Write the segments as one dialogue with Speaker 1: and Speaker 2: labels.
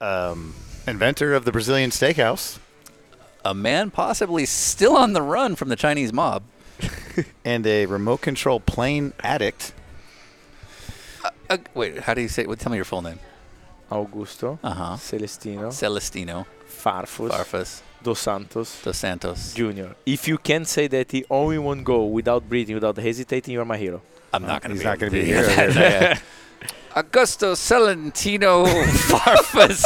Speaker 1: um, inventor of the Brazilian steakhouse,
Speaker 2: A man possibly still on the run from the Chinese mob.
Speaker 1: and a remote control plane addict.
Speaker 2: Uh, wait, how do you say? Well, tell me your full name.
Speaker 3: Augusto,
Speaker 2: Uh-huh.
Speaker 3: Celestino,
Speaker 2: Celestino
Speaker 3: Ah. Farfus,
Speaker 2: Farfus
Speaker 3: Dos Santos
Speaker 2: dos Santos.
Speaker 3: Jr. If you can say that in only one go without breathing, without hesitating, you're my hero.
Speaker 2: I'm not going to
Speaker 1: He's
Speaker 2: be.
Speaker 1: not
Speaker 2: able
Speaker 1: gonna be
Speaker 2: do
Speaker 1: here.
Speaker 2: that. Augusto Celentino Farfus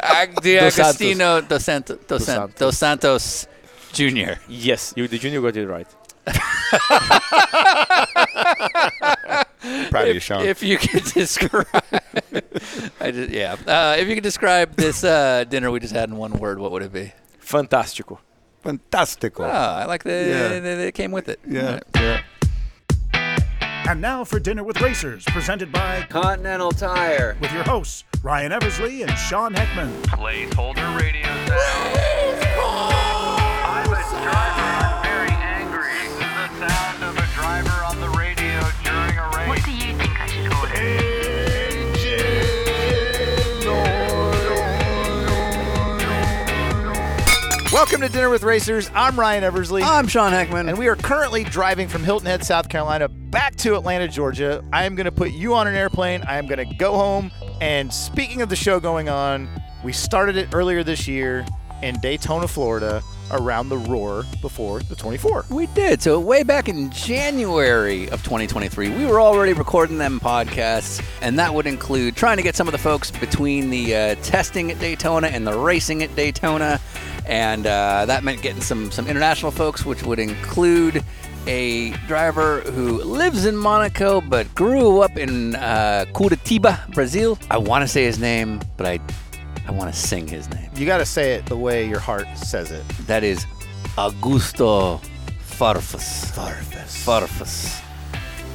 Speaker 2: Ag- de
Speaker 3: Dos Santos.
Speaker 2: Agostino dos, Santo, dos,
Speaker 3: Dos
Speaker 2: San-
Speaker 3: Santos.
Speaker 2: dos Santos Jr.
Speaker 3: Yes, you, the junior got it right.
Speaker 1: Proud of you, Sean.
Speaker 2: If you could describe, I just, yeah. Uh, if you could describe this uh, dinner we just had in one word, what would it be?
Speaker 3: Fantástico.
Speaker 1: Fantastical.
Speaker 2: Oh, I like the
Speaker 1: Yeah.
Speaker 2: that it came with it.
Speaker 1: Yeah.
Speaker 4: And now for Dinner with Racers, presented by
Speaker 5: Continental Tire.
Speaker 4: with your hosts Ryan Eversley and Sean Heckman.
Speaker 6: Placeholder radio sound. I'm a driver. I'm very angry. This is the sound of a driver on the radio during a race.
Speaker 7: What do you think I should order?
Speaker 1: Welcome to Dinner with Racers. I'm Ryan Eversley.
Speaker 2: I'm Sean Heckman.
Speaker 1: and we are currently driving from Hilton Head, South Carolina, back to Atlanta, Georgia. I am going to put you on an airplane. I am going to go home. And speaking of the show going on, we started it earlier this year in Daytona, Florida, around the roar before the 24.
Speaker 2: We did. So way back in January of 2023, we were already recording them podcasts, and that would include trying to get some of the folks between the uh, testing at Daytona and the racing at Daytona, and uh, that meant getting some some international folks, which would include a driver who lives in Monaco but grew up in uh, Curitiba, Brazil. I want to say his name, but I I want to sing his name.
Speaker 1: You got to say it the way your heart says it.
Speaker 2: That is Augusto Farfus. Farfus. Farfus.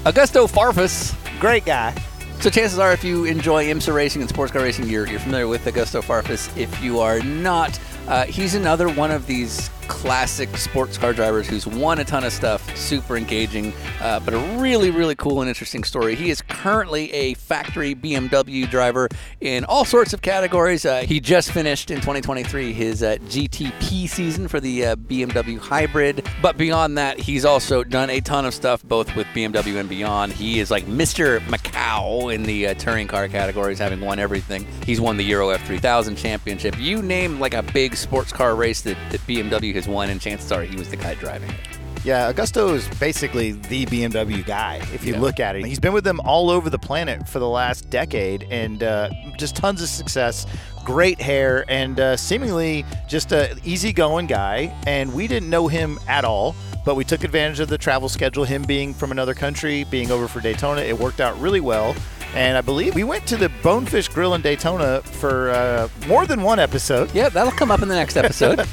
Speaker 2: Augusto Farfus.
Speaker 1: Great guy.
Speaker 2: So chances are, if you enjoy IMSA racing and sports car racing, you're, you're familiar with Augusto Farfus. If you are not, uh, he's another one of these classic sports car drivers who's won a ton of stuff, super engaging, uh, but a really, really cool and interesting story. He is currently a factory BMW driver in all sorts of categories. Uh, he just finished in 2023 his uh, GTP season for the uh, BMW hybrid. But beyond that, he's also done a ton of stuff both with BMW and beyond. He is like Mr. Macau in the uh, touring car categories, having won everything. He's won the Euro F3000 championship. You name like a big sports car race that, that BMW has won, and chances are he was the guy driving it.
Speaker 1: Yeah, Augusto is basically the BMW guy. If you
Speaker 2: Yeah.
Speaker 1: look at it, he's been with them all over the planet for the last decade, and uh, just tons of success. Great hair, and uh, seemingly just a easygoing guy. And we didn't know him at all, but we took advantage of the travel schedule. Him being from another country, being over for Daytona, it worked out really well. And I believe we went to the Bonefish Grill in Daytona for uh, more than one episode.
Speaker 2: Yeah, that'll come up in the next episode.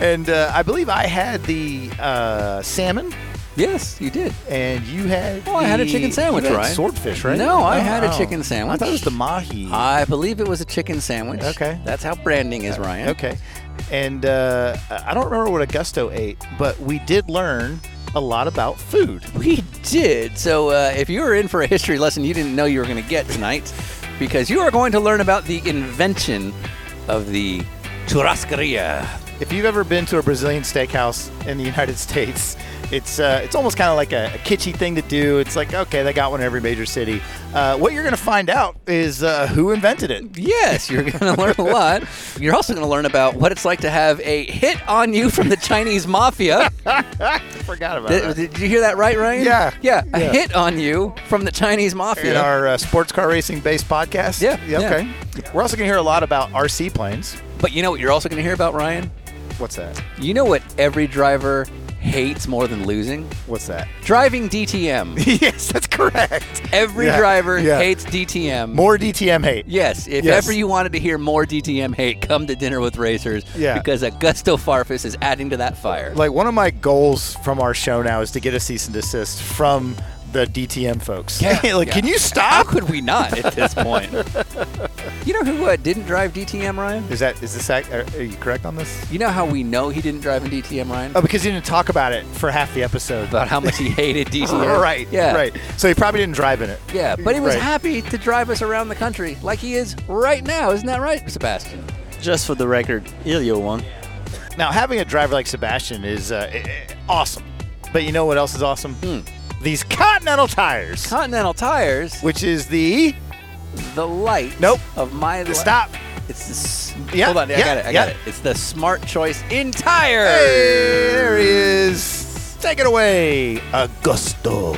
Speaker 1: And uh, I believe I had the uh, salmon.
Speaker 2: yes, you did.
Speaker 1: And you had.
Speaker 2: Oh, I had a
Speaker 1: the-
Speaker 2: chicken sandwich,
Speaker 1: you had
Speaker 2: Ryan.
Speaker 1: Swordfish, right?
Speaker 2: No, I had a
Speaker 1: oh.
Speaker 2: chicken sandwich.
Speaker 1: I thought it was the mahi.
Speaker 2: I believe it was a chicken sandwich.
Speaker 1: Okay.
Speaker 2: That's how branding is, Ryan.
Speaker 1: okay. And uh, I don't remember what Augusto ate, but we did learn a lot about food.
Speaker 2: We did. So uh, if you were in for a history lesson you didn't know you were going to get tonight, because you are going to learn about the invention of the churrascaria.
Speaker 1: If you've ever been to a Brazilian steakhouse in the United States, it's uh, it's almost kind of like a, a kitschy thing to do. It's like okay, they got one in every major city. Uh, what you're gonna find out is uh, who invented it.
Speaker 2: Yes, you're going to learn a lot. You're also going to learn about what it's like to have a hit on you from the Chinese mafia.
Speaker 1: Forgot about
Speaker 2: did,
Speaker 1: it.
Speaker 2: did you hear that right, Ryan?
Speaker 1: Uh-huh. Yeah.
Speaker 2: Yeah, a
Speaker 1: Yeah.
Speaker 2: hit on you from the Chinese
Speaker 1: in
Speaker 2: mafia.
Speaker 1: our uh, sports car racing based podcast.
Speaker 2: Yeah, yeah.
Speaker 1: Okay. We're also going to hear a lot about RC planes.
Speaker 2: but you know what you're also going to hear about, Ryan?
Speaker 1: What's that?
Speaker 2: You know what every driver hates more than losing?
Speaker 1: What's that?
Speaker 2: Driving DTM.
Speaker 1: yes, that's correct.
Speaker 2: Every
Speaker 1: Yeah,
Speaker 2: driver
Speaker 1: yeah.
Speaker 2: hates DTM.
Speaker 1: More DTM hate.
Speaker 2: Yes, if
Speaker 1: Yes.
Speaker 2: ever you wanted to hear more DTM hate, come to dinner with racers.
Speaker 1: Yeah.
Speaker 2: Because Augusto Farfus is adding to that fire.
Speaker 1: Like one of my goals from our show now is to get a cease and desist from the DTM folks.
Speaker 2: Yeah,
Speaker 1: like,
Speaker 2: yeah.
Speaker 1: can you
Speaker 2: How
Speaker 1: stop?
Speaker 2: could we not at this point? you know who uh, didn't drive DTM, Ryan?
Speaker 1: Is that is this act, are, are you correct on this?
Speaker 2: You know how we know he didn't drive in DTM, Ryan?
Speaker 1: Oh, because you didn't talk about it for half the episode.
Speaker 2: About how much he hated DTM.
Speaker 1: right.
Speaker 2: Yeah.
Speaker 1: Right. So he probably didn't drive in it.
Speaker 2: Yeah, but he was
Speaker 1: Right.
Speaker 2: happy to drive us around the country like he is right now. Isn't that right, Sebastian?
Speaker 8: Just for the record, Ilio won.
Speaker 1: Now, having a driver like Sebastian is uh, i- i- awesome. But you know what else is awesome?
Speaker 3: Hmm.
Speaker 1: These Continental tires,
Speaker 2: Continental Tires,
Speaker 1: which is the
Speaker 2: the light
Speaker 1: Nope.
Speaker 2: of my li-
Speaker 1: stop.
Speaker 2: It's the s-
Speaker 1: Yeah,
Speaker 2: Hold on, I
Speaker 1: yeah,
Speaker 2: got it. I got
Speaker 1: yeah.
Speaker 2: it. It's the smart choice in tires.
Speaker 1: Hey, there he is. Take it away, Augusto.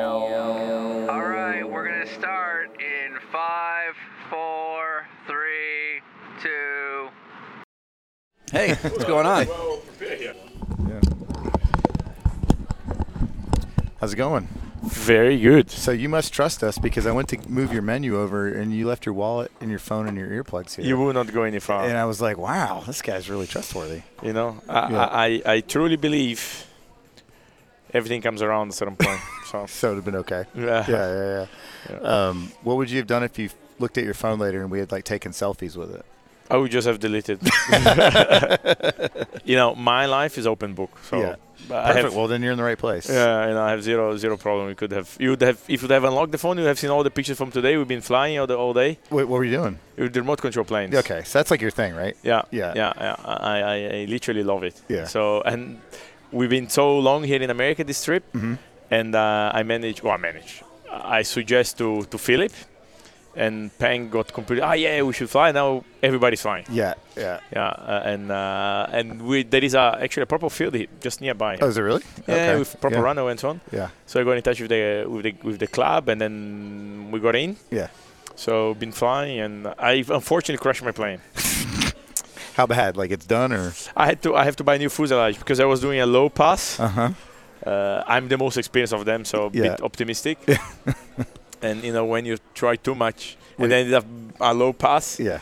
Speaker 6: All right, we're gonna start in five, four, three, two.
Speaker 2: Hey, what's going on?
Speaker 1: How's it going?
Speaker 3: Very good.
Speaker 1: So you must trust us because I went to move your menu over and you left your wallet and your phone and your earplugs here.
Speaker 3: You will not go any far.
Speaker 1: and I was like, wow, this guy's really trustworthy.
Speaker 3: You know, I,
Speaker 1: Yeah.
Speaker 3: I, I, I truly believe everything comes around at a certain point. So
Speaker 1: So it'd have been okay.
Speaker 3: yeah.
Speaker 1: yeah, yeah. yeah. Um, what would you have done if you looked at your phone later and we had like taken selfies with it?
Speaker 3: I would just have deleted. you know, my life is open book. So
Speaker 1: Yeah.
Speaker 3: I
Speaker 1: Perfect.
Speaker 3: have,
Speaker 1: well, then you're in the right place.
Speaker 3: yeah, you know, I have zero zero problem. You could have you would have if you'd have unlocked the phone, you'd have seen all the pictures from today. We've been flying all the all day.
Speaker 1: Wait, what were you doing?
Speaker 3: With the remote control planes.
Speaker 1: Okay, so that's like your thing, right?
Speaker 3: Yeah,
Speaker 1: Yeah.
Speaker 3: yeah, yeah. I, I, I literally love it.
Speaker 1: Yeah.
Speaker 3: So and we've been so long here in America this trip,
Speaker 1: Mm-hmm.
Speaker 3: and uh, I manage. Well, I manage. I suggest to to Philip, and Peng got completely. Ah, yeah, we should fly now. Everybody's flying.
Speaker 1: Yeah, yeah.
Speaker 3: Yeah, uh, and uh, and we there is a, actually a proper field here, just nearby.
Speaker 1: Oh, is it really?
Speaker 3: yeah,
Speaker 1: Okay.
Speaker 3: with proper
Speaker 1: yeah.
Speaker 3: runner and so on.
Speaker 1: Yeah,
Speaker 3: So I got in touch with the with the with the club, and then we got in.
Speaker 1: yeah.
Speaker 3: So been flying, and I unfortunately crashed my plane.
Speaker 1: How bad? Like it's done or?
Speaker 3: I had to I have to buy new fuselage because I was doing a low pass.
Speaker 1: Uh huh.
Speaker 3: Uh, I'm the most experienced of them, so a
Speaker 1: Yeah.
Speaker 3: bit optimistic. and you know when you try too much,
Speaker 1: Wait.
Speaker 3: and then ended up a low pass,
Speaker 1: Yeah.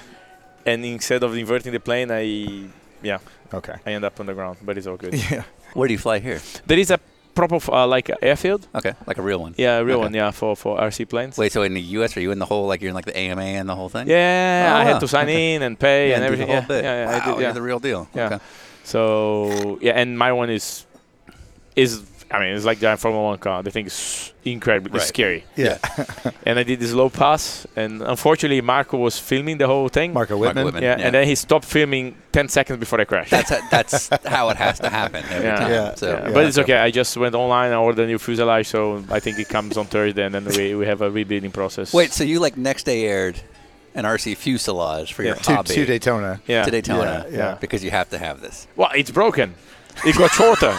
Speaker 3: and instead of inverting the plane, I yeah
Speaker 1: Okay.
Speaker 3: I end up on the ground, but it's all good.
Speaker 1: Yeah.
Speaker 2: Where do you fly here?
Speaker 3: There is a proper f- uh, like a airfield.
Speaker 2: Okay, like a real one.
Speaker 3: Yeah, a real
Speaker 2: Okay.
Speaker 3: one. Yeah, for for RC planes.
Speaker 2: Wait, so in the U.S. are you in the whole like you're in like the AMA and the whole thing?
Speaker 3: Yeah,
Speaker 2: Oh,
Speaker 3: I
Speaker 2: wow.
Speaker 3: had to sign in and pay
Speaker 2: Yeah,
Speaker 3: and
Speaker 2: do the
Speaker 3: everything.
Speaker 2: whole
Speaker 3: yeah,
Speaker 2: bit.
Speaker 3: yeah, yeah, I
Speaker 2: Wow,
Speaker 3: did,
Speaker 2: you're
Speaker 3: yeah.
Speaker 2: the real deal.
Speaker 3: Yeah.
Speaker 2: Okay.
Speaker 3: So yeah, and my one is is I mean it's like the Formula One car. The thing is incredibly
Speaker 2: Right.
Speaker 3: scary.
Speaker 1: Yeah.
Speaker 3: And I did this low pass, and unfortunately Marco was filming the whole thing.
Speaker 1: Marco Whitman.
Speaker 2: Whitman.
Speaker 3: yeah,
Speaker 2: Yeah.
Speaker 3: and then he stopped filming 10 seconds before I crashed.
Speaker 2: That's how, that's how it has to happen every
Speaker 3: Yeah.
Speaker 2: time.
Speaker 1: Yeah,
Speaker 2: So
Speaker 3: Yeah,
Speaker 1: yeah.
Speaker 3: But it's okay. I just went online. I ordered a new fuselage, so I think it comes on Thursday, and then we, we have a rebuilding process.
Speaker 2: Wait, so you like next day aired an RC fuselage for your
Speaker 3: Yeah.
Speaker 1: To,
Speaker 2: hobby
Speaker 1: to Daytona.
Speaker 3: yeah.
Speaker 2: to Daytona
Speaker 1: Ah, Yeah, yeah.
Speaker 2: because you have to have this.
Speaker 3: Well, it's broken. It got shorter.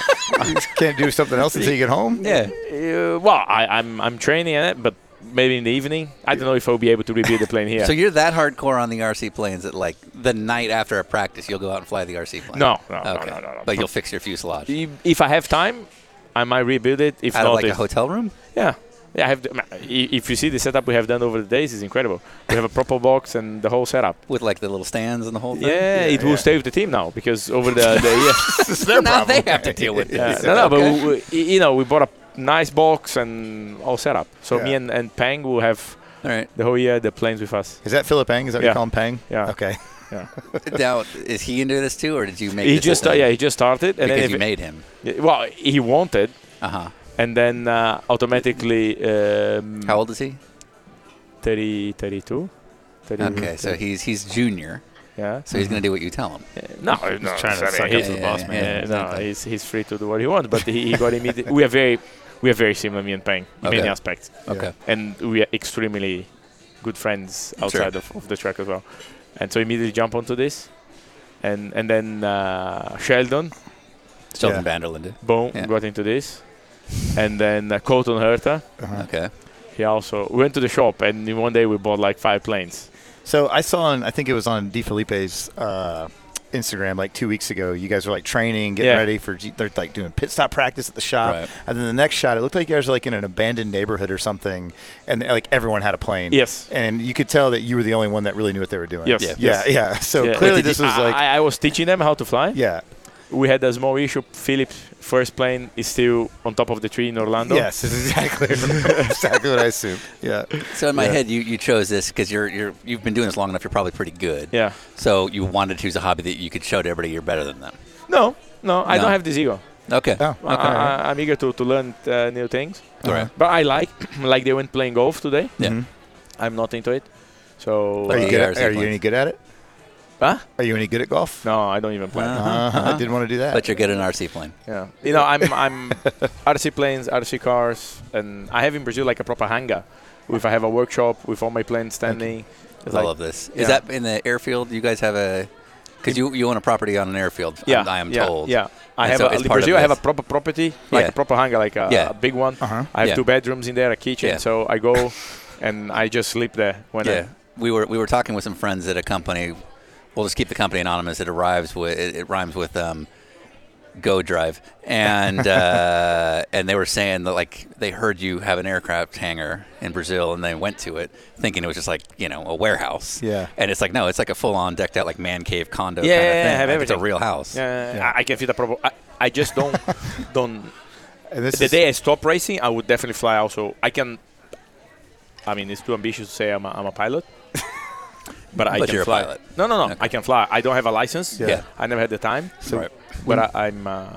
Speaker 1: Can't do something else until you get home.
Speaker 2: Yeah.
Speaker 3: Uh, well, I, I'm I'm training in it, but maybe in the evening. I don't know if I'll be able to rebuild the plane here.
Speaker 2: So you're that hardcore on the RC planes that like the night after a practice you'll go out and fly the RC plane.
Speaker 3: No, no, no,
Speaker 2: okay.
Speaker 3: no, no, no.
Speaker 2: But you'll fix your fuselage
Speaker 3: if, if I have time, I might rebuild it. If
Speaker 2: out
Speaker 3: not,
Speaker 2: of like a
Speaker 3: it-
Speaker 2: hotel room.
Speaker 3: yeah. Yeah, I have. To, I- if you see the setup we have done over the days, it's incredible. We have a proper box and the whole setup.
Speaker 2: with like the little stands and the whole thing.
Speaker 3: Yeah, it will stay with the team now because over the, the
Speaker 1: It's their
Speaker 2: now
Speaker 1: problem.
Speaker 2: they have to deal with
Speaker 3: yeah,
Speaker 2: this.
Speaker 3: no, no, but
Speaker 2: Okay.
Speaker 3: we, we- you know, we bought a nice box and all set up. So me
Speaker 1: Yeah.
Speaker 3: and and Pang will have
Speaker 2: All right.
Speaker 3: the whole year the planes with us.
Speaker 1: Is that Philip Eng? Is that what you
Speaker 3: Yeah.
Speaker 1: call him Peng?
Speaker 3: Yeah.
Speaker 1: Okay.
Speaker 3: Yeah,
Speaker 2: Now, is he into this too, or did you make?
Speaker 3: he
Speaker 2: this
Speaker 3: just
Speaker 2: a
Speaker 3: uh,
Speaker 2: thing?
Speaker 3: yeah he just started and
Speaker 2: because
Speaker 3: then
Speaker 2: you
Speaker 3: if-
Speaker 2: made him.
Speaker 3: Yeah, well he wanted
Speaker 2: Uh huh.
Speaker 3: and then uh, automatically um,
Speaker 2: How old is he?
Speaker 3: 30, 32. 30,
Speaker 2: Okay, so he's he's junior,
Speaker 3: yeah.
Speaker 2: so he's gonna do what you tell him.
Speaker 3: No, he's no,
Speaker 1: trying to
Speaker 3: sorry,
Speaker 1: suck up
Speaker 3: he's-
Speaker 1: to the
Speaker 2: yeah,
Speaker 1: boss
Speaker 2: yeah,
Speaker 1: man.
Speaker 2: yeah.
Speaker 3: yeah, no, he's, he's free to do what he wants, but he, he got immediate. We are very, we are very similar, me and Peng, in
Speaker 2: Okay.
Speaker 3: many aspects,
Speaker 2: Okay.
Speaker 3: and we are extremely good friends outside of, of the track as well. And so immediately jump onto this, and and then uh, Sheldon,
Speaker 2: Sheldon Vanderlinde.
Speaker 3: boom,
Speaker 2: Yeah.
Speaker 3: got into this, and then uh, Colton Herta.
Speaker 2: Okay.
Speaker 3: He also we went to the shop, and in one day we bought like five planes.
Speaker 1: So I saw on, I think it was on D. Felipe's uh, Instagram like two weeks ago. You guys were like training, getting
Speaker 3: Yeah.
Speaker 1: ready for. G- they're like doing pit stop practice at the shop,
Speaker 2: Right.
Speaker 1: and then the next shot, it looked like you guys were like in an abandoned neighborhood or something, and like everyone had a plane.
Speaker 3: Yes.
Speaker 1: and you could tell that you were the only one that really knew what they were doing.
Speaker 3: Yes.
Speaker 1: yeah,
Speaker 3: Yes.
Speaker 1: yeah. So
Speaker 3: Yeah.
Speaker 1: clearly,
Speaker 3: Wait, did
Speaker 1: this
Speaker 3: you-
Speaker 1: was
Speaker 3: I-
Speaker 1: like,
Speaker 3: I, I was teaching them how to fly.
Speaker 1: yeah,
Speaker 3: we had a small issue. Philip's first plane is still on top of the tree in Orlando.
Speaker 1: Yes, this is exactly exactly what I assumed.
Speaker 5: Yeah.
Speaker 2: So in my head, you, you chose this because you're you're you've been doing this long enough. You're probably pretty good.
Speaker 3: Yeah.
Speaker 2: So you wanted to choose a hobby that you could show to everybody you're better than them.
Speaker 3: No, no, I
Speaker 2: No.
Speaker 3: don't have this ego.
Speaker 2: Okay.
Speaker 1: Oh,
Speaker 3: I, I, I'm eager to, to learn uh, new things.
Speaker 2: All right.
Speaker 3: But I like, like they went playing golf today.
Speaker 2: Yeah.
Speaker 3: Mm-hmm. I'm not into it. So,
Speaker 5: Are
Speaker 2: Yeah,
Speaker 5: you good? At,
Speaker 2: yeah,
Speaker 5: are you any good at it?
Speaker 3: Huh?
Speaker 5: Are you any good at golf?
Speaker 3: no, I don't even play.
Speaker 2: Uh-huh.
Speaker 5: Uh, I didn't want to do that.
Speaker 2: But you're good in RC plane.
Speaker 3: Yeah, you know, I'm I'm RC planes, RC cars, and I have in Brazil like a proper hangar. If I have a workshop with all my planes standing, it's
Speaker 2: I
Speaker 3: like-
Speaker 2: love this.
Speaker 3: yeah.
Speaker 2: Is that in the airfield? You guys have a because you you own a property on an airfield. I'm-
Speaker 3: Yeah,
Speaker 2: I am
Speaker 3: yeah,
Speaker 2: told.
Speaker 3: Yeah, I
Speaker 2: And
Speaker 3: have
Speaker 2: so
Speaker 3: a,
Speaker 2: it's
Speaker 3: in
Speaker 2: part of
Speaker 3: Brazil. I have a
Speaker 2: this.
Speaker 3: proper property, like
Speaker 2: Yeah.
Speaker 3: a proper hangar, like a,
Speaker 2: Yeah.
Speaker 3: a big one.
Speaker 1: Uh-huh.
Speaker 3: I have
Speaker 2: Yeah.
Speaker 3: two bedrooms in there, a kitchen.
Speaker 2: Yeah.
Speaker 3: So I go and I just sleep there when
Speaker 2: Yeah, we were we were talking with some friends at a company. We'll just keep the company anonymous. It arrives with it, it rhymes with um, Go Drive, and uh, and they were saying that like they heard you have an aircraft hangar in Brazil, and they went to it thinking it was just like you know a warehouse.
Speaker 5: Yeah.
Speaker 2: and it's like no, it's like a full on decked out like man cave condo.
Speaker 3: Yeah,
Speaker 2: kind
Speaker 3: yeah,
Speaker 2: of
Speaker 3: yeah,
Speaker 2: thing.
Speaker 3: have
Speaker 2: like, It's a
Speaker 3: everything.
Speaker 2: real house.
Speaker 3: Yeah,
Speaker 5: Yeah.
Speaker 3: I, I can fit a proper. I, I just don't don't.
Speaker 5: And this
Speaker 3: The
Speaker 5: is-
Speaker 3: day I stop racing, I would definitely fly. Also, I can. I mean, it's too ambitious to say I'm a, I'm a pilot. But, I
Speaker 2: But
Speaker 3: can
Speaker 2: you're a
Speaker 3: fly.
Speaker 2: pilot.
Speaker 3: No, no, no.
Speaker 2: Okay.
Speaker 3: I can fly. I don't have a license.
Speaker 5: Yeah.
Speaker 2: Yeah.
Speaker 3: I never had the time.
Speaker 2: right.
Speaker 3: But I, I'm. Uh,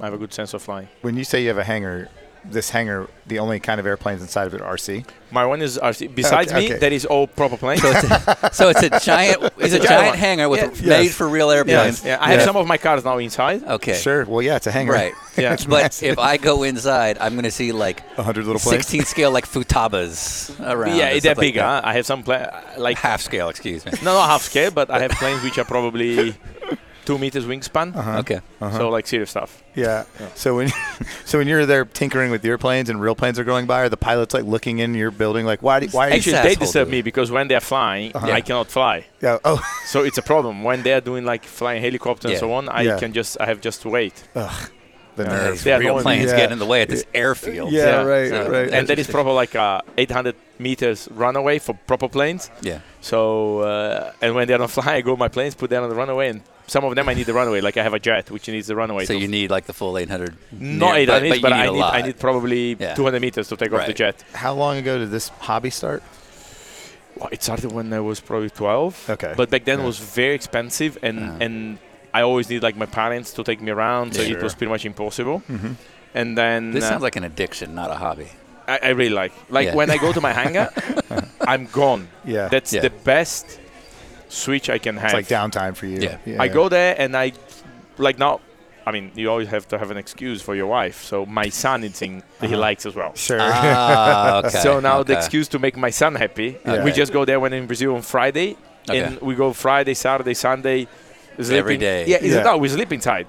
Speaker 3: I have a good sense of flying.
Speaker 5: when you say you have a hangar, this hangar, the only kind of airplanes inside of it are RC.
Speaker 3: My one is RC. Besides
Speaker 5: Okay,
Speaker 3: me,
Speaker 5: okay.
Speaker 3: that is all proper planes.
Speaker 2: So it's a, so it's a giant it's, a,
Speaker 3: giant
Speaker 2: giant
Speaker 3: one.
Speaker 2: hangar with
Speaker 3: Yeah.
Speaker 2: made
Speaker 5: Yes.
Speaker 2: for real airplanes.
Speaker 3: yeah, I have some of my cars now inside.
Speaker 2: Okay.
Speaker 5: Sure. Well, yeah, it's a hangar.
Speaker 2: Right.
Speaker 3: Yeah.
Speaker 5: It's
Speaker 2: But
Speaker 5: massive.
Speaker 2: if I go inside, I'm going to see like
Speaker 5: A hundred little planes.
Speaker 2: 16 scale like futabas around.
Speaker 3: yeah,
Speaker 2: and
Speaker 3: they're
Speaker 2: stuff like
Speaker 3: bigger.
Speaker 2: that.
Speaker 3: huh? I have some pla- like
Speaker 2: Half scale, excuse me.
Speaker 3: no, not half scale, but I have planes which are probably two meters wingspan.
Speaker 5: Uh-huh.
Speaker 2: Okay.
Speaker 3: So like serious stuff.
Speaker 5: Yeah. So when so when you're there tinkering with your planes and real planes are going by, are the pilots like looking in your building like why do, why are you
Speaker 3: Actually,
Speaker 2: This
Speaker 3: they
Speaker 2: asshole
Speaker 3: disturb
Speaker 2: dude.
Speaker 3: me because when they're flying,
Speaker 5: Uh-huh.
Speaker 3: I cannot fly.
Speaker 5: yeah, oh
Speaker 3: So it's a problem when they're doing like flying helicopter
Speaker 2: Yeah.
Speaker 3: and so on. I
Speaker 5: Yeah.
Speaker 3: can just I have just to wait.
Speaker 5: the
Speaker 3: Yeah.
Speaker 5: nerve.
Speaker 2: These
Speaker 3: They are
Speaker 2: real
Speaker 3: going-
Speaker 2: planes
Speaker 5: yeah.
Speaker 2: get in the way at this airfield.
Speaker 5: Yeah, right,
Speaker 2: So-
Speaker 5: right.
Speaker 3: And that is
Speaker 2: Interesting.
Speaker 3: probably like uh, 800 meters runaway for proper planes.
Speaker 2: Yeah.
Speaker 3: So uh, and when they're not flying, I go my planes, put them on the runaway, and some of them I need the runaway. Like I have a jet which needs the runaway.
Speaker 2: So
Speaker 3: to-
Speaker 2: you need like the full 800.
Speaker 3: not
Speaker 2: near-
Speaker 3: 800 meters,
Speaker 2: you
Speaker 3: but, I
Speaker 2: a
Speaker 3: need I
Speaker 2: lot.
Speaker 3: need probably
Speaker 2: Yeah.
Speaker 3: 200 meters to take off the
Speaker 2: Right.
Speaker 3: jet.
Speaker 5: How long ago did this hobby start?
Speaker 3: Well, it started when I was probably 12.
Speaker 5: Okay.
Speaker 3: But back then it was very expensive, and
Speaker 2: Uh-huh.
Speaker 3: and I always need like my parents to take me around, so
Speaker 5: Sure.
Speaker 3: it was pretty much impossible.
Speaker 5: Mm-hmm.
Speaker 3: And then
Speaker 2: This
Speaker 3: uh,
Speaker 2: sounds like an addiction, not a hobby.
Speaker 3: I, I really like like
Speaker 2: Yeah.
Speaker 3: when I go to my hangar, I'm gone.
Speaker 5: Yeah.
Speaker 3: That's
Speaker 2: Yeah.
Speaker 3: the best switch I can have.
Speaker 5: it's like downtime for you.
Speaker 2: Yeah.
Speaker 3: I go there and I like now. I mean, you always have to have an excuse for your wife. So my son is in, he likes as well.
Speaker 5: Uh-huh. Sure.
Speaker 2: Ah, okay.
Speaker 3: So now the
Speaker 2: okay.
Speaker 3: excuse to make my son happy, uh, we
Speaker 5: Okay.
Speaker 3: just go there when in Brazil on Friday,
Speaker 2: Okay.
Speaker 3: and we go Friday, Saturday, Sunday. Sleeping.
Speaker 2: day.
Speaker 3: Yeah, it's-
Speaker 5: Yeah.
Speaker 3: no, we sleep inside.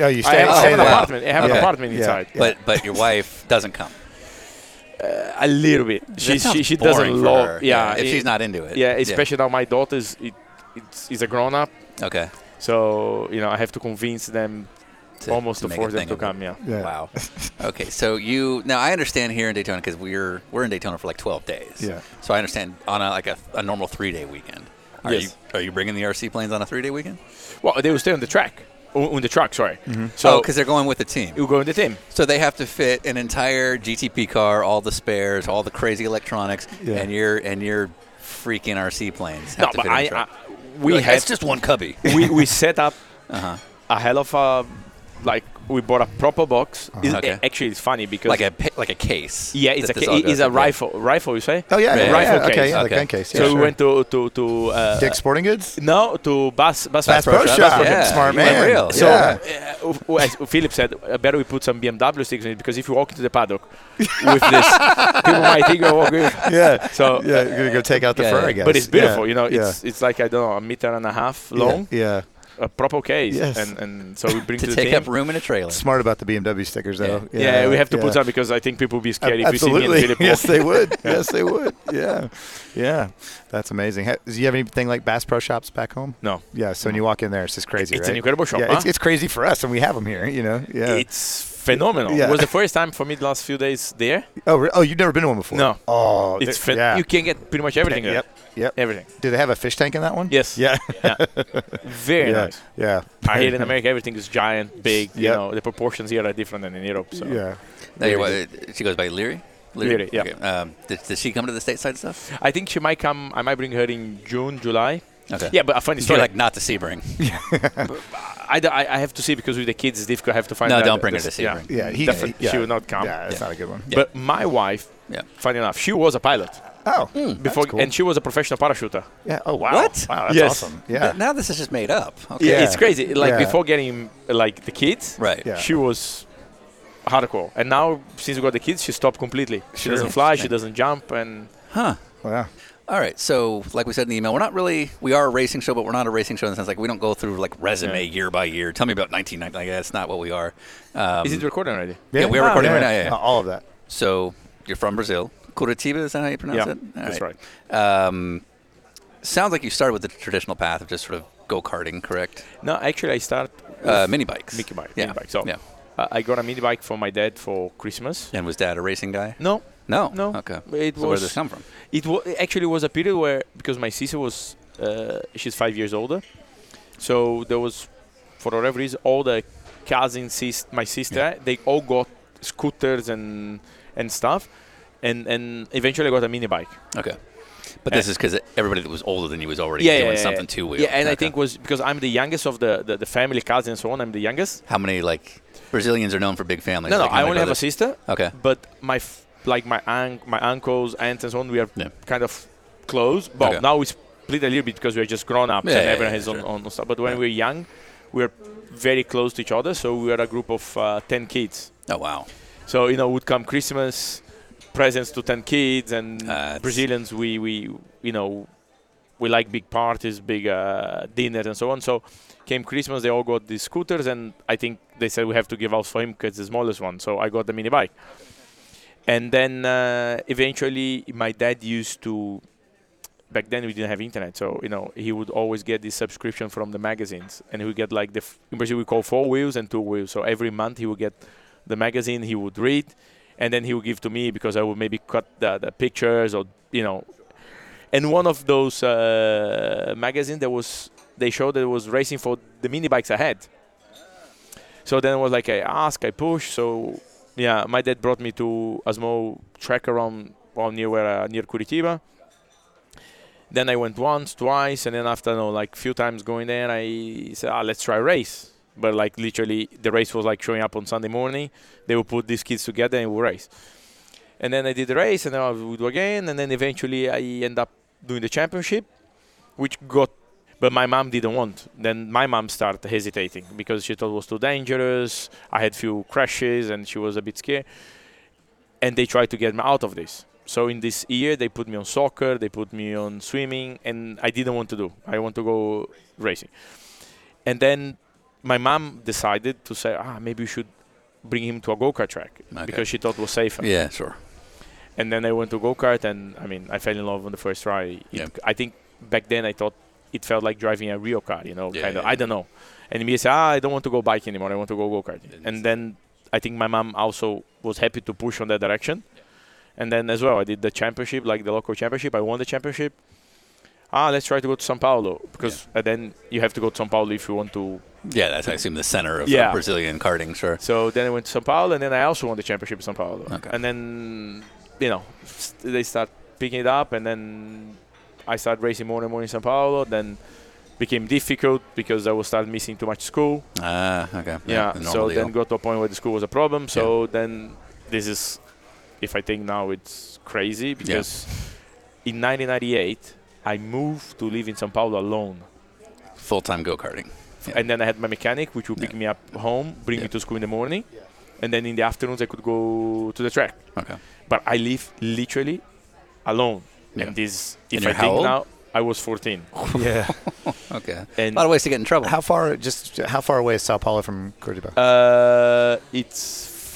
Speaker 5: yeah, you
Speaker 3: I
Speaker 5: stay,
Speaker 3: have, I
Speaker 2: oh,
Speaker 5: stay
Speaker 3: have an
Speaker 5: there.
Speaker 2: wow.
Speaker 3: apartment. I have an
Speaker 5: Yeah.
Speaker 3: apartment
Speaker 5: Yeah.
Speaker 3: inside.
Speaker 2: But but your wife doesn't come.
Speaker 3: A little bit. She
Speaker 2: That sounds
Speaker 3: she, she
Speaker 2: boring
Speaker 3: doesn't
Speaker 2: for
Speaker 3: love.
Speaker 2: her,
Speaker 3: Yeah,
Speaker 2: If
Speaker 3: it-
Speaker 2: she's not into it.
Speaker 3: Yeah, especially now my daughter is it, it's, is a grown up,
Speaker 2: Okay.
Speaker 3: so you know I have to convince them
Speaker 2: to-
Speaker 3: almost to,
Speaker 2: make a
Speaker 3: force them
Speaker 2: thing
Speaker 3: to
Speaker 2: of it.
Speaker 3: come. Yeah.
Speaker 5: Yeah.
Speaker 2: Wow. Okay, so you now I understand here in Daytona because we're we're in Daytona for like 12 days.
Speaker 5: Yeah.
Speaker 2: So I understand on a, like a, a normal three day weekend. Are
Speaker 3: Yes.
Speaker 2: you are you bringing the RC planes on a three day weekend?
Speaker 3: Well, they will stay on the track, on on the truck. Sorry.
Speaker 2: So
Speaker 3: So
Speaker 2: because Oh, they're going with the team,
Speaker 3: you go in the team.
Speaker 2: so they have to fit an entire GTP car, all the spares, all the crazy electronics,
Speaker 5: Yeah.
Speaker 2: and your and your freaking RC planes. Have
Speaker 3: No,
Speaker 2: to
Speaker 3: but
Speaker 2: fit in the
Speaker 3: I, I
Speaker 2: truck.
Speaker 3: we
Speaker 2: You're like,
Speaker 3: have
Speaker 2: it's just one cubby.
Speaker 3: we, we set up
Speaker 2: Uh-huh.
Speaker 3: a hell of a like we bought a proper box. It's-
Speaker 2: Uh-huh. Okay.
Speaker 3: Actually, it's funny because
Speaker 2: like a pa- like a case.
Speaker 3: yeah, it's a
Speaker 2: that
Speaker 3: ca-
Speaker 2: this all
Speaker 3: it
Speaker 2: goes
Speaker 3: is a
Speaker 2: in. Yeah.
Speaker 3: rifle. Rifle, you say?
Speaker 5: Oh yeah,
Speaker 2: Yeah,
Speaker 5: yeah,
Speaker 3: rifle
Speaker 5: yeah,
Speaker 3: case.
Speaker 5: Okay, yeah, the
Speaker 2: Okay.
Speaker 5: gun case. Yeah,
Speaker 3: so we
Speaker 5: sure.
Speaker 3: went to to to uh,
Speaker 5: Dick's Sporting Goods.
Speaker 3: no to Bass Bass
Speaker 5: Bass
Speaker 3: Pro
Speaker 5: Pro
Speaker 3: Shop.
Speaker 5: Shop.
Speaker 3: Bass Pro Shop.
Speaker 5: Yeah. Smart
Speaker 2: you went
Speaker 5: man.
Speaker 2: Real.
Speaker 5: So-
Speaker 2: yeah.
Speaker 3: Uh, w- as Philip said, uh, better we put some BMW sticks in it because if you walk into the paddock with this, people might think you're walking.
Speaker 5: yeah.
Speaker 3: So,
Speaker 5: yeah, you're gonna go take out the
Speaker 2: yeah,
Speaker 5: fur,
Speaker 2: yeah.
Speaker 5: I guess.
Speaker 3: but it's
Speaker 5: Yeah.
Speaker 3: beautiful, you know.
Speaker 5: Yeah.
Speaker 3: It's it's like I don't know a meter and a half long,
Speaker 5: Yeah. yeah.
Speaker 3: a proper case,
Speaker 5: Yes.
Speaker 3: and and so we bring to,
Speaker 2: to
Speaker 3: the
Speaker 2: take
Speaker 3: team.
Speaker 2: up room in a trailer.
Speaker 5: Smart about the BMW stickers, though.
Speaker 3: yeah, we have to
Speaker 5: yeah.
Speaker 3: put some because I think people would be
Speaker 5: Ab-
Speaker 3: scared if
Speaker 5: Absolutely.
Speaker 3: you see me and Philip
Speaker 5: yes,
Speaker 3: walking.
Speaker 5: they would. Yes, they would. Yeah, yeah. That's amazing. Ha- Do you have anything like Bass Pro Shops back home?
Speaker 3: No.
Speaker 5: Yeah. So when you walk in there, it's just crazy.
Speaker 3: It's
Speaker 5: right?
Speaker 3: an incredible shop,
Speaker 5: Yeah, it's,
Speaker 3: huh?
Speaker 5: it's crazy for us, and we have them here. You know. Yeah.
Speaker 3: It's phenomenal.
Speaker 1: Yeah.
Speaker 3: It was the first time for me the last few days there.
Speaker 1: Oh, re- oh, you've never been to one before?
Speaker 3: No.
Speaker 1: Oh,
Speaker 3: It's
Speaker 1: th-
Speaker 3: phen- you can get pretty much everything. there.
Speaker 1: Yep. Yep.
Speaker 3: Everything.
Speaker 1: Do they have a fish tank in that one?
Speaker 3: Yes.
Speaker 1: Yeah.
Speaker 3: Yeah. Very
Speaker 1: yeah.
Speaker 3: nice.
Speaker 1: Yeah.
Speaker 3: I hear in America everything is giant, big. You
Speaker 1: Yep.
Speaker 3: know the proportions here are different than in Europe. So
Speaker 1: Yeah.
Speaker 2: Now you're what- she goes by Leary.
Speaker 3: Leary, yeah.
Speaker 2: Um, did, does she come to the stateside stuff?
Speaker 3: I think she might come. I might bring her in June, July.
Speaker 2: Okay.
Speaker 3: Yeah, but a funny
Speaker 2: You're
Speaker 3: story.
Speaker 2: like not the Sebring.
Speaker 3: I, d- I- I have to see because with the kids it's difficult. I have to find.
Speaker 2: No,
Speaker 3: out
Speaker 2: don't
Speaker 3: the-
Speaker 2: bring her
Speaker 3: the-
Speaker 2: to see
Speaker 3: yeah.
Speaker 2: her.
Speaker 1: Yeah. He,
Speaker 3: Definitely.
Speaker 1: yeah.
Speaker 3: She will not come.
Speaker 1: Yeah, that's not a good one.
Speaker 3: But my wife,
Speaker 2: Yeah.
Speaker 3: funny enough, she was a pilot
Speaker 1: Oh. that's
Speaker 3: Mm. before,
Speaker 1: cool.
Speaker 3: and she was a professional parachuter.
Speaker 1: yeah. Oh, wow.
Speaker 2: What?
Speaker 1: Wow, that's
Speaker 3: Yes.
Speaker 1: awesome. Yeah.
Speaker 2: Th- Now this is just made up. Okay.
Speaker 1: Yeah.
Speaker 3: It's crazy. Like
Speaker 1: Yeah.
Speaker 3: before getting like the kids,
Speaker 2: Right.
Speaker 1: Yeah.
Speaker 3: she was hardcore, and now since we got the kids, she stopped completely. She
Speaker 2: Sure.
Speaker 3: doesn't fly. She
Speaker 2: Interesting.
Speaker 3: doesn't jump, and
Speaker 2: Huh.
Speaker 1: Wow.
Speaker 2: All right. So, like we said in the email, we're not really we are a racing show, but we're not a racing show in the sense like we don't go through like resume year by year. Tell me about 1990. Like that's not what we are. Um,
Speaker 3: is it recording already?
Speaker 2: Yeah, we are recording right now, yeah, yeah.
Speaker 1: Uh, All of that.
Speaker 2: so you're from Brazil, Curitiba. Is that how you pronounce
Speaker 3: Yeah,
Speaker 2: it? All
Speaker 3: that's right.
Speaker 2: Um, sounds like you started with the traditional path of just sort of go karting, correct?
Speaker 3: No, actually, I start
Speaker 2: Uh,
Speaker 3: with
Speaker 2: mini bikes.
Speaker 3: Mickey bike.
Speaker 2: Yeah.
Speaker 3: Mini bike. So
Speaker 2: yeah.
Speaker 3: I I got a mini bike for my dad for Christmas.
Speaker 2: And was Dad a racing guy?
Speaker 3: No,
Speaker 2: No.
Speaker 3: No.
Speaker 2: Okay.
Speaker 3: It
Speaker 2: so where
Speaker 3: was-
Speaker 2: did this come from?
Speaker 3: It wa- it actually was a period where because my sister was uh, she's five years older, so there was for whatever reason all the cousins, sis- my sister, they all got scooters and and stuff, and and eventually I got a mini bike.
Speaker 2: Okay. But this is because everybody that was older than you was already doing something two wheel.
Speaker 3: Eh. Yeah, and I think was because I'm the youngest of the the, the family cousins and so on. I'm the youngest.
Speaker 2: how many like Brazilians are known for big families?
Speaker 3: No, no,
Speaker 2: Like, how
Speaker 3: I
Speaker 2: many
Speaker 3: only have a
Speaker 2: brothers-
Speaker 3: sister,
Speaker 2: Okay.
Speaker 3: but my f- like my un- my uncles, aunts, and so on. We are
Speaker 2: Yeah.
Speaker 3: kind of close, but
Speaker 2: Okay.
Speaker 3: now we split a little bit because we are just grown ups
Speaker 2: Yeah,
Speaker 3: and
Speaker 2: yeah,
Speaker 3: everyone
Speaker 2: yeah,
Speaker 3: has
Speaker 2: sure.
Speaker 3: on, on stuff. But when
Speaker 2: Yeah.
Speaker 3: we're young, we're very close to each other, so we are a group of uh, ten kids.
Speaker 2: Oh wow.
Speaker 3: So you know, would come Christmas presents to ten kids, and
Speaker 2: Ah, it's-
Speaker 3: Brazilians, we we you know, we like big parties, big uh, dinners, and so on. So came Christmas, they all got these scooters, and I think they said we have to give out for him because the smallest one. So I got the mini bike, and then uh, eventually my dad used to. Back then we didn't have internet, so you know he would always get this subscription from the magazines, and he would get like the f- in Brazil we call four wheels and two wheels. So every month he would get the magazine he would read and then he would give to me because I would maybe cut the, the pictures or you know and one of those uh, magazine that was they showed that it was racing for the mini bikes I had so then it was like I ask I push so yeah my dad brought me to a small track around well, near where uh, near Curitiba then I went once twice and then after you know, like few times going there I said ah let's try race but like literally the race was like showing up on Sunday morning they would put these kids together and we'll race. And then I did the race, and then I would do again, and then eventually I end up doing the championship, which got. But my mom didn't want. Then my mom started hesitating because she thought it was too dangerous. I had few crashes, and she was a bit scared. And they tried to get me out of this. So in this year, they put me on soccer, they put me on swimming, and I didn't want to do. I want to go racing. And then my mom decided to say, ah, maybe you should bring him to a go kart track
Speaker 2: Okay.
Speaker 3: because she thought it was safer.
Speaker 2: Yeah, sure.
Speaker 3: And then I went to go kart, and I mean, I fell in love on the first try. It-
Speaker 2: Yeah.
Speaker 3: I think back then I thought it felt like driving a real car, you know,
Speaker 2: Yeah,
Speaker 3: kind of.
Speaker 2: yeah,
Speaker 3: I don't know. And me said, ah, I don't want to go bike anymore. I want to go go kart.
Speaker 2: Didn't see.
Speaker 3: And then I think my mom also was happy to push on that direction. And then as well, I did the championship, like the local championship. I won the championship. Ah, let's try to go to São Paulo because uh, then you have to go to São Paulo if you want to
Speaker 2: Yeah, that's I assume the center of
Speaker 3: Yeah.
Speaker 2: uh, Brazilian karting. Sure.
Speaker 3: so then I went to Sao Paulo, and then I also won the championship in Sao Paulo.
Speaker 2: Okay.
Speaker 3: And then, you know, s- they start picking it up, and then I started racing more and more in Sao Paulo. Then became difficult because I was start missing too much school.
Speaker 2: Ah, okay.
Speaker 3: Yeah.
Speaker 2: the normal
Speaker 3: so then
Speaker 2: deal.
Speaker 3: got to a point where the school was a problem. So then this is, if I think now it's crazy because in 1998 I moved to live in Sao Paulo alone.
Speaker 2: full-time go karting. Yeah.
Speaker 3: and then I had my mechanic, which would pick
Speaker 2: Yeah.
Speaker 3: me up home, bring
Speaker 2: Yeah.
Speaker 3: me to school in the morning, and then in the afternoons I could go to the track.
Speaker 2: Okay.
Speaker 3: But I live literally alone,
Speaker 2: Yeah.
Speaker 3: and this,
Speaker 2: And
Speaker 3: if
Speaker 2: you're
Speaker 3: I
Speaker 2: how
Speaker 3: think
Speaker 2: old? Oh,
Speaker 3: now, I was 14.
Speaker 1: Yeah.
Speaker 2: Okay.
Speaker 3: And-
Speaker 2: a lot of ways to get in trouble.
Speaker 1: how far? Just how far away is Sao Paulo from Curitiba?
Speaker 3: Uh, it's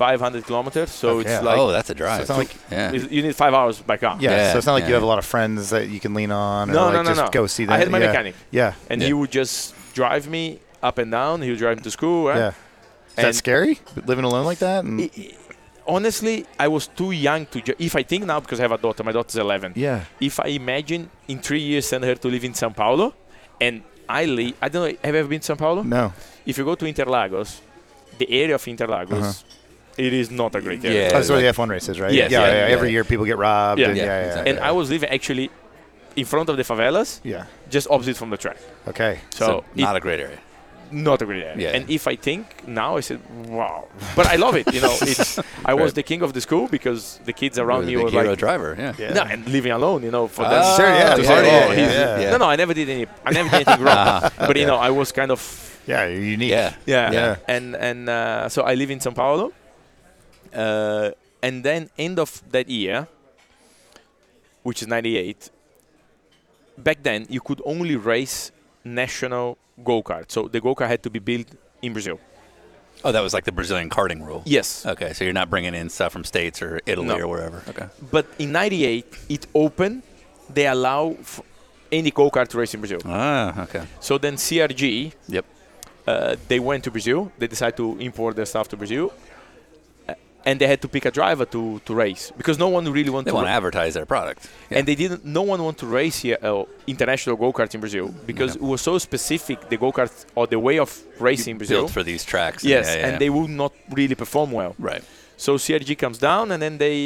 Speaker 3: 500 kilometers, so
Speaker 1: Okay.
Speaker 3: it's like,
Speaker 2: oh, that's a drive.
Speaker 1: it's not like-
Speaker 2: yeah.
Speaker 3: it's- you need five hours by car.
Speaker 1: yeah,
Speaker 2: yeah,
Speaker 1: So it's not like
Speaker 2: yeah.
Speaker 1: you have a lot of friends that you can lean on. Or
Speaker 3: No,
Speaker 1: like
Speaker 3: no, no,
Speaker 1: just
Speaker 3: no.
Speaker 1: Go see
Speaker 3: I
Speaker 1: that.
Speaker 3: had my
Speaker 1: yeah.
Speaker 3: mechanic.
Speaker 1: Yeah.
Speaker 3: And
Speaker 2: Yeah.
Speaker 3: he would just drive me up and down. He would drive me to school. eh?
Speaker 1: Yeah.
Speaker 3: and
Speaker 1: that scary? Living alone like that? And
Speaker 3: honestly, I was too young to. Ju- if I think now, because I have a daughter, my daughter's 11.
Speaker 1: Yeah.
Speaker 3: If I imagine in three years send her to live in São Paulo, and I live, I don't know. Have you ever been to São Paulo?
Speaker 1: no.
Speaker 3: If you go to Interlagos, the area of Interlagos, it is not a great area.
Speaker 2: Uh-huh. Yeah.
Speaker 1: That's where the F1 race is, right?
Speaker 3: Yes,
Speaker 1: yeah,
Speaker 3: yeah,
Speaker 1: yeah, Every
Speaker 2: yeah.
Speaker 1: year people get robbed.
Speaker 3: Yeah.
Speaker 1: and,
Speaker 3: Yeah,
Speaker 1: yeah, yeah,
Speaker 2: exactly.
Speaker 3: And I was living actually in front of the favelas,
Speaker 1: yeah.
Speaker 3: just opposite from the track.
Speaker 1: Okay.
Speaker 3: So,
Speaker 2: So,
Speaker 3: it-
Speaker 2: not a great area.
Speaker 3: not a great area.
Speaker 2: Yeah.
Speaker 3: And if I think now, I said, wow. But I love it. You know, it's, I was the king of the school because the kids around
Speaker 2: You
Speaker 3: me
Speaker 2: were
Speaker 3: were
Speaker 2: the big hero
Speaker 3: like,
Speaker 2: driver. Yeah.
Speaker 3: no, and living alone. You know, for
Speaker 2: Ah,
Speaker 3: that.
Speaker 1: Sure, yeah,
Speaker 2: to
Speaker 1: yeah,
Speaker 2: say,
Speaker 1: yeah,
Speaker 2: oh,
Speaker 1: yeah,
Speaker 2: he's-
Speaker 1: yeah.
Speaker 2: yeah. Ah,
Speaker 3: No, no, I never did any. I never did anything wrong. but you know, I was kind of
Speaker 1: Yeah, you're unique.
Speaker 2: Yeah.
Speaker 3: yeah.
Speaker 1: Yeah.
Speaker 3: And and uh, so I live in São Paulo. Uh, and then end of that year, which is '98. Back then, you could only race national go kart. So the go kart had to be built in Brazil. Uh,
Speaker 2: Oh, that was like the Brazilian karting rule.
Speaker 3: Yes.
Speaker 2: Okay, so you're not bringing in stuff from states or Italy
Speaker 3: No.
Speaker 2: or wherever. Okay.
Speaker 3: But in '98, it opened. They allow f- any go kart to race in Brazil.
Speaker 2: Ah, okay.
Speaker 3: So then CRG,
Speaker 2: Yep.
Speaker 3: uh, they went to Brazil. They decided to import their stuff to Brazil, uh, and they had to pick a driver to, to race because no one really wanted
Speaker 2: They
Speaker 3: to.
Speaker 2: want to
Speaker 3: ra-
Speaker 2: advertise their product. Yeah.
Speaker 3: And they didn't. No one wanted to race here, uh, international go kart in Brazil because it was so specific. The go kart or the way of racing in Brazil.
Speaker 2: built for these tracks.
Speaker 3: yes,
Speaker 2: Yeah, yeah, yeah.
Speaker 3: and they would not really perform well.
Speaker 2: right.
Speaker 3: So CRG comes down, and then they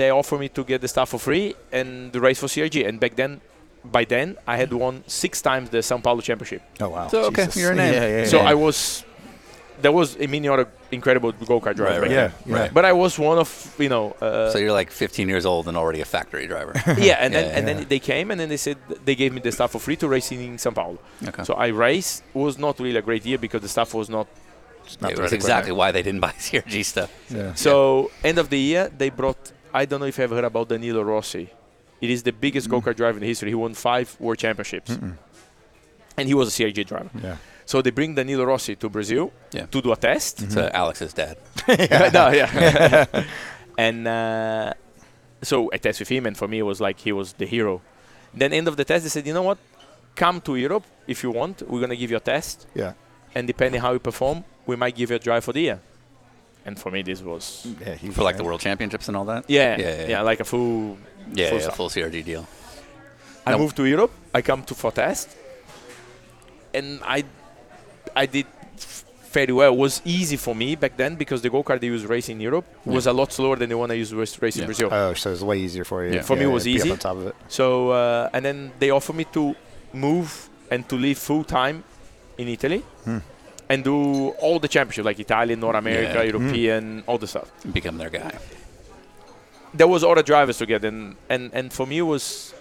Speaker 3: they offer me to get the stuff for free and the race for CRG. And back then, by then, I had won six times the São Paulo championship.
Speaker 1: Oh, wow.
Speaker 2: So okay,
Speaker 1: Jesus.
Speaker 2: you're a name.
Speaker 1: Yeah, yeah,
Speaker 3: So I was. There was a many other incredible go kart drivers.
Speaker 2: Right,
Speaker 3: back
Speaker 2: right.
Speaker 1: yeah.
Speaker 3: then.
Speaker 1: yeah.
Speaker 3: But I was one of you know. Uh,
Speaker 2: So you're like 15 years old and already a factory driver.
Speaker 3: yeah, and then
Speaker 2: Yeah,
Speaker 3: and
Speaker 2: yeah.
Speaker 3: then they came and then they said they gave me the stuff for free to race in São Paulo.
Speaker 2: Okay.
Speaker 3: So I raced. It was not really a great year because the stuff was not.
Speaker 1: not
Speaker 2: it
Speaker 1: the
Speaker 2: was
Speaker 1: right
Speaker 2: exactly why they didn't buy CRG stuff.
Speaker 1: Yeah.
Speaker 3: So end of the year they brought. I don't know if you ever heard about Danilo Rossi. It is the biggest go
Speaker 2: Mm.
Speaker 3: kart driver in history. He won five world championships, and he was a CRG driver.
Speaker 1: Yeah.
Speaker 3: So they bring Danilo Rossi to Brazil
Speaker 2: Yeah.
Speaker 3: to do a test.
Speaker 2: So Alex's dad.
Speaker 3: no, yeah. and uh, so I tested with him, and for me, it was like he was the hero. Then end of the test, they said, you know what? Come to Europe if you want. We're gonna give you a test,
Speaker 1: Yeah.
Speaker 3: and depending how you perform, we might give you a drive for the year. And for me, this was
Speaker 1: Yeah, he-
Speaker 2: For like the world championships and all that?
Speaker 3: yeah,
Speaker 2: Yeah,
Speaker 3: yeah,
Speaker 2: yeah.
Speaker 3: like a full.
Speaker 2: Yeah,
Speaker 3: full
Speaker 2: yeah,
Speaker 3: stop.
Speaker 2: full CRG deal.
Speaker 3: I
Speaker 2: Now-
Speaker 3: moved to Europe. I come to for test, and I, I did f- fairly well. It was easy for me back then because the go kart they use race in Europe was a lot slower than the one I used race race
Speaker 2: Yeah.
Speaker 3: in Brazil.
Speaker 1: Oh, so it's way easier for you.
Speaker 2: Yeah.
Speaker 3: For me, it was
Speaker 1: be up
Speaker 3: easy.
Speaker 1: on top of it.
Speaker 3: So uh, and then they offered me to move and to live full time in Italy and do all the championship like Italian, North America,
Speaker 2: Yeah.
Speaker 3: European, all the stuff.
Speaker 2: Become their guy.
Speaker 3: There was other drivers to get and and and for me it was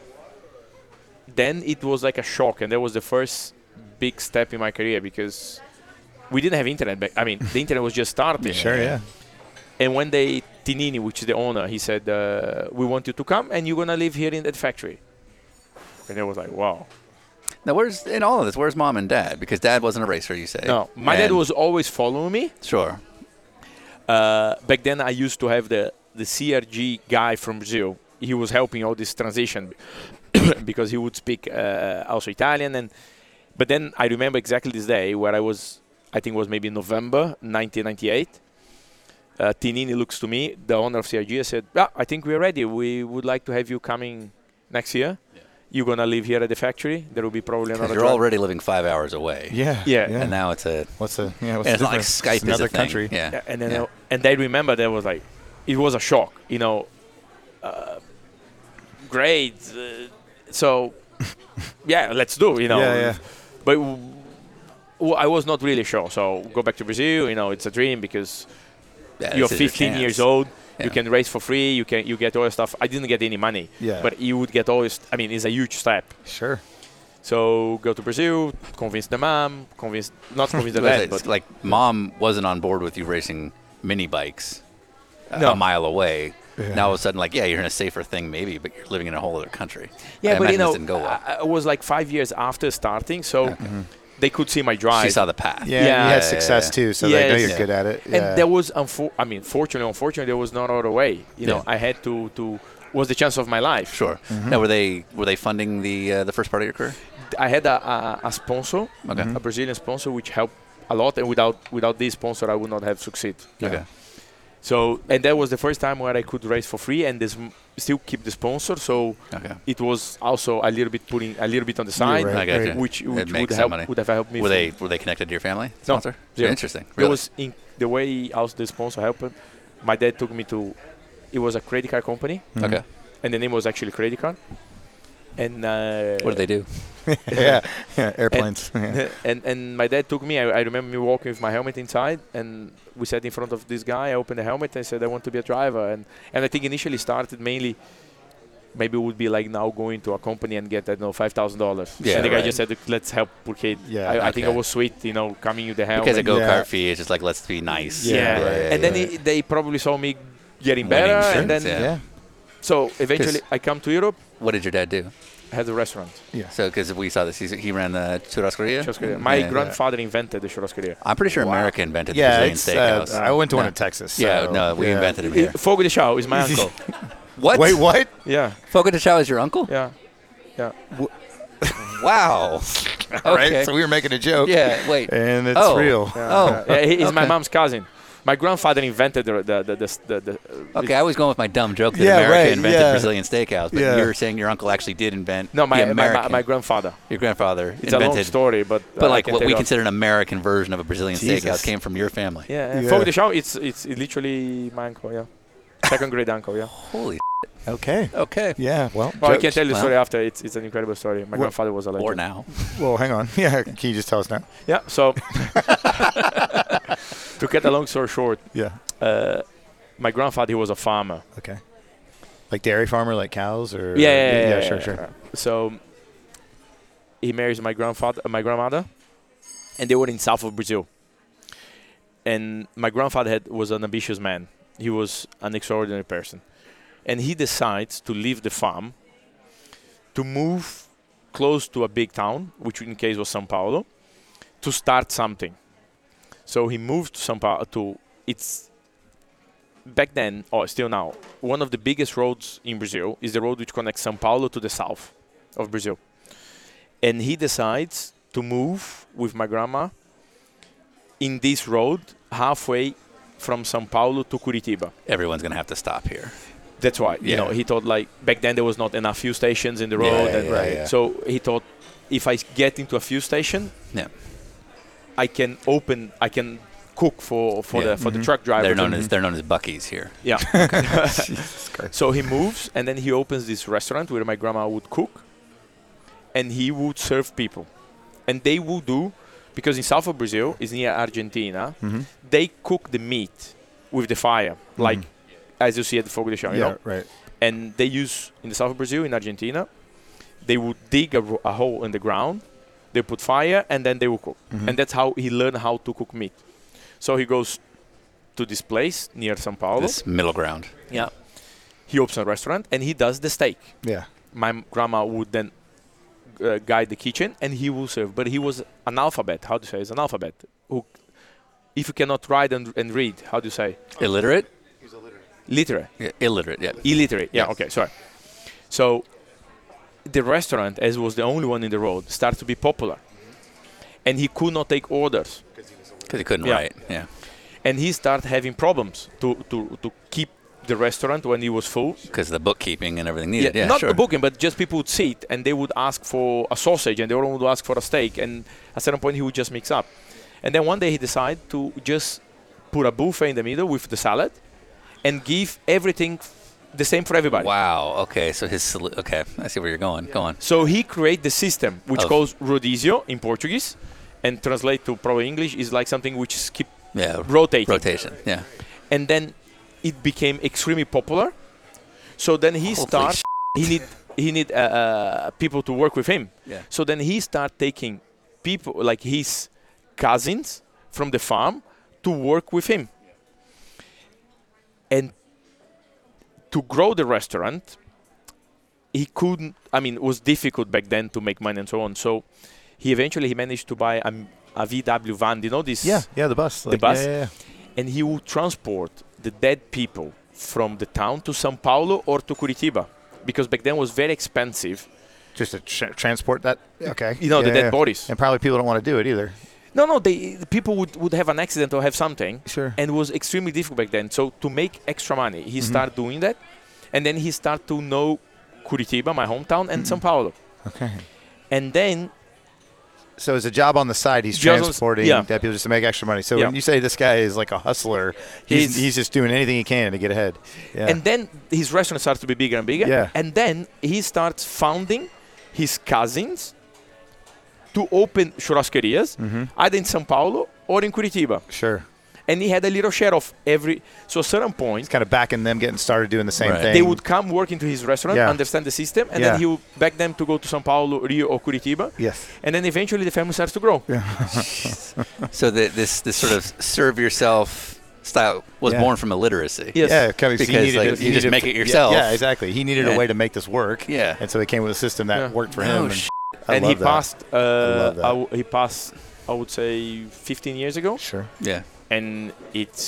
Speaker 3: then it was like a shock and that was the first big step in my career because we didn't have internet back. I mean, the internet was just starting.
Speaker 1: Sure, yeah.
Speaker 3: And when they Tinini, which is the owner, he said, uh, "We want you to come, and you're gonna live here in that factory." And I was like, "Wow!"
Speaker 2: Now, where's, in all of this, where's mom and dad? Because dad wasn't a racer, you say.
Speaker 3: No, my dad
Speaker 2: And-
Speaker 3: was always following me.
Speaker 2: Sure.
Speaker 3: Uh, back then, I used to have the the CRG guy from Brazil. He was helping all this transition because he would speak uh, also Italian. And but then I remember exactly this day where I was. I think it was maybe November 1998. Uh, Tinini looks to me, the owner of CRG, and said, ah, "I think we're ready. We would like to have you coming next year. You're gonna live here at the factory. There will be probably another.
Speaker 2: You're
Speaker 3: drive."
Speaker 2: already living five hours away.
Speaker 1: Yeah.
Speaker 3: Yeah.
Speaker 2: And now it's a.
Speaker 1: What's the yeah? What's
Speaker 2: And it's
Speaker 1: the
Speaker 2: not like
Speaker 1: difference?
Speaker 2: Skype
Speaker 1: It's
Speaker 2: is a
Speaker 1: another
Speaker 2: thing.
Speaker 1: country.
Speaker 2: Yeah.
Speaker 3: Yeah, and then
Speaker 2: yeah.
Speaker 3: and they remember that was like it was a shock you know uh, great uh, so yeah let's do you know
Speaker 1: Yeah, yeah.
Speaker 3: but w- w- I was not really sure so go back to Brazil you know it's a dream because
Speaker 2: Yeah,
Speaker 3: you're
Speaker 2: this is your
Speaker 3: 15 years
Speaker 2: chance.
Speaker 3: old
Speaker 2: Yeah.
Speaker 3: you can race for free you can you get all your stuff I didn't get any money
Speaker 1: Yeah.
Speaker 3: but you would get all your st- I mean it's a huge step
Speaker 1: Sure.
Speaker 3: so go to Brazil convince the mom convince not convince the
Speaker 2: But
Speaker 3: dad
Speaker 2: it's
Speaker 3: but
Speaker 2: like mom wasn't on board with you racing mini bikes a-
Speaker 3: No.
Speaker 2: a mile away. Now all of a sudden, like, yeah, you're in a safer thing, maybe, but you're living in a whole other country. I
Speaker 3: Yeah, but you
Speaker 2: imagine this
Speaker 3: know,
Speaker 2: didn't go well. Mm-hmm.
Speaker 3: I, I was like five years after starting, so they could see my drive.
Speaker 2: she saw the path.
Speaker 1: Yeah. and
Speaker 3: Yeah.
Speaker 1: you
Speaker 2: Yeah,
Speaker 1: had success
Speaker 2: yeah,
Speaker 1: too, so they know
Speaker 3: Yes.
Speaker 1: you're
Speaker 3: Yeah.
Speaker 1: good at it.
Speaker 3: and there was, unfor- I mean, fortunately, unfortunately, there was no other way. You
Speaker 2: Yeah.
Speaker 3: know, I had to to was the chance of my life.
Speaker 2: Sure.
Speaker 3: Mm-hmm.
Speaker 2: Now, were they were they funding the uh, the first part of your career?
Speaker 3: I had a, a, a sponsor,
Speaker 2: Okay.
Speaker 3: a Brazilian sponsor, which helped a lot, and without without this sponsor, I would not have succeed.
Speaker 2: Okay.
Speaker 3: So, and that was the first time where I could race for free and this, still keep the sponsor. So
Speaker 2: Okay.
Speaker 3: it was also a little bit putting a little bit on the side,
Speaker 2: I got you.
Speaker 3: which,
Speaker 2: It
Speaker 3: which would
Speaker 2: makes
Speaker 3: help
Speaker 2: somebody.
Speaker 3: would have helped me.
Speaker 2: Were
Speaker 3: for-
Speaker 2: they were they connected to your family? the
Speaker 3: No,
Speaker 2: Sponsor?
Speaker 3: zero.
Speaker 2: Interesting.
Speaker 3: It
Speaker 2: Really?
Speaker 3: was in the way how the sponsor helped. My dad took me to. It was a credit card company,
Speaker 2: okay.
Speaker 3: and the name was actually Credit Card. And uh,
Speaker 2: What do they do?
Speaker 1: yeah, yeah, airplanes. yeah.
Speaker 3: and and my dad took me. I, I remember me walking with my helmet inside, and we sat in front of this guy. I opened the helmet. I said I want to be a driver, and and I think initially started mainly. Maybe it would be like now going to a company and get I don't know five thousand dollars.
Speaker 2: Yeah,
Speaker 3: and the guy
Speaker 2: right.
Speaker 3: just said, "Let's help Purkade."
Speaker 1: Yeah,
Speaker 3: I, I think I
Speaker 2: okay.
Speaker 3: was sweet, you know, coming with the helmet.
Speaker 2: Because a go kart
Speaker 1: Yeah.
Speaker 2: fee is just like let's be nice.
Speaker 3: yeah.
Speaker 2: yeah, yeah,
Speaker 3: and then
Speaker 2: yeah.
Speaker 3: it, they probably saw me getting
Speaker 2: Winning
Speaker 3: better,
Speaker 2: things,
Speaker 3: and then
Speaker 2: yeah.
Speaker 1: yeah.
Speaker 3: so eventually I come to Europe,
Speaker 2: What did your dad do?
Speaker 3: had a restaurant.
Speaker 2: So because we saw this, he's, he ran the churrascaria.
Speaker 3: Churrascaria. My
Speaker 2: Mm, Yeah.
Speaker 3: grandfather invented the churrascaria.
Speaker 2: I'm pretty sure America invented
Speaker 1: Yeah,
Speaker 2: the Brazilian
Speaker 1: it's, uh,
Speaker 2: steakhouse.
Speaker 1: I went to one
Speaker 2: Yeah.
Speaker 1: in Texas.
Speaker 2: yeah,
Speaker 1: so,
Speaker 2: no, we
Speaker 1: yeah.
Speaker 2: invented it here.
Speaker 3: Fogo de Chao is my uncle.
Speaker 2: What?
Speaker 1: Wait, what?
Speaker 3: Yeah,
Speaker 2: Fogo de Chao is your uncle?
Speaker 3: yeah.
Speaker 2: Wow. okay.
Speaker 1: Right? So we were making a joke.
Speaker 2: yeah. Wait.
Speaker 1: And it's
Speaker 2: Oh.
Speaker 1: real.
Speaker 2: Oh.
Speaker 3: Yeah, he- he's my
Speaker 2: Okay.
Speaker 3: mom's cousin. My grandfather invented the the the, the, the, the uh,
Speaker 2: Okay, I was going with my dumb joke that
Speaker 1: Yeah,
Speaker 2: America
Speaker 1: right,
Speaker 2: invented
Speaker 1: yeah.
Speaker 2: Brazilian steakhouse, but
Speaker 1: Yeah.
Speaker 2: you're saying your uncle actually did invent
Speaker 3: no my
Speaker 2: the
Speaker 3: my, my
Speaker 2: American.
Speaker 3: my grandfather.
Speaker 2: your grandfather
Speaker 3: It's a long
Speaker 2: invented,
Speaker 3: story, but
Speaker 2: but
Speaker 3: I
Speaker 2: like
Speaker 3: can
Speaker 2: what
Speaker 3: tell
Speaker 2: we
Speaker 3: you-
Speaker 2: consider an American version of a Brazilian
Speaker 1: Jesus.
Speaker 2: steakhouse came from your family.
Speaker 3: yeah, yeah.
Speaker 1: Yeah.
Speaker 3: Fogo de Chao. It's it's literally my uncle. Yeah, second grade uncle. Yeah.
Speaker 2: Holy.
Speaker 1: Okay.
Speaker 2: Okay.
Speaker 1: Yeah. Well,
Speaker 3: Well, I
Speaker 1: jokes.
Speaker 3: can tell you the
Speaker 2: Well.
Speaker 3: story after. It's it's an incredible story. My grandfather was a legend.
Speaker 2: Or now.
Speaker 1: well, hang on. Yeah. Can you just tell us now?
Speaker 3: Yeah. So to cut a long story short,
Speaker 1: Yeah.
Speaker 3: uh, my grandfather he was a farmer.
Speaker 1: Okay. Like dairy farmer, like cows, or
Speaker 3: Yeah, yeah, yeah,
Speaker 1: sure,
Speaker 3: yeah.
Speaker 1: sure.
Speaker 3: So he marries my grandfather, uh, my grandmother, and they were in south of Brazil. And my grandfather had, was an ambitious man. He was an extraordinary person, and he decides to leave the farm to move close to a big town, which in case was São Paulo, to start something. So he moved to São Paulo. To it's back then, or still now, one of the biggest roads in Brazil is the road which connects São Paulo to the south of Brazil. And he decides to move with my grandma in this road halfway from São Paulo to Curitiba.
Speaker 2: Everyone's gonna have to stop here.
Speaker 3: That's why you know
Speaker 2: Yeah.
Speaker 3: he thought like back then there was not enough fuel stations in the road,
Speaker 2: yeah,
Speaker 3: and
Speaker 2: yeah, Right. yeah.
Speaker 3: so he thought if I get into a fuel station,
Speaker 2: Yeah.
Speaker 3: I can open, I can cook for for
Speaker 2: Yeah. Mm-hmm.
Speaker 3: the for the truck driver.
Speaker 2: They're
Speaker 3: to-
Speaker 2: known
Speaker 1: Mm-hmm.
Speaker 2: as they're known as Bucky's here.
Speaker 3: yeah. so he moves and then he opens this restaurant where my grandma would cook and he would serve people. And they would do, because in south of Brazil, is near Argentina, they cook the meat with the fire, like as you see at the Fogo de Chão. you
Speaker 1: Yeah,
Speaker 3: know?
Speaker 1: right.
Speaker 3: And they use, in the south of Brazil, in Argentina, they would dig a, ro- a hole in the ground, they put fire, and then they would cook. And that's how he learned how to cook meat. So he goes to this place near São Paulo
Speaker 2: This middle ground.
Speaker 3: he opens a restaurant and he does the steak.
Speaker 1: Yeah.
Speaker 3: My m- grandma would then uh, guide the kitchen and he will serve. But he was an alphabet. How do you say? He's an alphabet. Who, if you cannot write and, and read, how do you say?
Speaker 2: Illiterate?
Speaker 3: Literate.
Speaker 2: Yeah, illiterate, yeah.
Speaker 3: Illiterate. Yeah,
Speaker 2: Yes.
Speaker 3: okay, sorry. So the restaurant, as was the only one in the road, started to be popular. And he could not take orders.
Speaker 2: Because he couldn't
Speaker 3: Yeah.
Speaker 2: write. Yeah.
Speaker 3: And he started having problems to, to, to keep the restaurant when he was full
Speaker 2: Because the bookkeeping and everything needed. Yeah,
Speaker 3: not
Speaker 2: sure.
Speaker 3: the booking, but just people would see it and they would ask for a sausage and they would ask for a steak. And at a certain point, he would just mix up. And then one day he decided to just put a buffet in the middle with the salad and give everything f- the same for everybody.
Speaker 2: Wow. Okay. So his solu- okay. I see where you're going. Go on.
Speaker 3: So he created the system which
Speaker 2: Of-
Speaker 3: calls rodizio in Portuguese and translate to probably English is like something which is keep
Speaker 2: Yeah.
Speaker 3: rotating.
Speaker 2: Rotation. Yeah.
Speaker 3: and then it became extremely popular. So then he
Speaker 2: Holy
Speaker 3: start he need he need uh, uh, people to work with him.
Speaker 2: Yeah.
Speaker 3: So then he start taking people like his cousins from the farm to work with him. And to grow the restaurant, he couldn't. I mean, it was difficult back then to make money and so on. So he eventually he managed to buy a, a VW van. You know this?
Speaker 1: Yeah. Yeah. The bus. Like,
Speaker 3: bus?
Speaker 1: Yeah. yeah,
Speaker 3: and he would transport the dead people from the town to São Paulo or to Curitiba because back then it was very expensive.
Speaker 1: yeah. Just to tra- transport that. Okay.
Speaker 3: You know, the
Speaker 1: Yeah,
Speaker 3: dead
Speaker 1: yeah.
Speaker 3: bodies.
Speaker 1: And probably people don't want to do it either.
Speaker 3: No, no, they people would, would have an accident or have something.
Speaker 1: Sure. Mm-hmm.
Speaker 3: And it was extremely difficult back then. So to make extra money, he started doing that. And then he started to know Curitiba, my hometown, and
Speaker 1: Mm-hmm.
Speaker 3: São Paulo.
Speaker 1: Okay.
Speaker 3: And then
Speaker 1: So it's a job on the side. He's
Speaker 3: Job on-
Speaker 1: transporting
Speaker 3: yeah.
Speaker 1: deputies to make extra money. So
Speaker 3: Yeah.
Speaker 1: when you say this guy is like a hustler, he's,
Speaker 3: He's-
Speaker 1: he's just doing anything he can to get ahead. Yeah.
Speaker 3: and then his restaurant starts to be bigger and bigger.
Speaker 1: Yeah.
Speaker 3: And then he starts founding his cousins to open churrasquerias,
Speaker 1: Mm-hmm.
Speaker 3: either in São Paulo or in Curitiba.
Speaker 1: sure.
Speaker 3: And he had a little share of every. So at certain point,
Speaker 1: It's kind of backing them getting started doing the same
Speaker 2: Right.
Speaker 1: thing.
Speaker 3: they would come work into his restaurant,
Speaker 1: Yeah.
Speaker 3: understand the system, and
Speaker 1: Yeah.
Speaker 3: then he would beg them to go to São Paulo, Rio, or Curitiba.
Speaker 1: Yes.
Speaker 3: And then eventually the family starts to grow.
Speaker 2: So the, this this sort of serve yourself style was
Speaker 1: Yeah.
Speaker 2: born from illiteracy.
Speaker 3: Yes.
Speaker 1: Yeah, kind of, he
Speaker 2: Because,
Speaker 1: needed
Speaker 2: like,
Speaker 1: to-
Speaker 2: you
Speaker 1: he
Speaker 2: just
Speaker 1: needed
Speaker 2: make
Speaker 1: to-
Speaker 2: it
Speaker 1: yeah,
Speaker 2: yourself.
Speaker 1: Yeah, exactly. He needed
Speaker 2: Yeah.
Speaker 1: a way to make this work.
Speaker 2: Yeah. Oh,
Speaker 1: and so he came with a system that
Speaker 3: Yeah.
Speaker 1: worked for
Speaker 2: No
Speaker 1: him.
Speaker 2: sh-
Speaker 1: I
Speaker 3: and
Speaker 1: love
Speaker 3: he
Speaker 1: that.
Speaker 3: passed. Uh,
Speaker 1: love that.
Speaker 3: I w- he passed. I would say 15 years ago,
Speaker 1: Sure.
Speaker 2: Yeah.
Speaker 3: and it's.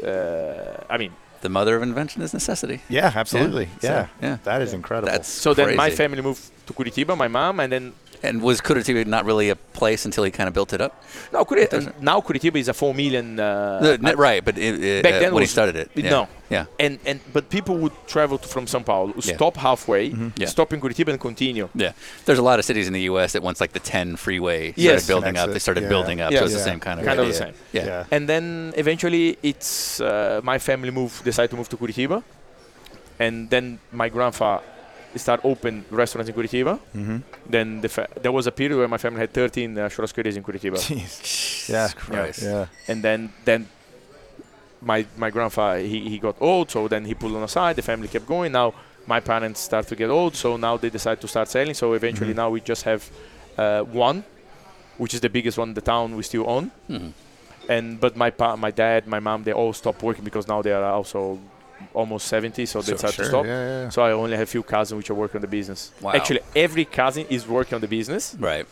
Speaker 3: Uh, I mean,
Speaker 2: The mother of invention is necessity.
Speaker 1: Yeah, absolutely.
Speaker 2: So,
Speaker 1: Yeah,
Speaker 2: yeah.
Speaker 1: that is incredible.
Speaker 2: That's
Speaker 3: so then my
Speaker 2: crazy.
Speaker 3: family moved to Curitiba, my mom, and then
Speaker 2: And was Curitiba not really a place until he kind of built it up?
Speaker 3: no, Curitiba, now Curitiba is a four million. Uh,
Speaker 2: No, n- right, but it, it,
Speaker 3: back
Speaker 2: uh,
Speaker 3: then
Speaker 2: when he
Speaker 3: was-
Speaker 2: started it. Yeah.
Speaker 3: No.
Speaker 2: Yeah.
Speaker 3: and and but people would travel to, from São Paulo,
Speaker 2: Yeah. Mm-hmm.
Speaker 3: stop halfway,
Speaker 2: Yeah.
Speaker 3: stop in Curitiba, and continue.
Speaker 2: Yeah. There's a lot of cities in the U.S. that once like the 10 freeway started
Speaker 3: Yes.
Speaker 2: building up,
Speaker 1: Connects
Speaker 2: they
Speaker 1: it.
Speaker 2: started
Speaker 1: Yeah.
Speaker 2: building up.
Speaker 3: Yeah.
Speaker 2: So it's the
Speaker 1: Yeah.
Speaker 2: same kind of
Speaker 3: Kind of the
Speaker 2: idea.
Speaker 3: same.
Speaker 2: Yeah.
Speaker 1: yeah.
Speaker 3: And then eventually, it's uh, my family moved, decided to move to Curitiba, and then my grandpa started open restaurants in Curitiba. Then the fa- there was a period where my family had 13 uh, churrasquerias in Curitiba,
Speaker 1: Jeez. Yeah.
Speaker 2: Christ.
Speaker 1: Yeah.
Speaker 3: and then then my my grandpa he, he got old, so then he pulled on aside. The family kept going. Now my parents start to get old, so now they decide to start selling. So eventually,
Speaker 1: Mm-hmm.
Speaker 3: now we just have uh, one, which is the biggest one in the town we still own
Speaker 1: Mm-hmm.
Speaker 2: Mhm.
Speaker 3: and but my pa- my dad, my mom, they all stopped working because now they are also almost 70, so they
Speaker 2: So-
Speaker 3: start
Speaker 1: Sure.
Speaker 3: to stop.
Speaker 1: Yeah, yeah, yeah.
Speaker 3: So I only have a few cousins which are working on the business.
Speaker 2: Wow.
Speaker 3: Actually, every cousin is working on the business,
Speaker 2: Right.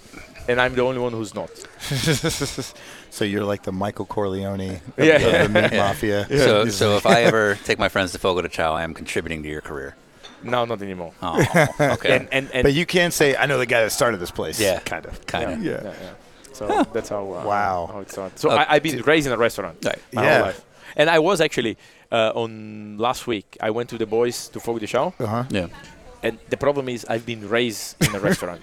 Speaker 3: and I'm the only one who's not.
Speaker 1: so you're like the Michael Corleone of,
Speaker 3: Yeah.
Speaker 1: the- of the meat mafia.
Speaker 2: So,
Speaker 1: He's
Speaker 2: so if I ever take my friends to Fogo de Chao, I am contributing to your career.
Speaker 3: No, not anymore.
Speaker 2: Oh, okay.
Speaker 3: And and, and
Speaker 1: But you can say, I know the guy that started this place.
Speaker 2: Yeah.
Speaker 1: Kind of.
Speaker 2: kind of.
Speaker 1: Yeah.
Speaker 3: yeah, yeah. So that's how uh,
Speaker 1: Wow.
Speaker 3: how it started. So
Speaker 2: Uh,
Speaker 3: I, I've been raised in a restaurant
Speaker 2: Right.
Speaker 3: my
Speaker 1: Yeah.
Speaker 3: whole life, and I was actually uh, on last week. I went to the boys to Fogo de Chao,
Speaker 1: Uh-huh.
Speaker 2: Yeah.
Speaker 3: and the problem is I've been raised in a restaurant.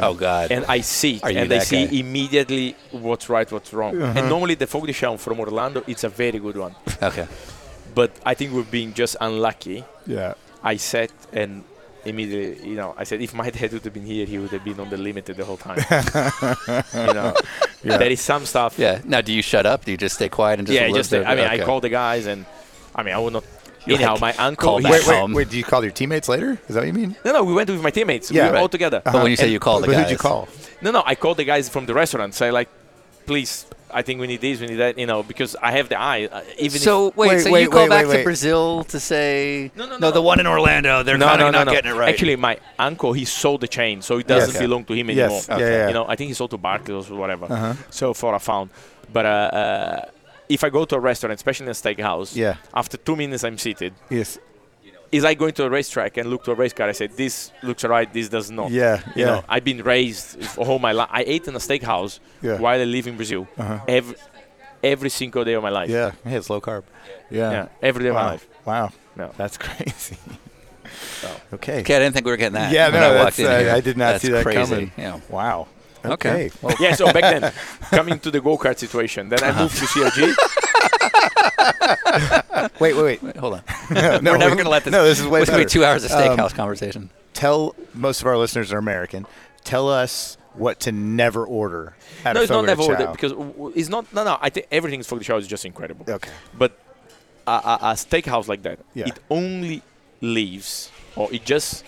Speaker 2: Oh, God.
Speaker 3: and I see it,
Speaker 2: Are you
Speaker 3: and I
Speaker 2: that
Speaker 3: see
Speaker 2: guy? Uh-huh.
Speaker 3: immediately what's right, what's wrong. And normally the folk show from Orlando, it's a very good one.
Speaker 2: okay.
Speaker 3: but I think we're being just unlucky.
Speaker 1: Yeah.
Speaker 3: I said and immediately, you know, I said if my dad would have been here, he would have been on the limited the whole time. you know, there is some stuff.
Speaker 2: Yeah. Now, do you shut up? Do you just stay quiet and just?
Speaker 3: yeah,
Speaker 2: observe
Speaker 3: just I
Speaker 2: it?
Speaker 3: mean,
Speaker 2: Okay.
Speaker 3: I called the guys, and I mean, I would not.
Speaker 2: You
Speaker 3: anyhow,
Speaker 2: had
Speaker 3: my uncle.
Speaker 2: call
Speaker 3: he-
Speaker 2: back
Speaker 1: Wait, wait,
Speaker 2: home.
Speaker 1: wait. Do you call your teammates later? Is that what you mean?
Speaker 3: No, no, we went with my teammates.
Speaker 1: Yeah,
Speaker 3: we were
Speaker 1: right.
Speaker 3: all together.
Speaker 2: But when you say you call the
Speaker 1: But
Speaker 2: guys,
Speaker 1: who'd you call?
Speaker 3: No, no, I called the guys from the restaurant. Say like, please, I think we need this, we need that, you know, because I have the eye. uh, Even if-
Speaker 2: So wait,
Speaker 1: Wait,
Speaker 2: so
Speaker 1: wait,
Speaker 2: you go
Speaker 1: wait,
Speaker 2: back
Speaker 1: wait,
Speaker 2: to
Speaker 1: wait.
Speaker 2: Brazil to say
Speaker 3: No, no,
Speaker 2: the
Speaker 3: no.
Speaker 2: one in Orlando, they're
Speaker 3: no,
Speaker 2: kind
Speaker 3: no,
Speaker 2: of
Speaker 3: no,
Speaker 2: not
Speaker 3: no.
Speaker 2: getting it right.
Speaker 3: Actually, my uncle he sold the chain, so it doesn't
Speaker 1: Okay.
Speaker 3: belong to him
Speaker 1: Yes,
Speaker 3: anymore.
Speaker 1: okay. yeah, yeah.
Speaker 3: You know, I think he sold to Barclays or whatever. So far, I found. But uh, uh, if I go to a restaurant, especially in a steakhouse,
Speaker 1: Yeah.
Speaker 3: after two minutes I'm seated.
Speaker 1: Yes.
Speaker 3: It's like going to a racetrack and look to a race car. I said, this looks right, this does not.
Speaker 1: Yeah,
Speaker 3: You
Speaker 1: yeah.
Speaker 3: know, I've been raised for all my life. I ate in a steakhouse
Speaker 1: Yeah. Uh-huh.
Speaker 3: while I live in Brazil every, every single day of my life.
Speaker 1: Yeah. Hey, it's low carb.
Speaker 3: Yeah, every day of my
Speaker 1: Wow.
Speaker 3: life.
Speaker 1: Wow.
Speaker 3: No.
Speaker 1: That's crazy. Okay.
Speaker 2: Oh. okay, I didn't think we were getting that.
Speaker 1: Yeah,
Speaker 2: when
Speaker 1: no,
Speaker 2: I, walked
Speaker 1: that's,
Speaker 2: in
Speaker 1: uh,
Speaker 2: here.
Speaker 1: I did not
Speaker 2: That's
Speaker 1: see that
Speaker 2: crazy.
Speaker 1: coming.
Speaker 2: Yeah.
Speaker 1: Wow.
Speaker 2: Okay.
Speaker 1: Well,
Speaker 3: Yeah, so back then, coming to the go kart situation, then
Speaker 1: Uh-huh.
Speaker 3: I moved to CRG.
Speaker 1: wait, wait, wait.
Speaker 2: Wait, hold on.
Speaker 1: No,
Speaker 2: we're never going to let this.
Speaker 1: No, this is way
Speaker 2: It's going to be
Speaker 1: better.
Speaker 2: two hours of
Speaker 1: Um,
Speaker 2: steakhouse conversation.
Speaker 1: Tell most of our listeners are American. Tell us what to never order at
Speaker 3: no,
Speaker 1: a
Speaker 3: it's
Speaker 1: Fogo de
Speaker 3: not never ordered
Speaker 1: Chao.
Speaker 3: because w- w- it's not. No, no. I think everything's for the show is just incredible.
Speaker 1: Okay.
Speaker 3: But a, a, a steakhouse like that,
Speaker 1: Yeah.
Speaker 3: it only lives or it just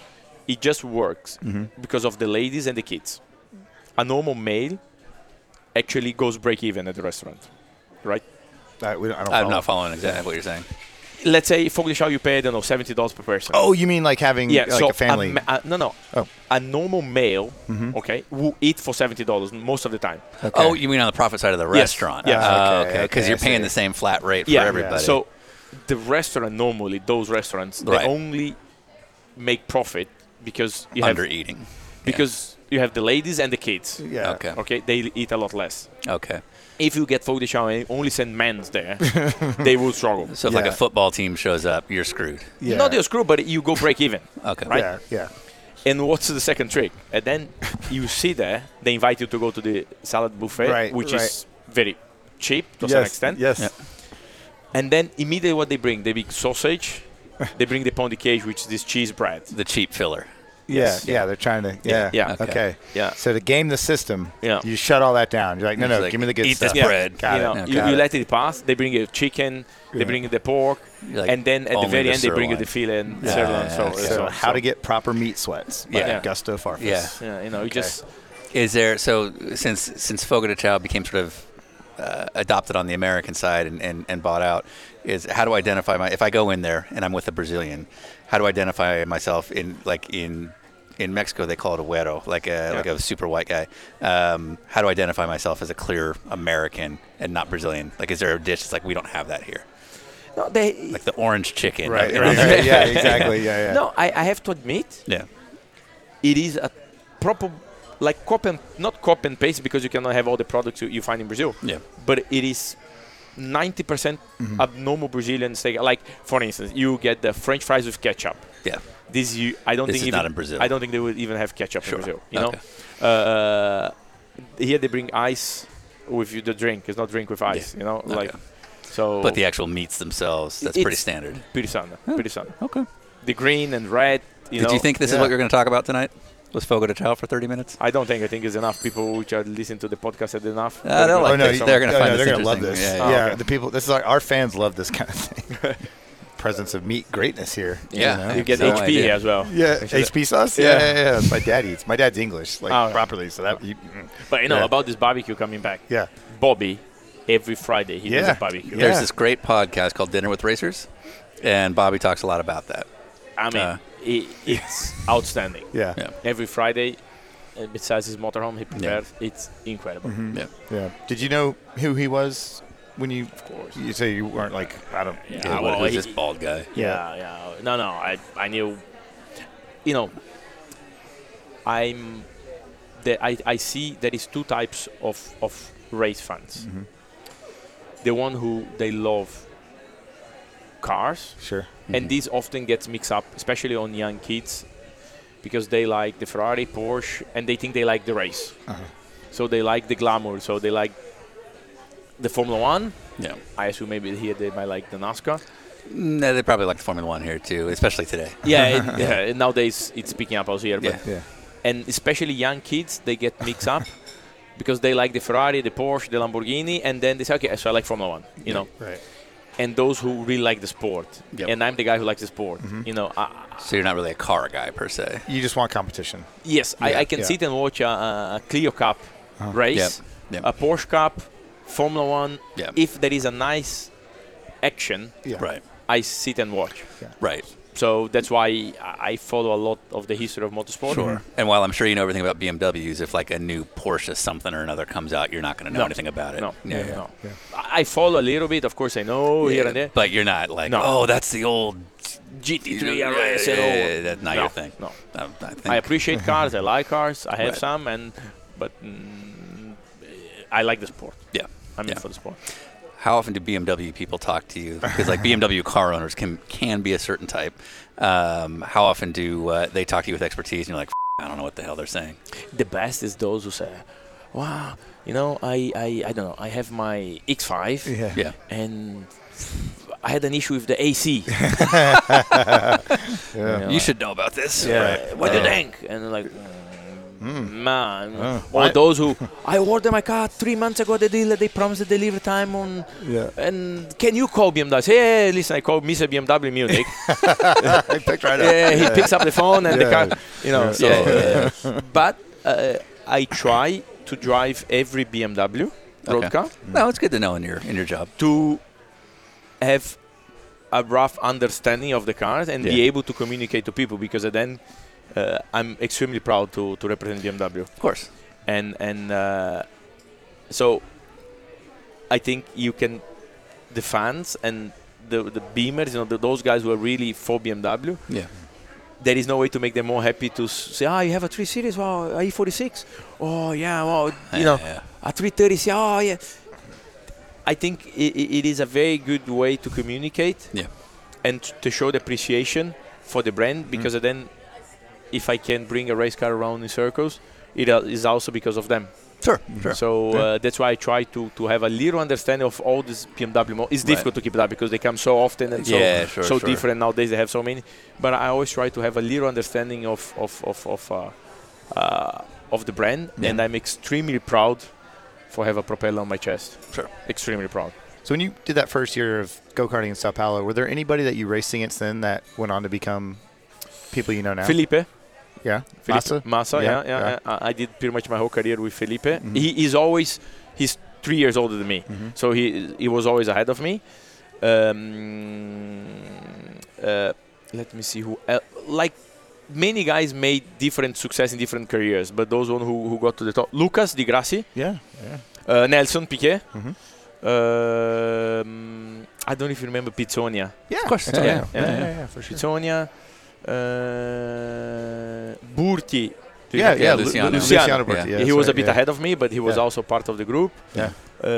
Speaker 3: it just works
Speaker 1: Mm-hmm.
Speaker 3: because of the ladies and the kids. A normal male actually goes break even at the restaurant, right?
Speaker 1: I, we don't, I don't
Speaker 2: I'm
Speaker 1: follow.
Speaker 2: not following exactly what you're saying.
Speaker 3: Let's say for the show you pay I don't know seventy dollars per person.
Speaker 1: Oh, you mean like having
Speaker 3: yeah.
Speaker 1: like
Speaker 3: so
Speaker 1: a family? Mm-hmm.
Speaker 3: ma- uh, no, no.
Speaker 1: Oh.
Speaker 3: A normal male, okay, will eat for seventy dollars most of the time.
Speaker 2: Oh, you mean on the profit side of the
Speaker 3: Yes.
Speaker 2: restaurant?
Speaker 3: Yes.
Speaker 2: Oh,
Speaker 1: Okay,
Speaker 2: okay. Because
Speaker 1: okay,
Speaker 2: you're
Speaker 1: I
Speaker 2: paying
Speaker 1: see.
Speaker 2: the same flat rate for everybody.
Speaker 3: So the restaurant normally, those restaurants,
Speaker 2: Right.
Speaker 3: they only make profit because you
Speaker 2: under
Speaker 3: have
Speaker 2: eating.
Speaker 3: because you have the ladies and the kids.
Speaker 1: Yeah.
Speaker 2: Okay.
Speaker 3: Okay, they eat a lot less.
Speaker 2: Okay.
Speaker 3: If you get Foodishan and only send men there, they will struggle.
Speaker 2: So if like a
Speaker 1: Yeah.
Speaker 2: football team shows up, you're screwed.
Speaker 1: Yeah.
Speaker 3: Not your screw, but you go break even.
Speaker 2: Okay.
Speaker 3: Right?
Speaker 1: Yeah. Yeah.
Speaker 3: And what's the second trick? And then you see there, they invite you to go to the salad buffet,
Speaker 1: Right,
Speaker 3: which
Speaker 1: right.
Speaker 3: is very cheap to some
Speaker 1: yes.
Speaker 3: extent.
Speaker 1: Yes.
Speaker 2: Yeah.
Speaker 3: And then immediately what they bring, they bring sausage, they bring the pound de cage, which is this cheese bread.
Speaker 2: The cheap filler.
Speaker 1: Yeah,
Speaker 3: Yes.
Speaker 1: yeah, they're trying to. Yeah,
Speaker 3: Yeah, yeah.
Speaker 1: okay.
Speaker 2: Okay.
Speaker 3: Yeah.
Speaker 1: So to game the system,
Speaker 3: Yeah.
Speaker 1: you shut all that down. You're like, no,
Speaker 2: It's
Speaker 1: no,
Speaker 2: like,
Speaker 1: give me the good
Speaker 2: eat this
Speaker 1: stuff.
Speaker 2: bread.
Speaker 1: Got
Speaker 3: you
Speaker 1: it.
Speaker 3: know,
Speaker 2: Yeah,
Speaker 3: you,
Speaker 1: got
Speaker 3: you
Speaker 1: it.
Speaker 3: let it pass. They bring you chicken, they bring you the pork,
Speaker 2: Like,
Speaker 3: and then at the
Speaker 2: only
Speaker 3: very
Speaker 2: the
Speaker 3: end they bring you
Speaker 2: sirloin.
Speaker 3: the filet and sirloin. So,
Speaker 1: So,
Speaker 3: so-
Speaker 1: how to get proper meat sweats? By
Speaker 2: Yeah.
Speaker 1: Gusto Farfus.
Speaker 2: Yeah.
Speaker 3: yeah, you know, you just
Speaker 2: Is there so since since Fogo de Chao became sort of uh, adopted on the American side and, and, and bought out? Is how do I identify my if I go in there and I'm with a Brazilian? How do I identify myself in like in in Mexico they call it a güero, like a like a super white guy. Um, how do I identify myself as a clear American and not Brazilian? Like, is there a dish that's like we don't have that here?
Speaker 3: no, they
Speaker 2: Like the orange chicken.
Speaker 1: Right.
Speaker 2: you know?
Speaker 1: right, right, yeah. Exactly. Yeah. Yeah.
Speaker 3: no. I, I have to admit,
Speaker 2: Yeah.
Speaker 3: it is a proper like copy and not copy and paste because you cannot have all the products you, you find in Brazil.
Speaker 2: Yeah. Mm-hmm.
Speaker 3: but it is 90% percent abnormal Brazilian steak. Like for instance, you get the French fries with ketchup.
Speaker 2: Yeah.
Speaker 3: This you, I don't
Speaker 2: This
Speaker 3: think
Speaker 2: is
Speaker 3: even,
Speaker 2: not in Brazil.
Speaker 3: I don't think they would even have ketchup
Speaker 2: Sure.
Speaker 3: in Brazil. You
Speaker 2: Okay.
Speaker 3: know, uh, here they bring ice with you the drink. It's not drink with ice. You know, like
Speaker 2: Okay.
Speaker 3: so.
Speaker 2: But the actual meats themsells, that's pretty
Speaker 3: It's-
Speaker 2: standard.
Speaker 3: pretty standard, pretty standard.
Speaker 2: Okay.
Speaker 3: The green and red. You
Speaker 2: Did
Speaker 3: know,
Speaker 2: you think this is
Speaker 1: yeah.
Speaker 2: what you're going to talk about tonight? Was Fogo de Chao for 30 minutes?
Speaker 3: I don't think. I think it's enough people which are listening to the podcast are enough.
Speaker 2: I don't
Speaker 3: But-
Speaker 2: like
Speaker 1: oh no,
Speaker 2: this. They're gonna
Speaker 1: oh,
Speaker 2: find
Speaker 1: no,
Speaker 2: this
Speaker 1: they're gonna love this.
Speaker 2: interesting.
Speaker 1: Yeah,
Speaker 2: Yeah,
Speaker 3: yeah. Oh, okay.
Speaker 1: the people. This is like our fans love this kind of thing. Presence of meat greatness here.
Speaker 2: Yeah.
Speaker 1: you know?
Speaker 3: You get
Speaker 2: No
Speaker 3: HP
Speaker 2: idea.
Speaker 3: here as well.
Speaker 1: Yeah, HP sauce.
Speaker 3: Yeah.
Speaker 1: Yeah, yeah, yeah. It's My dad eats. My dad's English, like
Speaker 3: Oh, yeah.
Speaker 1: properly. So that you, mm.
Speaker 3: But you know
Speaker 1: Yeah.
Speaker 3: about this barbecue coming back.
Speaker 1: Yeah.
Speaker 3: Bobby, every Friday he does
Speaker 1: Yeah.
Speaker 3: a barbecue.
Speaker 1: Yeah.
Speaker 2: There's this great podcast called Dinner with Racers, and Bobby talks a lot about that.
Speaker 3: I mean,
Speaker 2: Uh.
Speaker 3: i- it's outstanding.
Speaker 1: yeah,
Speaker 2: Yeah.
Speaker 1: yeah,
Speaker 3: Every Friday, uh, besides his motorhome he prepares, it's incredible.
Speaker 2: Yeah.
Speaker 1: Did you know who he was when you?
Speaker 3: Of course.
Speaker 1: You say you weren't like I don't.
Speaker 3: Yeah,
Speaker 2: Dude, what,
Speaker 3: well,
Speaker 2: who's
Speaker 3: he-
Speaker 2: this bald guy?
Speaker 3: yeah, yeah. No, no. I, I knew. You know, I'm. That I, I see there is two types of of race fans. The one who they love cars,
Speaker 1: Sure.
Speaker 3: and this often gets mixed up, especially on young kids, because they like the Ferrari, Porsche, and they think they like the race. So they like the glamour. So they like the Formula One.
Speaker 2: Yeah.
Speaker 3: I assume maybe here they might like the NASCAR.
Speaker 2: No, they probably like the Formula One here too, especially today.
Speaker 3: Yeah, it, yeah. and Nowadays it's picking up also here, but
Speaker 2: Yeah.
Speaker 1: Yeah.
Speaker 3: and especially young kids they get mixed up because they like the Ferrari, the Porsche, the Lamborghini, and then they say, okay, so I like Formula One, you know.
Speaker 1: Right.
Speaker 3: And those who really like the sport,
Speaker 2: Yep.
Speaker 3: and I'm the guy who likes the sport, you know. I,
Speaker 2: So you're not really a car guy per se.
Speaker 1: You just want competition.
Speaker 3: Yes, I,
Speaker 1: Yeah,
Speaker 3: I can
Speaker 1: yeah.
Speaker 3: sit and watch a, a Clio Cup
Speaker 2: Uh-huh.
Speaker 3: race,
Speaker 2: Yep, yep.
Speaker 3: a Porsche Cup, Formula One.
Speaker 2: Yep.
Speaker 3: If there is a nice action,
Speaker 1: Yeah.
Speaker 2: Right.
Speaker 3: I sit and watch.
Speaker 2: Right.
Speaker 3: So that's why I I follow a lot of the history of motorsport.
Speaker 2: Sure. And while I'm sure you know everything about BMWs, if like a new Porsche something or another comes out, you're not going to know
Speaker 3: No.
Speaker 2: anything about it.
Speaker 3: No,
Speaker 2: Yeah, yeah.
Speaker 3: no. I I follow a little bit. Of course, I know here and there.
Speaker 2: But you're not like,
Speaker 3: No.
Speaker 2: oh, that's the old
Speaker 3: GT3
Speaker 2: Yeah,
Speaker 3: RS
Speaker 2: yeah,
Speaker 3: and all.
Speaker 2: yeah, yeah, that's not
Speaker 3: no,
Speaker 2: your thing.
Speaker 3: No,
Speaker 2: Um, I think.
Speaker 3: I appreciate cars. I like cars. I have
Speaker 2: Right.
Speaker 3: some, and but mm, I like the sport.
Speaker 2: yeah.
Speaker 3: I'm in
Speaker 2: Yeah.
Speaker 3: for the sport.
Speaker 2: How often do BMW people talk to you? Because like BMW car owners can can be a certain type. Um, how often do uh, they talk to you with expertise? And you're like, "F- I don't know what the hell they're saying.
Speaker 3: the best is those who say, "Wow, you know, I I, I don't know, I have my X5
Speaker 1: Yeah.
Speaker 2: Yeah.
Speaker 3: and I had an issue with the AC.
Speaker 1: Yeah.
Speaker 2: You should know about this.
Speaker 1: Yeah.
Speaker 3: Uh, what do you
Speaker 2: Yeah.
Speaker 3: think?" And they're like. "Mm, Man, or
Speaker 1: Why-
Speaker 3: those who I ordered my car three months ago. The dealer they promised the delivery time on.
Speaker 1: Yeah.
Speaker 3: And can you call BMW? I say, yeah, yeah, listen, I called Mr. BMW Munich.
Speaker 1: I picked right up.
Speaker 3: yeah, he picks up the phone and the
Speaker 1: Yeah.
Speaker 3: car. You know, so
Speaker 2: Yeah.
Speaker 3: but uh, I try to drive every BMW road
Speaker 2: Okay.
Speaker 3: car
Speaker 2: No, it's good to know in your in your job.
Speaker 3: to have a rough understanding of the cars and be
Speaker 2: Yeah.
Speaker 3: able to communicate to people because then uh, I'm extremely proud to, to represent BMW
Speaker 2: Of course.
Speaker 3: and and uh, so I think you can the fans and the the beamers you know the, those guys who are really for BMW
Speaker 2: Yeah.
Speaker 3: there is no way to make them more happy to s- say, ah, you have a 3 Series, wow, a E46. Oh, yeah, wow, you know,
Speaker 2: Yeah.
Speaker 3: a 330 C, oh, yeah. I think i i- it is a very good way to communicate
Speaker 2: Yeah.
Speaker 3: and t- to show the appreciation for the
Speaker 2: Mm-hmm.
Speaker 3: brand because then if I can bring a race car around in circles, it al- is also because of them.
Speaker 2: Sure, sure.
Speaker 3: So uh, that's why I try to, to have a little understanding of all this BMW. Mo- it's
Speaker 2: Right.
Speaker 3: difficult to keep it up because they come so often and so,
Speaker 2: Yeah, sure,
Speaker 3: so
Speaker 2: sure.
Speaker 3: different nowadays. They have so many, but I always try to have a little understanding of of of of, uh, uh, of the brand, and I'm extremely proud for have a propeller on my chest.
Speaker 2: Sure.
Speaker 3: extremely proud.
Speaker 1: So when you did that first year of go karting in Sao Paulo, were there anybody that you raced against then that went on to become people you know now?
Speaker 3: Felipe,
Speaker 1: yeah,
Speaker 3: Felipe
Speaker 1: Massa?
Speaker 3: Massa, yeah, yeah. yeah. Mm-hmm. I I did pretty much my whole career with Felipe. He is always he's three years older than me, so he he was always ahead of me. Um, uh, let me see who el like many guys made different success in different careers, but those one who, who got to the top, Lucas Di Grassi,
Speaker 1: yeah,
Speaker 3: uh, Nelson Piquet.
Speaker 1: Mhm.
Speaker 3: Mm-hmm. Um, I don't know if you remember Pizzonia.
Speaker 1: yeah. Of
Speaker 2: course,
Speaker 1: yeah,
Speaker 2: yeah,
Speaker 1: yeah,
Speaker 3: yeah,
Speaker 1: yeah,
Speaker 3: yeah.
Speaker 1: yeah, for sure.
Speaker 3: Pizzonia, uh, Burti. Do you
Speaker 1: Yeah,
Speaker 3: know-
Speaker 1: yeah, Lu-
Speaker 2: Luciano.
Speaker 1: Luciano.
Speaker 3: Luciano.
Speaker 1: Berti,
Speaker 2: Yeah.
Speaker 1: that's
Speaker 3: he was a
Speaker 1: right,
Speaker 3: bit
Speaker 1: yeah.
Speaker 3: ahead of me, but he was
Speaker 1: Yeah.
Speaker 3: also part of the group.
Speaker 1: Yeah.
Speaker 3: Uh,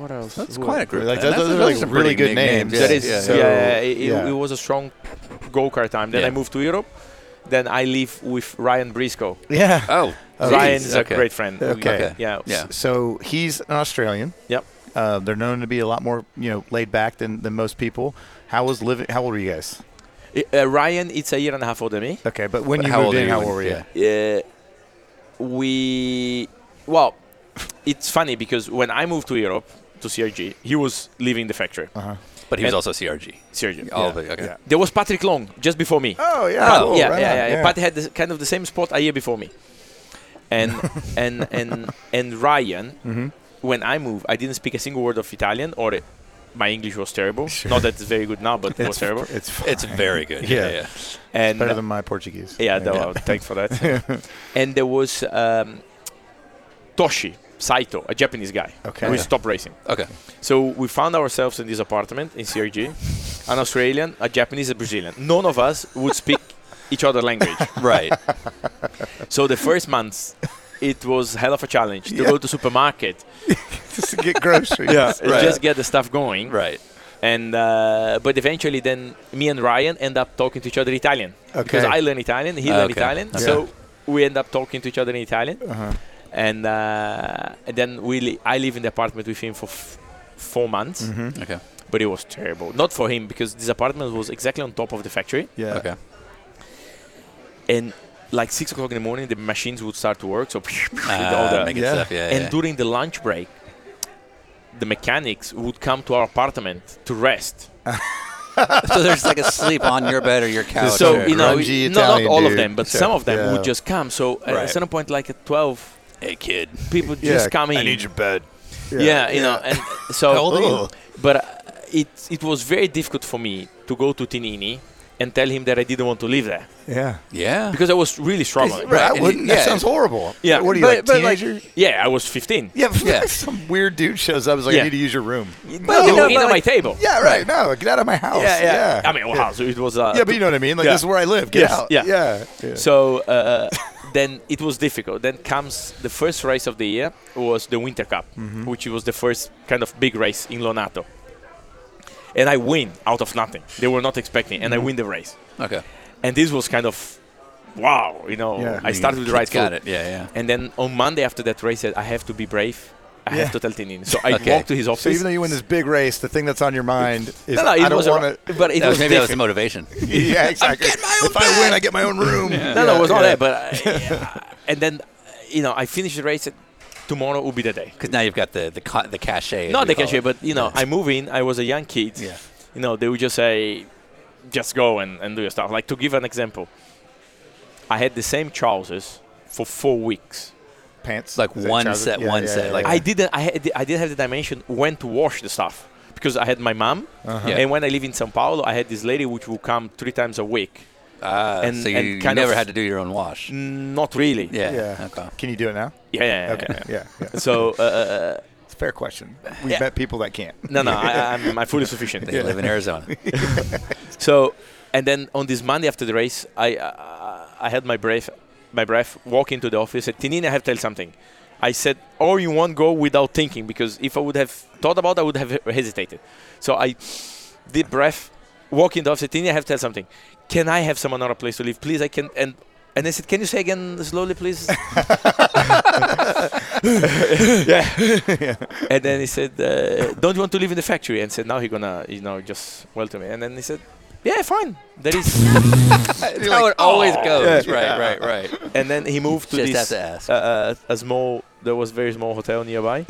Speaker 3: what else?
Speaker 2: That's
Speaker 3: Who
Speaker 2: quite a
Speaker 3: else?
Speaker 2: group.
Speaker 1: Like,
Speaker 2: man.
Speaker 1: those- those are, like,
Speaker 2: some
Speaker 1: really
Speaker 2: pretty
Speaker 1: good
Speaker 2: big
Speaker 1: names.
Speaker 3: That
Speaker 2: Yeah,
Speaker 3: is,
Speaker 2: yeah,
Speaker 3: yeah,
Speaker 1: So-
Speaker 3: it, it-
Speaker 1: yeah.
Speaker 3: it was a strong go kart time. Then I
Speaker 2: Yeah.
Speaker 3: moved to Europe. Then I live with Ryan Briscoe.
Speaker 1: Yeah.
Speaker 2: Oh,
Speaker 3: Ryan
Speaker 2: geez,
Speaker 3: is
Speaker 2: okay.
Speaker 3: a great friend. We-
Speaker 1: Okay.
Speaker 2: Okay.
Speaker 3: Yeah.
Speaker 2: Yeah.
Speaker 1: So he's an Australian.
Speaker 3: Yep.
Speaker 1: Uh, they're known to be a lot more, you know, laid back than, than most people. How was living? How old were you guys?
Speaker 3: I- uh, Ryan, it's a year and a half older than me.
Speaker 1: Okay, but when
Speaker 2: But
Speaker 1: you
Speaker 2: how
Speaker 1: moved
Speaker 2: old are
Speaker 1: in,
Speaker 2: you
Speaker 1: how
Speaker 2: when-
Speaker 1: old were you?
Speaker 2: yeah.
Speaker 3: Uh, we, well, it's funny because when I moved to Europe to CRG, he was leaving the factory.
Speaker 1: Uh-huh.
Speaker 2: But he was
Speaker 3: And-
Speaker 2: also CRG.
Speaker 3: CRG.
Speaker 2: All of it. Okay.
Speaker 1: yeah.
Speaker 3: There was Patrick Long just before me.
Speaker 1: Oh yeah.
Speaker 3: Pat- yeah, yeah, yeah, Pat had the, kind of the same spot a year before me, and and and and Ryan.
Speaker 1: Mm-hmm.
Speaker 3: When I moved, I didn't speak a single word of Italian, or it, my English was terrible. Not that it's very good now, but it was terrible.
Speaker 1: It's fine.
Speaker 2: It's very good.
Speaker 1: Yeah.
Speaker 2: Yeah. yeah.
Speaker 3: and uh,
Speaker 1: better than my Portuguese.
Speaker 3: yeah, that was- thanks for that. and there was um, Toshi Saito, a Japanese guy,
Speaker 1: Okay.
Speaker 3: who stopped racing.
Speaker 2: Okay.
Speaker 3: So we found ourselves in this apartment in CRG, an Australian, a Japanese, a Brazilian. None of us would speak each other language.
Speaker 2: Right.
Speaker 3: So the first months, it was hell of a challenge to go to supermarket,
Speaker 1: Just to get groceries.
Speaker 3: and
Speaker 2: Right.
Speaker 3: just get the stuff going,
Speaker 2: right.
Speaker 3: and uh, but eventually then me and Ryan end up talking to each other Italian because
Speaker 1: Okay.
Speaker 3: I learn Italian, he learned
Speaker 2: Okay.
Speaker 3: Italian,
Speaker 2: Okay.
Speaker 3: so we end up talking to each other in Italian,
Speaker 1: Uh-huh.
Speaker 3: and, uh, and then we li- I live in the apartment with him for f- four months,
Speaker 2: Okay.
Speaker 3: but it was terrible. Not for him because this apartment was exactly on top of the factory,
Speaker 1: Yeah.
Speaker 2: Okay.
Speaker 3: and like six o'clock in the morning the machines would start to work, so with all
Speaker 2: Uh,
Speaker 3: the-
Speaker 2: making
Speaker 1: Yeah.
Speaker 2: stuff. Yeah.
Speaker 3: and
Speaker 1: Eh.
Speaker 2: yeah.
Speaker 3: during the lunch break the mechanics would come to our apartment to rest
Speaker 1: Eh,
Speaker 2: so there's like a sleep on your bed or your couch.
Speaker 3: so
Speaker 2: or-
Speaker 3: you know
Speaker 1: grungy
Speaker 3: we- no, not
Speaker 1: Italian
Speaker 3: all of
Speaker 1: dude.
Speaker 3: them but
Speaker 1: Sure.
Speaker 3: some of them
Speaker 1: Yeah.
Speaker 3: would just come so at a
Speaker 2: Right.
Speaker 3: certain point like at 12
Speaker 2: hey kid.
Speaker 3: people
Speaker 1: Yeah,
Speaker 3: just come in
Speaker 1: bed.
Speaker 3: yeah, you know and so
Speaker 2: How old are you?
Speaker 3: but uh, it it was very difficult for me to go to Tinini and tell him that I didn't want to live there
Speaker 1: Yeah.
Speaker 2: Yeah.
Speaker 3: because I was really struggling
Speaker 2: Right,
Speaker 1: I
Speaker 2: and
Speaker 1: wouldn't.
Speaker 2: he-
Speaker 1: That
Speaker 2: yeah.
Speaker 1: sounds horrible.
Speaker 3: Yeah,
Speaker 1: What are you,
Speaker 3: but-
Speaker 1: like,
Speaker 3: but, like-
Speaker 1: teenager?
Speaker 3: yeah I was 15
Speaker 1: yeah,
Speaker 2: Yeah.
Speaker 1: some weird dude shows up. Is like,
Speaker 3: Yeah.
Speaker 1: I need to use your room.
Speaker 3: no, they
Speaker 1: no,
Speaker 3: were in
Speaker 1: but
Speaker 3: at my table
Speaker 1: Yeah, right. No, get out of my house.
Speaker 3: yeah, yeah. I mean wow so it was uh,
Speaker 1: Yeah, but you know what I mean. Like,
Speaker 3: Yeah.
Speaker 1: this is where I live. Get
Speaker 3: Yes,
Speaker 1: out.
Speaker 3: yeah.
Speaker 1: yeah. yeah.
Speaker 3: So uh, then it was difficult. Then comes the first race of the year was the Winter Cup,
Speaker 1: Mm-hmm.
Speaker 3: which was the first kind of big race in Lonato. And I win out of nothing. They were not expecting,
Speaker 1: Mm-hmm.
Speaker 3: and I win the race.
Speaker 2: Okay.
Speaker 3: And this was kind of wow, you know.
Speaker 1: Yeah.
Speaker 3: I started with the right
Speaker 2: Got
Speaker 3: foot.
Speaker 2: it. Yeah. Yeah.
Speaker 3: And then on Monday after that race, I said, I have to be brave. I have to tell Tinin. So I
Speaker 2: Okay.
Speaker 3: walked to his office.
Speaker 1: So even though you win this big race, the thing that's on your mind is
Speaker 3: no, no, it
Speaker 1: I don't
Speaker 3: was a-
Speaker 1: want to.
Speaker 3: but it
Speaker 2: That was,
Speaker 3: was
Speaker 2: maybe that was the
Speaker 3: different.
Speaker 2: motivation.
Speaker 1: Yeah, exactly. if I win, I get my own room.
Speaker 3: No, no, it was
Speaker 1: Yeah,
Speaker 3: all
Speaker 1: yeah.
Speaker 3: that. But uh, yeah. and then, uh, you know, I finished the race. and Tomorrow will be the day.
Speaker 2: Because now you've got the the ca- the cachet. as
Speaker 3: Not
Speaker 2: we
Speaker 3: the
Speaker 2: call
Speaker 3: cashier,
Speaker 2: it.
Speaker 3: but you know, I move in. I was a young kid.
Speaker 2: Yeah.
Speaker 3: You know, they would just say, "Just go and, and do your stuff." Like to give an example, I had the same trousers for four weeks.
Speaker 1: Pants.
Speaker 2: Like
Speaker 1: Is that
Speaker 2: one
Speaker 1: trousers?
Speaker 2: set, one set, like-
Speaker 3: I didn't. I had. I didn't have the dimension when to wash the stuff because I had my mom,
Speaker 2: Yeah.
Speaker 3: and when I live in São Paulo, I had this lady which would come three times a week.
Speaker 2: Ah,
Speaker 3: and-
Speaker 2: so you,
Speaker 3: and
Speaker 2: you
Speaker 3: kind
Speaker 2: never
Speaker 3: of- Mm,
Speaker 2: had to do your own wash.
Speaker 3: Not really.
Speaker 2: Yeah.
Speaker 1: Yeah.
Speaker 2: Okay.
Speaker 1: Can you do it now?
Speaker 3: Yeah. yeah, yeah,
Speaker 1: Okay.
Speaker 3: yeah.
Speaker 1: Yeah. yeah.
Speaker 3: So uh, uh,
Speaker 1: It's a fair question. We've
Speaker 3: Yeah.
Speaker 1: met people that can't.
Speaker 3: no, no, I, I'm, I'm fully sufficient.
Speaker 2: They live in Arizona.
Speaker 3: So, And then on this Monday after the race, I uh, I had my breath, my breath. Walk into the office. Said, Tinini, I have to tell something. I said, "Oh, you won't go without thinking," because if I would have thought about, it, I would have hesitated. So I deep breath, walk in the office. Tinini, I have to tell something. Can I have some another place to live, please? I can. And and I said, "Can you say again slowly, please?" and then he said, uh, "Don't you want to live in the factory?" And said, "Now he gonna, you know, just welcome me." And then he said, "Yeah, fine. There is."
Speaker 2: That's how it always goes. Right, right, right.
Speaker 3: and then he moved to
Speaker 2: Just
Speaker 3: this
Speaker 2: have to ask.
Speaker 3: uh, uh, a small. There was very small hotel nearby,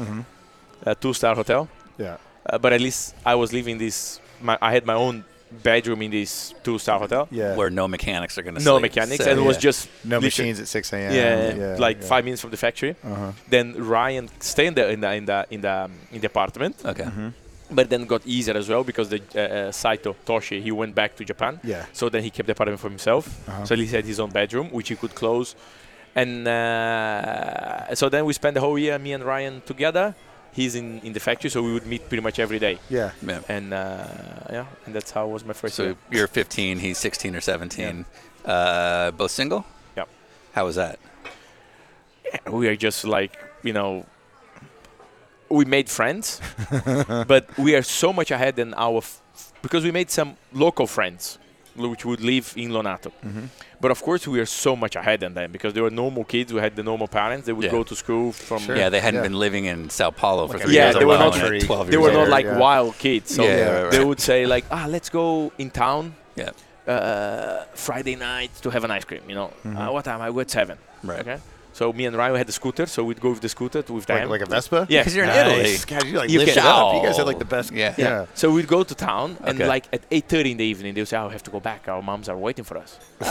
Speaker 3: a two-star hotel.
Speaker 1: Yeah.
Speaker 3: Uh, but at least I was living this. My, I had my own bedroom in this two-star hotel.
Speaker 1: Yeah.
Speaker 2: Where no mechanics are going to
Speaker 3: No mechanics, and it was just
Speaker 1: no
Speaker 3: literally-
Speaker 1: machines at 6 a.m.
Speaker 3: yeah, like
Speaker 1: yeah. Uh-huh.
Speaker 3: five minutes from the factory. Then Ryan stayed in the in the in the in the, um, in the apartment,
Speaker 2: Okay.
Speaker 3: but then got easier as well because the uh, uh, Saito Toshi he went back to Japan.
Speaker 1: Yeah.
Speaker 3: So then he kept the apartment for himself. So he had his own bedroom, which he could close. And uh, so then we spent the whole year, me and Ryan together. He's in, in the factory, so we would meet pretty much every day.
Speaker 1: Yeah.
Speaker 2: Yeah.
Speaker 3: And uh, yeah, and that's how was my first
Speaker 2: So
Speaker 3: year.
Speaker 2: you're 15, he's 16 or 17. Uh, both single?
Speaker 3: Yeah.
Speaker 2: How was that?
Speaker 3: we are just like you know we made friends but we are so much ahead than our f- because we made some local friends l- which would live in Lonato. But of course, we are so much ahead than them because they were normal kids. We had the normal parents. They would
Speaker 2: Yeah.
Speaker 3: go to school from
Speaker 2: Yeah, they hadn't
Speaker 1: Yeah.
Speaker 2: been living in Sao Paulo for three
Speaker 3: yeah,
Speaker 2: years
Speaker 3: they were
Speaker 2: alone
Speaker 3: not
Speaker 2: at
Speaker 1: free.
Speaker 2: 12
Speaker 3: they
Speaker 2: years
Speaker 3: were not
Speaker 2: old.
Speaker 3: like
Speaker 1: yeah.
Speaker 3: wild kids. So
Speaker 2: Yeah, right,
Speaker 3: they
Speaker 2: right.
Speaker 3: would say like, ah, let's go in town
Speaker 2: Yeah.
Speaker 3: uh, Friday night to have an ice cream. You know, uh, what time? I go at seven.
Speaker 2: Right.
Speaker 3: Okay. So me and Ryan had the scooter, so we'd go with the scooter to, with
Speaker 1: Like,
Speaker 3: them.
Speaker 1: like a Vespa?
Speaker 3: Yeah,
Speaker 2: Because you're in Italy.
Speaker 1: God, you like
Speaker 3: You
Speaker 1: lifted
Speaker 3: can-
Speaker 1: up. You guys had like the best.
Speaker 2: Yeah.
Speaker 1: Yeah.
Speaker 3: So we'd go to town, and
Speaker 2: Okay.
Speaker 3: like at 8:30 in the evening, they would say, "Oh, we have to go back. Our moms are waiting for us."
Speaker 2: Oh,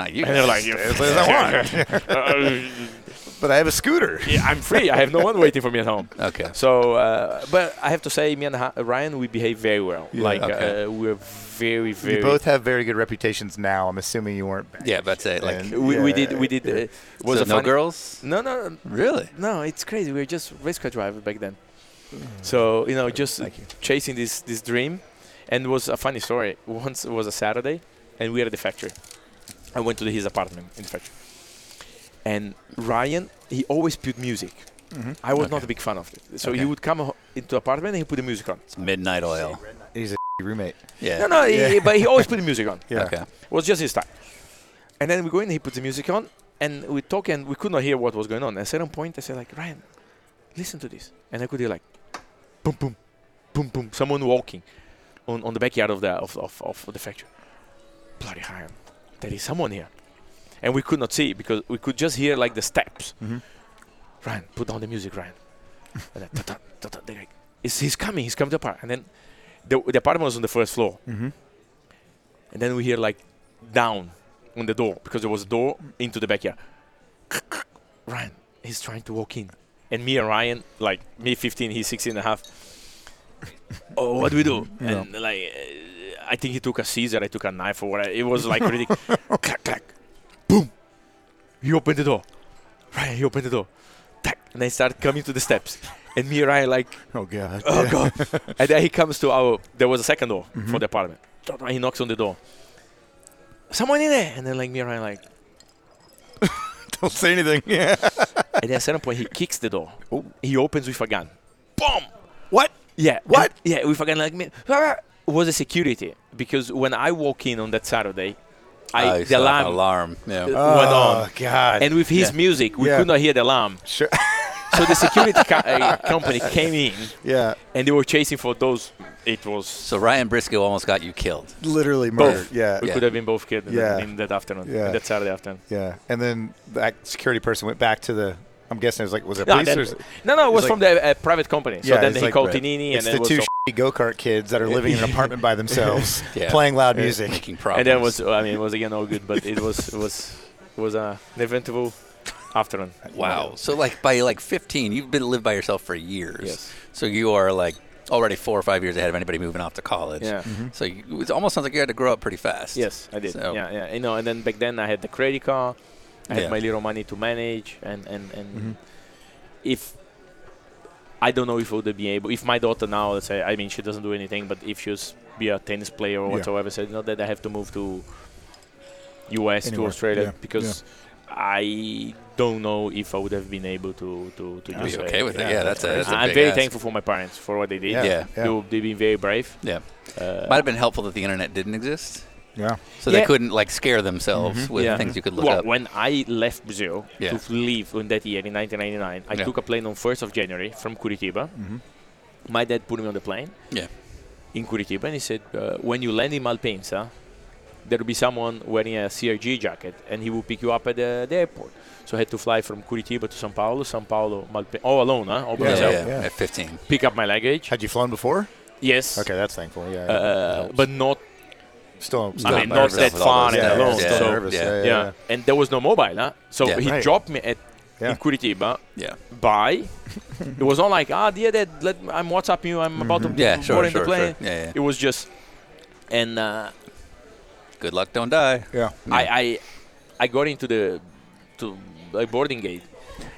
Speaker 2: not you.
Speaker 3: And they're like,
Speaker 1: That's what I want. But I have a scooter.
Speaker 3: "Yeah, "I'm free. I have no one waiting for me at home."
Speaker 2: okay.
Speaker 3: So, uh, but I have to say, me and Ha- Ryan, we behave very well. like
Speaker 2: okay.
Speaker 3: uh, we're very, very.
Speaker 1: You both have very good reputations now. I'm assuming you weren't back.
Speaker 2: Yeah, that's it. Like,
Speaker 1: And-
Speaker 3: we, we
Speaker 1: Yeah,
Speaker 3: did. We did. Uh, was
Speaker 2: so
Speaker 3: a
Speaker 2: no
Speaker 3: funny-
Speaker 2: girls?
Speaker 3: No, no,
Speaker 2: Really?
Speaker 3: no. It's crazy. We were just race car driver back then.
Speaker 2: Mm.
Speaker 3: So you know, just chasing this this dream, and it was a funny story. Once it was a Saturday, and we were at the factory. I went to his apartment in the factory, and Ryan he always put music. I was not a big fan of it, so he
Speaker 2: Mm-hmm. Okay.
Speaker 3: would come ho- into apartment and he put the music on.
Speaker 2: It's midnight oil.
Speaker 1: He's a roommate.
Speaker 2: Yeah.
Speaker 3: No, no, he- he- but he always put the music on.
Speaker 1: Yeah.
Speaker 2: Okay.
Speaker 3: It was just his time. And then we go in, he put the music on, and we talk, and we could not hear what was going on. At a certain point, I said, like, Ryan, listen to this. And I could hear, like, boom, boom, boom, boom, someone walking on, on the backyard of the, of, of, of the factory. Bloody Ryan, there is someone here. And we could not see because we could just hear, like, the steps. Ryan, put down the music, Ryan. and then, ta-ta, ta-ta, they're like, "He's- he's coming, he's coming to the apartment. And then the, the apartment was on the first floor. And then we hear like down on the door because there was a door into the backyard. Ryan, he's trying to walk in. And me and Ryan, like me 15, he's 16 and a half. Oh, what do we do? And like, uh, I think he took a scissor, I took a knife or whatever. It was like ridiculous. clack, clack. Boom. He opened the door. Ryan, he opened the door. Tack. And I started coming to the steps. And me and Ryan, like,
Speaker 1: Oh, God.
Speaker 3: Oh god! and then he comes to our. There was a second door for the apartment. He knocks on the door. Someone in there, and then like me and Ryan like.
Speaker 1: Don't say anything. Yeah.
Speaker 3: And then at a certain point, he kicks the door. He opens with a gun. Boom!
Speaker 1: What?
Speaker 3: Yeah.
Speaker 1: What?
Speaker 3: and- yeah, with a gun like me. Was a security because when I walk in on that Saturday,
Speaker 2: Oh,
Speaker 3: I
Speaker 2: you
Speaker 3: the
Speaker 2: still have
Speaker 3: alarm Uh,
Speaker 2: an alarm. Yeah.
Speaker 3: went on,
Speaker 1: Oh, God.
Speaker 3: and with his
Speaker 2: Yeah.
Speaker 3: music, we
Speaker 1: Ah. Yeah.
Speaker 3: could not hear the alarm.
Speaker 1: Sure.
Speaker 3: So the security co- uh, company came in,
Speaker 1: yeah.
Speaker 3: and they were chasing for those. It was
Speaker 2: So Ryan Briscoe almost got you killed.
Speaker 1: Literally murdered.
Speaker 3: Both.
Speaker 1: Yeah.
Speaker 3: We
Speaker 2: Yeah.
Speaker 3: could have been both killed in,
Speaker 1: Yeah.
Speaker 3: that, in that afternoon, in
Speaker 1: Yeah.
Speaker 3: that Saturday afternoon.
Speaker 1: Yeah. And then that security person went back to the. I'm guessing it was like, was it
Speaker 3: No,
Speaker 1: police
Speaker 3: then-
Speaker 1: or? s-
Speaker 3: no, no, it was
Speaker 1: like-
Speaker 3: from the uh, private company. So
Speaker 1: Yeah,
Speaker 3: then
Speaker 1: it's
Speaker 3: he
Speaker 1: like-
Speaker 3: called
Speaker 1: right.
Speaker 3: Tinini, and
Speaker 1: It's
Speaker 3: then it
Speaker 1: the
Speaker 3: was
Speaker 1: two
Speaker 3: so-
Speaker 1: go kart kids that are living in an apartment by themselves,
Speaker 2: Yeah.
Speaker 1: playing loud music.
Speaker 2: Making problems.
Speaker 3: and then it was. I mean, it was again all good, but it was it was it was uh, an eventful afternoon.
Speaker 2: Wow. So like by like 15, you've been lived by yourself for years.
Speaker 3: Yes.
Speaker 2: So you are like already four or five years ahead of anybody moving off to college.
Speaker 3: Yeah.
Speaker 2: So you, it almost sounds like you had to grow up pretty fast.
Speaker 3: Yes, I did.
Speaker 2: So-
Speaker 3: Yeah, yeah. You know, and then back then I had the credit card. I
Speaker 2: Yeah. Mm-hmm.
Speaker 3: had my little money to manage, and and and if I don't know if I would be able, if my daughter now, let's say, I mean, she doesn't do anything, but if she's be a tennis player or
Speaker 9: Yeah.
Speaker 3: whatsoever. So it's not that I have to move to US to
Speaker 9: Anywhere.
Speaker 3: Australia
Speaker 9: Yeah.
Speaker 3: because I don't know if I would have been able to to, to
Speaker 2: Be
Speaker 3: do
Speaker 2: okay with it. Yeah, that's, a, that's a
Speaker 3: I'm
Speaker 2: big
Speaker 3: very
Speaker 2: ask.
Speaker 3: thankful for my parents for what they did.
Speaker 2: Yeah. Yeah.
Speaker 9: Yeah.
Speaker 3: They, they've been very brave.
Speaker 2: Yeah.
Speaker 3: Uh,
Speaker 2: Might have been helpful that the internet didn't exist.
Speaker 9: Yeah.
Speaker 2: So they
Speaker 3: Yeah.
Speaker 2: couldn't like scare themselves with
Speaker 3: Yeah.
Speaker 2: things you could look
Speaker 3: Mm-hmm. well,
Speaker 2: up.
Speaker 3: when I left Brazil
Speaker 2: Yeah.
Speaker 3: to leave in that year in 1999, I
Speaker 2: Yeah. Mm-hmm.
Speaker 3: took a plane on 1st of January from Curitiba. My dad put me on the plane
Speaker 2: Yeah.
Speaker 3: in Curitiba and he said, uh, when you land in Malpensa, there will be someone wearing a CRG jacket and he will pick you up at the, the airport. So I had to fly from Curitiba to Sao Paulo, Sao Paulo, Malpensa, all alone, huh? All by
Speaker 2: yeah,
Speaker 3: myself.
Speaker 2: yeah,
Speaker 9: yeah.
Speaker 2: At 15.
Speaker 3: Pick up my luggage.
Speaker 1: Had you flown before?
Speaker 3: Yes.
Speaker 1: Okay, that's thankful. Yeah.
Speaker 3: Uh, but not,
Speaker 1: still,
Speaker 3: I
Speaker 1: still
Speaker 3: mean,
Speaker 2: by
Speaker 3: not
Speaker 2: yourself
Speaker 3: that
Speaker 2: with all
Speaker 3: far and
Speaker 2: those
Speaker 1: yeah,
Speaker 3: alone.
Speaker 2: nerves.
Speaker 1: still
Speaker 3: So,
Speaker 1: nervous.
Speaker 2: yeah,
Speaker 1: Yeah, yeah,
Speaker 3: yeah. and there was no mobile, huh? So
Speaker 2: Yeah.
Speaker 3: he
Speaker 1: Right.
Speaker 3: dropped me at
Speaker 1: Yeah.
Speaker 3: in Curitiba. Bye. it was not like ah, dear dad, let I'm WhatsApping you. I'm about to
Speaker 2: Mm-hmm. Yeah,
Speaker 3: board
Speaker 2: sure,
Speaker 3: in
Speaker 2: sure,
Speaker 3: the plane.
Speaker 2: sure. Yeah, yeah.
Speaker 3: It was just, and uh,
Speaker 2: Good luck, don't die.
Speaker 9: Yeah.
Speaker 3: I, I I got into the to a boarding gate.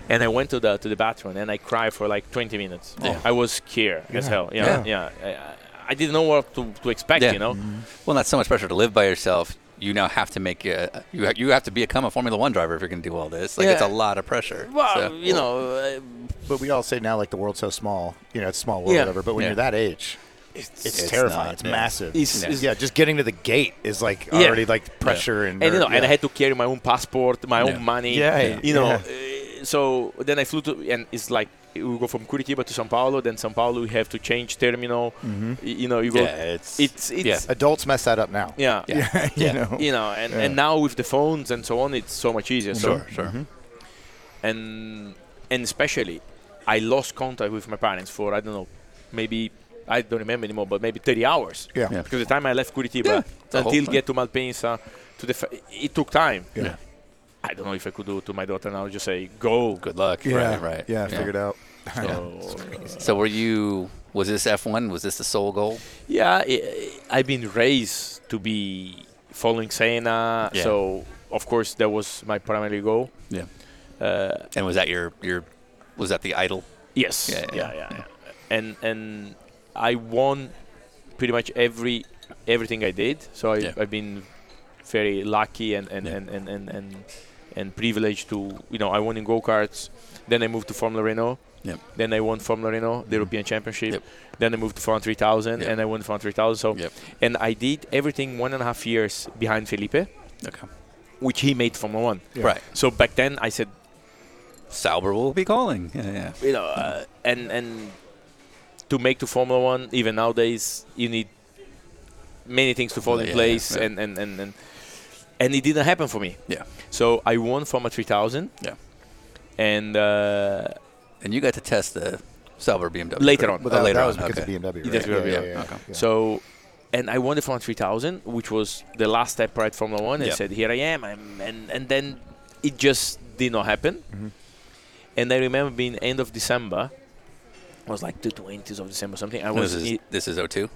Speaker 3: And I went to the to the bathroom and I cried for like 20 minutes.
Speaker 2: Yeah.
Speaker 3: I was scared as hell. Yeah, yeah. I- I, I didn't know what to, to expect.
Speaker 2: Yeah. Mm-hmm.
Speaker 3: You know,
Speaker 2: Well, not so much pressure to live by yourself. You now have to make a, you ha- you have to become a Formula One driver if you're going to do all this. Like it's a
Speaker 3: Yeah.
Speaker 2: lot of pressure.
Speaker 3: well,
Speaker 2: So-
Speaker 3: you know, uh,
Speaker 1: But we all say now, like the world's so small. You know, it's a small world,
Speaker 3: Yeah.
Speaker 1: whatever. But when
Speaker 2: Yeah.
Speaker 1: you're that age, it's,
Speaker 2: it's
Speaker 1: terrifying.
Speaker 2: not,
Speaker 1: it's
Speaker 2: yeah.
Speaker 1: massive.
Speaker 2: It's- it's-
Speaker 1: yeah, just getting to the gate is like
Speaker 3: Yeah.
Speaker 1: already like pressure and
Speaker 3: and you know,
Speaker 1: yeah.
Speaker 3: and I had to carry my own passport, my
Speaker 2: Yeah.
Speaker 3: own money.
Speaker 1: Yeah, Yeah.
Speaker 3: you know.
Speaker 1: yeah.
Speaker 3: Uh, so then I flew to, and it's like we go from Curitiba to São Paulo. Then São Paulo, we have to change terminal. Y- You know, you go.
Speaker 2: yeah, it's,
Speaker 3: It's it's
Speaker 2: yeah.
Speaker 1: adults mess that up now.
Speaker 3: yeah.
Speaker 2: yeah,
Speaker 9: You know.
Speaker 3: You know, and, and now with the phones and so on, it's so much easier. So, Mhm.
Speaker 2: sure, sure.
Speaker 3: And and especially, I lost contact with my parents for I don't know, maybe I don't remember anymore, but maybe 30 hours.
Speaker 9: Yeah.
Speaker 2: Yeah.
Speaker 3: Because the time I left Curitiba
Speaker 2: Yeah, it's a whole
Speaker 3: until
Speaker 2: thing.
Speaker 3: get to Malpensa, to the fa- it took time.
Speaker 9: Yeah.
Speaker 3: I don't know if I could do it to my daughter now. Just say go.
Speaker 2: Good luck.
Speaker 9: Yeah.
Speaker 2: Right, right.
Speaker 9: Yeah, I figured out.
Speaker 3: Uh,
Speaker 2: Oh.
Speaker 3: So,
Speaker 2: So were you? Was this F1? Was this the sole goal?
Speaker 3: yeah, I, I've been raised to be following Senna,
Speaker 2: Yeah.
Speaker 3: so of course that was my primary goal.
Speaker 2: Yeah.
Speaker 3: Uh,
Speaker 2: And was that your your? Was that the idol?
Speaker 3: Yes.
Speaker 2: Yeah,
Speaker 3: Yeah,
Speaker 2: yeah,
Speaker 3: yeah, yeah. And and I won pretty much every everything I did. So I,
Speaker 2: Yeah.
Speaker 3: I've been very lucky and and,
Speaker 2: Yeah.
Speaker 3: and, and, and, and and privileged to you know I won in go karts. Then I moved to Formula Renault.
Speaker 2: Yep.
Speaker 3: Then I won Formula Renault, the European Championship.
Speaker 2: Mm-hmm. Yep.
Speaker 3: Then I moved to Formula 3000,
Speaker 2: Yep.
Speaker 3: and I won Formula 3000. So,
Speaker 2: Yep.
Speaker 3: and I did everything one and a half years behind Felipe,
Speaker 2: Okay.
Speaker 3: which he made Formula One.
Speaker 2: Right.
Speaker 3: So back then I said,
Speaker 2: Sauber will be calling. Yeah, yeah.
Speaker 3: you know, uh, and and to make to Formula One, even nowadays, you need many things to fall
Speaker 2: Yeah,
Speaker 3: in
Speaker 2: yeah,
Speaker 3: place,
Speaker 2: yeah.
Speaker 3: And, and and and and it didn't happen for me.
Speaker 2: Yeah.
Speaker 3: So I won Formula 3000.
Speaker 2: Yeah.
Speaker 3: And uh,
Speaker 2: And you got to test the Sauber BMW
Speaker 3: Later on.
Speaker 2: Oh,
Speaker 1: But that,
Speaker 2: later
Speaker 1: that
Speaker 2: on.
Speaker 1: was because
Speaker 2: okay.
Speaker 1: of BMW.
Speaker 3: It
Speaker 1: Right?
Speaker 3: is BMW,
Speaker 1: yeah,
Speaker 3: yeah.
Speaker 1: yeah,
Speaker 2: Okay.
Speaker 1: yeah.
Speaker 3: so, and I won the Formula 3000, which was the last step right Formula One. And
Speaker 2: Yeah.
Speaker 3: said, here I am, I'm, and and then it just did not happen.
Speaker 2: Mm-hmm.
Speaker 3: And I remember being end of December. Was like the 20th of December something. I was
Speaker 2: This is
Speaker 3: i-
Speaker 2: this is 02?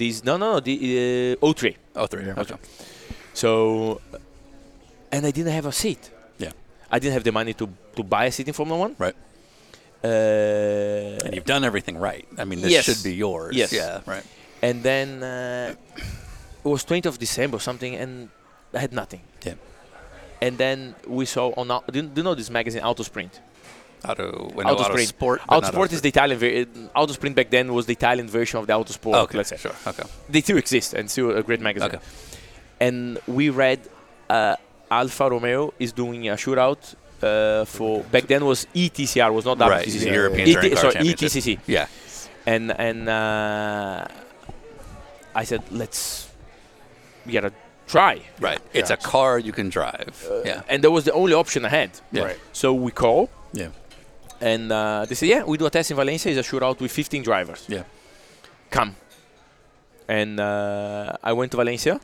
Speaker 3: these no no no the uh, 03.
Speaker 2: 03.
Speaker 9: Yeah.
Speaker 2: Okay.
Speaker 3: So, and I didn't have a seat.
Speaker 2: Yeah.
Speaker 3: I didn't have the money to, to buy a seat in Formula One.
Speaker 2: Right.
Speaker 3: Uh,
Speaker 2: And you've done everything right. I mean, this
Speaker 3: Yes.
Speaker 2: should be yours.
Speaker 3: Yes.
Speaker 2: Yeah. Right.
Speaker 3: and then uh, it was 20th of December or something, and I had nothing.
Speaker 2: Yeah.
Speaker 3: And then we saw on Au- do, you- do you know this magazine Autosprint?
Speaker 2: Auto. Well, no,
Speaker 3: Auto Sprint.
Speaker 2: Autosport. but not
Speaker 3: Autosport is the Italian. Ver- Autosprint back then was the Italian version of the Autosport.
Speaker 2: Okay.
Speaker 3: Let's say
Speaker 2: Sure. Okay.
Speaker 3: they still exist and still a great magazine.
Speaker 2: Okay.
Speaker 3: and we read uh, Alfa Romeo is doing a shootout uh, for back then was E ETCR was not
Speaker 2: Right.
Speaker 3: WTCC.
Speaker 2: the European
Speaker 3: ET
Speaker 2: Touring Car
Speaker 3: E sorry,
Speaker 2: Championship.
Speaker 3: ETCC
Speaker 2: Yeah.
Speaker 3: and and uh, I said let's we gotta try
Speaker 2: Right. It's a car you can drive. yeah.
Speaker 3: Uh, and that was the only option I had
Speaker 2: Yeah. Right.
Speaker 3: so we call
Speaker 2: Yeah.
Speaker 3: and uh, they said yeah we do a test in Valencia it's a shootout with 15 drivers
Speaker 2: Yeah.
Speaker 3: come. And uh, I went to Valencia,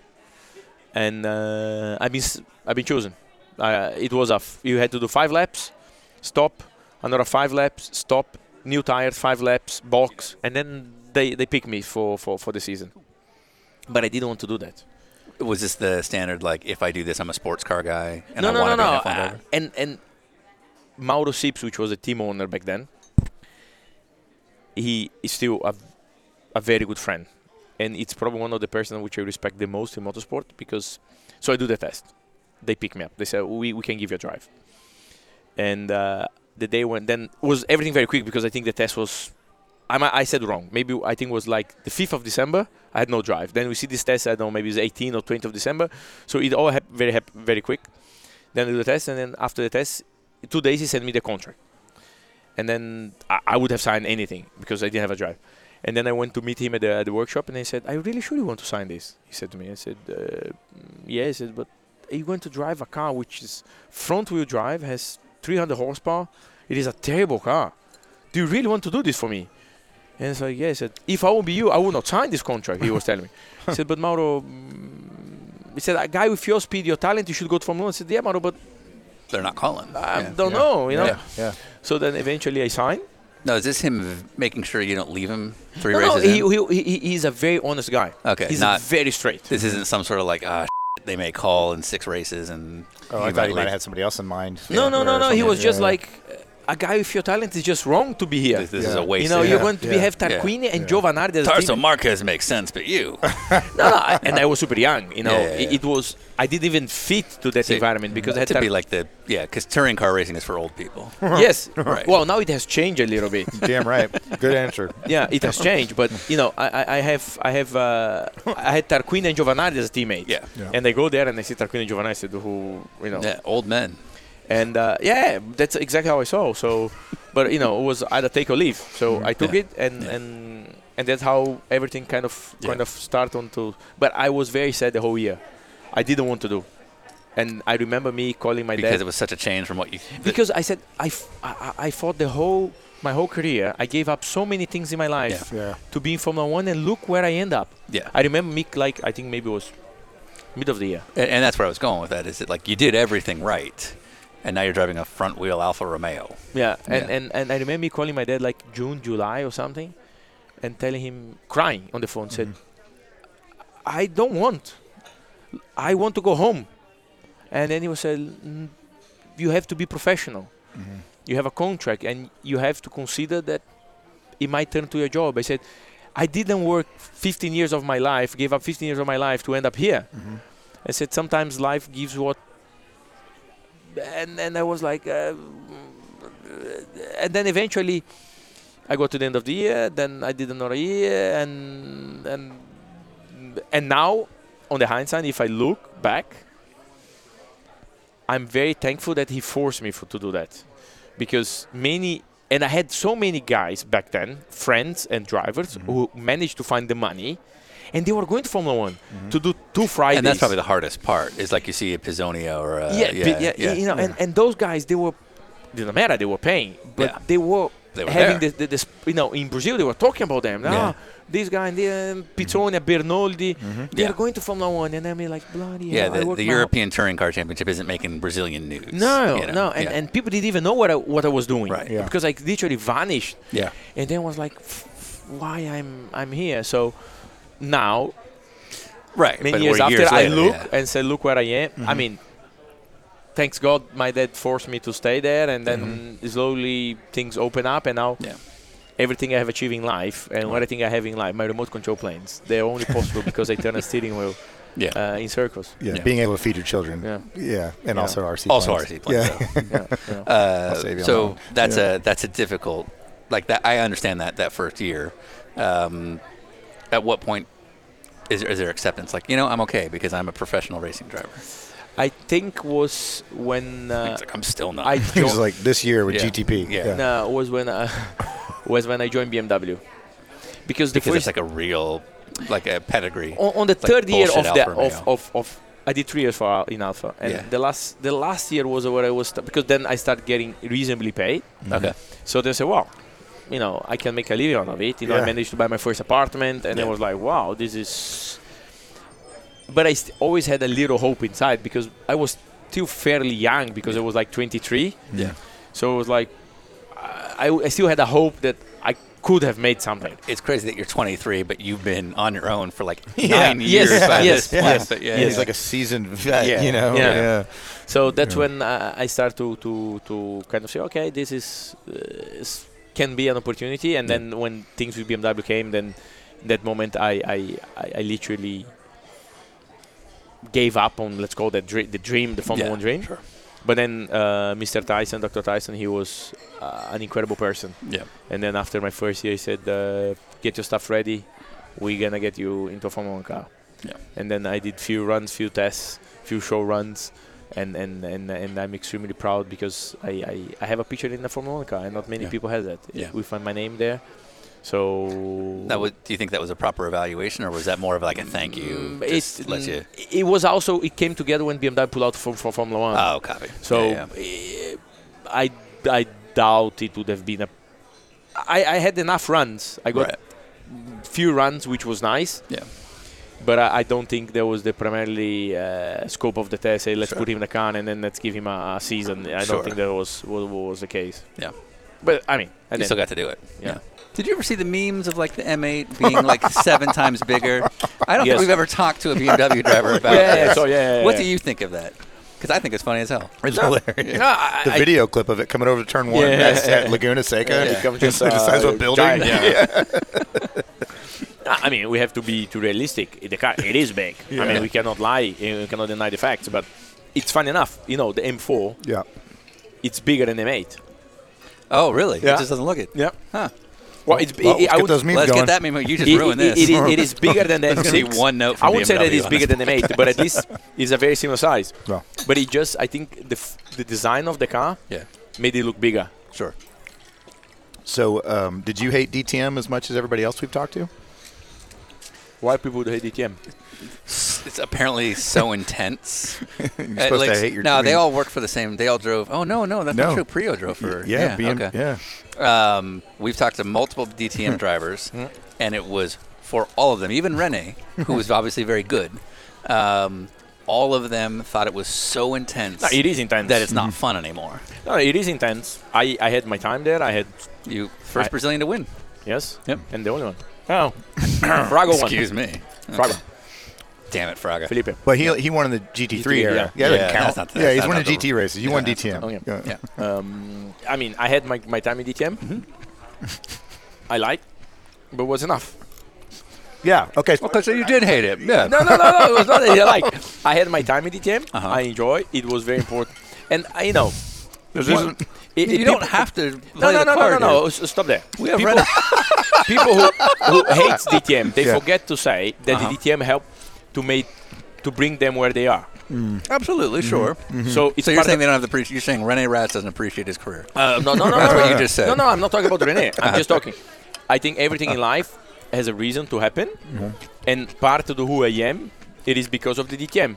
Speaker 3: and uh, I've been s- I've been chosen. Uh, it was a f- you had to do five laps, stop, another five laps, stop, new tires, five laps, box, and then they they picked me for for for the season. But I didn't want to do that.
Speaker 2: Was this the standard? Like, if I do this, I'm a sports car guy, and I
Speaker 3: no, no,
Speaker 2: want
Speaker 3: no,
Speaker 2: to
Speaker 3: no.
Speaker 2: be an F1
Speaker 3: Uh,
Speaker 2: driver.
Speaker 3: and and Mauro Sips, which was a team owner back then, he is still a, a very good friend. and it's probably one of the person which I respect the most in motorsport because. So I do the test. They pick me up. They say we, we can give you a drive. And uh, the day when then was everything very quick because I think the test was. I, mi- I said wrong. Maybe I think it was like the 5th of December. I had no drive. Then we see this test. I don't know. Maybe it's 18 or 20 of December. So it all happened very hap- very quick. Then I do the test, and then after the test, two days he sent me the contract and then I, I would have signed anything because I didn't have a drive. And then I went to meet him at the, at the workshop, and I said, "I really sure you want to sign this?" He said to me. I said, uh, mm, "Yeah." He said, "But are you going to drive a car which is front-wheel drive, has 300 horsepower? It is a terrible car. Do you really want to do this for me?" And so yeah, he said, "If I would be you, I would not sign this contract." He was telling me. He said, "But Mauro," mm, he said, "a guy with your speed, your talent, you should go to Formula One." I said, "Yeah, Mauro, but
Speaker 2: They're not calling.
Speaker 3: I
Speaker 2: Yeah.
Speaker 3: don't know, you know."
Speaker 2: Yeah.
Speaker 5: Yeah. Oh,
Speaker 3: So then eventually I signed.
Speaker 2: No, is this him v- making sure you don't leave him three
Speaker 3: No, no,
Speaker 2: races in?
Speaker 3: he, he, he, he's a very honest guy.
Speaker 2: Okay,
Speaker 3: he's
Speaker 2: not-
Speaker 3: very straight.
Speaker 2: This isn't some sort of like, ah, they may call in six races and.
Speaker 5: Oh, I thought you might
Speaker 2: leave.
Speaker 5: have had somebody else in mind.
Speaker 3: no,
Speaker 5: Yeah,
Speaker 3: no, no, no.
Speaker 5: or
Speaker 3: He
Speaker 5: something.
Speaker 3: was just
Speaker 5: Yeah, yeah.
Speaker 3: like uh, a guy with your talent is just wrong to be here.
Speaker 2: This, this is a waste.
Speaker 3: you know,
Speaker 2: of-
Speaker 3: you're going to be,
Speaker 5: yeah,
Speaker 3: have
Speaker 2: yeah.
Speaker 3: Tarquini and Giovanardi. as a
Speaker 2: Tarso
Speaker 3: team.
Speaker 2: Marquez makes sense, but you.
Speaker 3: No, no, I- and I was super young. You know,
Speaker 2: Yeah, yeah,
Speaker 3: It,
Speaker 2: yeah.
Speaker 3: it was. I didn't even fit to that
Speaker 2: See,
Speaker 3: environment because I had
Speaker 2: That'd
Speaker 3: Tar-
Speaker 2: be like the yeah, because touring car racing is for old people.
Speaker 3: yes.
Speaker 2: Right.
Speaker 3: Well, now it has changed a little bit.
Speaker 5: Damn right. Good answer.
Speaker 3: yeah, it has changed. But you know, I, I- I have, I have, uh, I had Tarquini and Giovanardi as teammates.
Speaker 2: Yeah.
Speaker 5: Yeah.
Speaker 3: And I go there and I see Tarquini and Giovanardi. I said, who, you know,
Speaker 2: Yeah, old men.
Speaker 3: and uh, yeah, that's exactly how I saw. So, but you know, it was either take or leave. So I took
Speaker 2: Mm-hmm. Yeah.
Speaker 3: it, and
Speaker 2: Yeah.
Speaker 3: and and that's how everything kind of
Speaker 2: Yeah.
Speaker 3: kind of started onto. But I was very sad the whole year. I didn't want to do, and I remember me calling my
Speaker 2: Because
Speaker 3: dad
Speaker 2: it was such a change from what you. the-
Speaker 3: because I said I, f- I I- I fought the whole my whole career. I gave up so many things in my life
Speaker 5: Yeah.
Speaker 3: to be in Formula One, and look where I end up.
Speaker 2: yeah,
Speaker 3: I remember me like I think maybe it was mid of the year.
Speaker 2: and, and that's where I was going with that. Is it like you did everything right, and now you're driving a front wheel Alfa Romeo?
Speaker 3: Yeah, and,
Speaker 2: Yeah.
Speaker 3: And, and I remember me calling my dad like June, July or something, and telling him, crying on the phone, said, I don't want. I want to go home. And then he was said, "Mm, you have to be professional. You have a contract and you have to consider that it might turn to your job. I said, I didn't work 15 years of my life, gave up 15 years of my life to end up here. I said, sometimes life gives what. And then I was like, uh, and then eventually I got to the end of the year. Then I did another year, and and and now, on the hindsight, if I look back, I'm very thankful that he forced me for, to do that, because many and I had so many guys back then, friends and drivers
Speaker 2: Mm-hmm.
Speaker 3: who managed to find the money, and they were going to Formula One to do two
Speaker 2: Mm-hmm.
Speaker 3: Fridays.
Speaker 2: And that's probably the hardest part. Is like you see a Pisonia or a,
Speaker 3: Uh, yeah,
Speaker 2: yeah,
Speaker 3: but yeah, you know, and, and those guys they were didn't matter they were paying, but
Speaker 2: Yeah.
Speaker 3: they were
Speaker 2: They were
Speaker 3: having
Speaker 2: there.
Speaker 3: this, this, you know, in Brazil they were talking about them. Ah,
Speaker 2: Yeah. Mm-hmm.
Speaker 3: this guy, and the, um, Pizzonia, Bernoldi, they're
Speaker 2: Yeah.
Speaker 3: going to Formula One, and I mean, like bloody
Speaker 2: yeah,
Speaker 3: hell, I
Speaker 2: the,
Speaker 3: worked
Speaker 2: the
Speaker 3: my-
Speaker 2: European Touring Car Championship isn't making Brazilian news.
Speaker 3: No,
Speaker 2: you know?
Speaker 3: no, and,
Speaker 2: Yeah.
Speaker 3: and people didn't even know what I, what I was doing
Speaker 2: Right.
Speaker 5: Yeah.
Speaker 3: because I literally vanished,
Speaker 2: yeah.
Speaker 3: and then was like, f- f- why I'm I'm here? So now
Speaker 2: Right.
Speaker 3: many
Speaker 2: but
Speaker 3: years
Speaker 2: we're
Speaker 3: after I
Speaker 2: later,
Speaker 3: look
Speaker 2: yeah.
Speaker 3: and say, look where I am. I mean, thanks God, my dad forced me to stay there, and then slowly things open up, and now
Speaker 2: Yeah.
Speaker 3: everything I have achieved in life and what I think I have in life, my remote control planes, they're only possible because I turn a steering wheel
Speaker 2: Yeah.
Speaker 3: uh, in circles.
Speaker 5: Yeah.
Speaker 2: Yeah.
Speaker 5: Being able to feed your children.
Speaker 3: Yeah.
Speaker 5: Yeah. And
Speaker 3: Yeah.
Speaker 5: also RC.
Speaker 2: also
Speaker 5: planes.
Speaker 2: RC planes.
Speaker 5: Yeah.
Speaker 2: though.
Speaker 3: Yeah, yeah.
Speaker 2: Uh,
Speaker 5: save you on that
Speaker 2: so
Speaker 5: one.
Speaker 2: that's a that's a difficult like that I understand that that first year um, at what point is there, is there acceptance like you know I'm okay because I'm a professional racing driver
Speaker 3: I think was when uh,
Speaker 2: it's like I'm still not
Speaker 3: I
Speaker 5: It was
Speaker 3: joined.
Speaker 5: like this year with
Speaker 2: Yeah.
Speaker 5: GTP.
Speaker 2: Yeah.
Speaker 3: no, was when uh, was when I joined BMW because the
Speaker 2: because
Speaker 3: first
Speaker 2: it's like a real like a pedigree
Speaker 3: on, on the
Speaker 2: like
Speaker 3: third year of
Speaker 2: bullshit
Speaker 3: the
Speaker 2: Alfa
Speaker 3: of,
Speaker 2: Romeo.
Speaker 3: of, of I did three years for Al- in Alpha, and
Speaker 2: Yeah.
Speaker 3: the last the last year was where I was st- because then I started getting reasonably paid.
Speaker 2: okay
Speaker 3: So they said, "Wow, you know, I can make a living out of it." You know, I
Speaker 5: Yeah.
Speaker 3: managed to buy my first apartment, and I
Speaker 2: Yeah.
Speaker 3: was like, "Wow, this is." But I st- always had a little hope inside because I was still fairly young because I was like 23.
Speaker 2: yeah
Speaker 3: So it was like, I, I still had a hope that I could have made something.
Speaker 2: it's crazy that you're 23 but you've been on your own for like
Speaker 3: Yeah.
Speaker 2: nine
Speaker 3: Yes,
Speaker 2: years by
Speaker 3: yes,
Speaker 2: this
Speaker 3: yes,
Speaker 2: point but yeah,
Speaker 5: He's
Speaker 2: yeah.
Speaker 5: like a seasoned vet,
Speaker 3: Yeah.
Speaker 5: you know.
Speaker 3: Yeah.
Speaker 5: yeah.
Speaker 3: So that's when uh, I start to, to, to kind of say, okay, this is uh, s- can be an opportunity. And then when things with BMW came, then in that moment, I, I, I, I literally gave up on let's call that dr- the dream, the Formula
Speaker 2: Yeah,
Speaker 3: One dream. But then uh, Mr. Tyson, Dr. Tyson, he was uh, an incredible person.
Speaker 2: Yeah.
Speaker 3: And then after my first year, he said, uh, "Get your stuff ready. We're gonna get you into a Formula One car."
Speaker 2: Yeah.
Speaker 3: And then I did few runs, few tests, few show runs, and and and, and I'm extremely proud because I, I, I have a picture in the Formula One car, and not many
Speaker 2: Yeah.
Speaker 3: people have that.
Speaker 2: Yeah.
Speaker 3: We find my name there, so
Speaker 2: That was, do you think that was a proper evaluation, or was that more of like a thank you?
Speaker 3: Mm,
Speaker 2: Just
Speaker 3: it,
Speaker 2: let you.
Speaker 3: mm, it was also it came together when BMW pulled out from, from Formula One.
Speaker 2: Oh, copy.
Speaker 3: So
Speaker 2: Yeah, yeah.
Speaker 3: eh, I I doubt it would have been a. I, I had enough runs. I got
Speaker 2: Right.
Speaker 3: few runs, which was nice.
Speaker 2: Yeah.
Speaker 3: But I, I don't think there was the primarily uh, scope of the test. Say, let's
Speaker 2: Sure.
Speaker 3: put him in the car and then let's give him a, a season. I
Speaker 2: Sure.
Speaker 3: don't think that was was, was the case.
Speaker 2: Yeah.
Speaker 3: But I mean, and
Speaker 2: You
Speaker 3: then,
Speaker 2: still got to do it.
Speaker 3: Yeah.
Speaker 2: Did you ever see the memes of like the M8 being like seven times bigger? I don't think
Speaker 3: Yes.
Speaker 2: we've ever talked to a BMW driver about
Speaker 3: yeah, yeah,
Speaker 2: this.
Speaker 3: so yeah, yeah,
Speaker 2: what
Speaker 3: yeah.
Speaker 2: do you think of that? Because I think it's funny as hell. It's hilarious.
Speaker 3: No, I-
Speaker 1: The
Speaker 3: I-
Speaker 1: video clip of it coming over to turn one
Speaker 3: Yeah.
Speaker 1: at, at Laguna Seca.
Speaker 3: Yeah.
Speaker 1: It
Speaker 3: It comes
Speaker 1: just
Speaker 3: with,
Speaker 1: the size of a
Speaker 3: uh,
Speaker 1: building.
Speaker 3: giant, yeah.
Speaker 1: Yeah.
Speaker 3: I mean, we have to be too realistic. The car, it is big. I mean, we cannot lie, eh, we cannot deny the facts. But it's fun enough, you know. The M4,
Speaker 1: Yeah.
Speaker 3: it's bigger than M8.
Speaker 2: Oh, really?
Speaker 3: Yeah.
Speaker 2: It just doesn't look it.
Speaker 3: Yeah.
Speaker 2: Huh.
Speaker 3: Well, it's.
Speaker 1: Well,
Speaker 3: it,
Speaker 1: let's
Speaker 3: I
Speaker 1: get
Speaker 3: would,
Speaker 1: those memes
Speaker 2: Let's
Speaker 1: going.
Speaker 2: get that meme. You just
Speaker 3: it-
Speaker 2: ruined
Speaker 3: it-
Speaker 2: this.
Speaker 3: it is- it is bigger than the
Speaker 2: There's gonna be
Speaker 3: M6.
Speaker 2: one note
Speaker 3: I
Speaker 2: from
Speaker 3: would say that
Speaker 2: BMW
Speaker 3: it's
Speaker 2: on
Speaker 3: bigger
Speaker 2: this
Speaker 3: than M8, but at least it's a very similar size.
Speaker 1: Yeah.
Speaker 3: But it just, I think, the f- the design of the car
Speaker 2: Yeah.
Speaker 3: made it look bigger.
Speaker 2: Sure.
Speaker 1: So, um, did you hate DTM as much as everybody else we've talked to?
Speaker 3: Why people hate E DTM?
Speaker 2: It's apparently so intense.
Speaker 1: You're
Speaker 2: Uh,
Speaker 1: supposed
Speaker 2: like,
Speaker 1: to hate your.
Speaker 2: no,
Speaker 1: I mean,
Speaker 2: they all work for the same. They all drove. Oh no, no, that's
Speaker 1: No.
Speaker 2: not true. Prio drove for.
Speaker 1: Yeah, BM,
Speaker 2: okay.
Speaker 1: yeah.
Speaker 2: Um, we've talked to multiple DTM drivers, and it was for all of them, even Rene, who was obviously very good. Um, all of them thought it was so intense
Speaker 3: No, it is intense.
Speaker 2: that it's not fun anymore.
Speaker 3: No, it is intense. I, I had my time there. I had
Speaker 2: You first
Speaker 3: I-
Speaker 2: Brazilian to win.
Speaker 3: yes.
Speaker 2: Yep.
Speaker 3: And the only one. Oh, Frago one.
Speaker 2: Excuse me.
Speaker 3: Frago.
Speaker 2: Damn it, Fraga.
Speaker 3: Felipe.
Speaker 1: But he he won in the GT3
Speaker 3: GT3,
Speaker 1: era. Yeah,
Speaker 3: yeah.
Speaker 1: that didn't count.
Speaker 2: Yeah, that's not-
Speaker 1: yeah,
Speaker 2: that's
Speaker 1: he's
Speaker 2: not
Speaker 1: won a
Speaker 2: double-
Speaker 1: GT races. You won
Speaker 2: that's
Speaker 1: DTM.
Speaker 3: Oh, yeah.
Speaker 1: Yeah.
Speaker 2: Yeah.
Speaker 3: Um, I mean, I had my, my time in DTM. I liked, but was enough.
Speaker 1: Yeah, Okay.
Speaker 2: Okay, so you did hate it. Yeah.
Speaker 3: No, no, no, no. It was not that I like. I had my time in DTM.
Speaker 2: Uh-huh.
Speaker 3: I enjoy. It was very important, and I you know.
Speaker 1: isn't-
Speaker 3: it-
Speaker 2: You
Speaker 3: it-
Speaker 2: don't
Speaker 3: people-
Speaker 2: have to.
Speaker 3: No,
Speaker 2: play
Speaker 3: no,
Speaker 2: the
Speaker 3: no, no, no,
Speaker 2: card
Speaker 3: no.
Speaker 2: here.
Speaker 3: S- Stop there.
Speaker 2: We have
Speaker 3: people,
Speaker 2: Rene.
Speaker 3: people who, who hates DTM, they
Speaker 1: Yeah.
Speaker 3: forget to say that
Speaker 2: Uh-huh.
Speaker 3: the DTM helped to make to bring them where they are.
Speaker 2: Mm. Absolutely, sure.
Speaker 3: So it's
Speaker 2: So you're
Speaker 3: part
Speaker 2: saying
Speaker 3: of,
Speaker 2: they don't have the appreciation? You're saying Rene Ratz doesn't appreciate his career?
Speaker 3: uh, no, no, no,
Speaker 2: That's
Speaker 3: no,
Speaker 2: what
Speaker 3: no,
Speaker 2: you just said. Uh-huh.
Speaker 3: No, no, I'm not talking about Rene. I'm just talking. I think everything in life has a reason to happen,
Speaker 2: Mm-hmm.
Speaker 3: and part of the who I am, it is because of the DTM.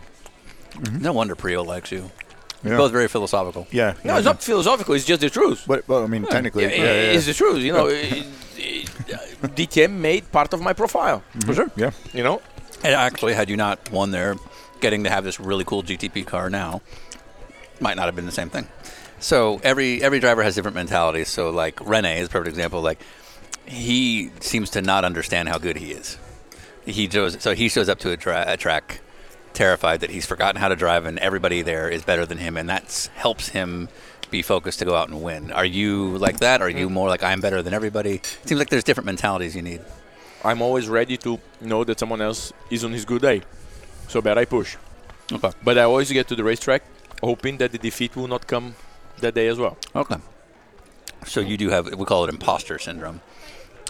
Speaker 2: No wonder Prio likes you. You're
Speaker 1: Yeah.
Speaker 2: both very philosophical.
Speaker 1: Yeah.
Speaker 3: No, it's not philosophical. It's just the truth.
Speaker 1: But well, I mean, technically,
Speaker 3: Yeah,
Speaker 1: yeah, yeah,
Speaker 3: It's the truth. You know, it, it, uh, DTM made part of my profile.
Speaker 2: For sure.
Speaker 1: Mm-hmm. yeah.
Speaker 3: You know,
Speaker 2: And actually, had you not won there, getting to have this really cool GTP car now might not have been the same thing. So every every driver has different mentalities. So like Rene is a perfect example. Like he seems to not understand how good he is. He shows so he shows up to a, tra- a track terrified that he's forgotten how to drive and everybody there is better than him and that helps him be focused to go out and win. Are you like that? Are you more like I'm better than everybody? seems like there's different mentalities you need.
Speaker 3: I'm always ready to know that someone else is on his good day, so better I push.
Speaker 2: Okay.
Speaker 3: But I always get to the racetrack hoping that the defeat will not come that day as well.
Speaker 2: Okay. So you do have we call it imposter syndrome,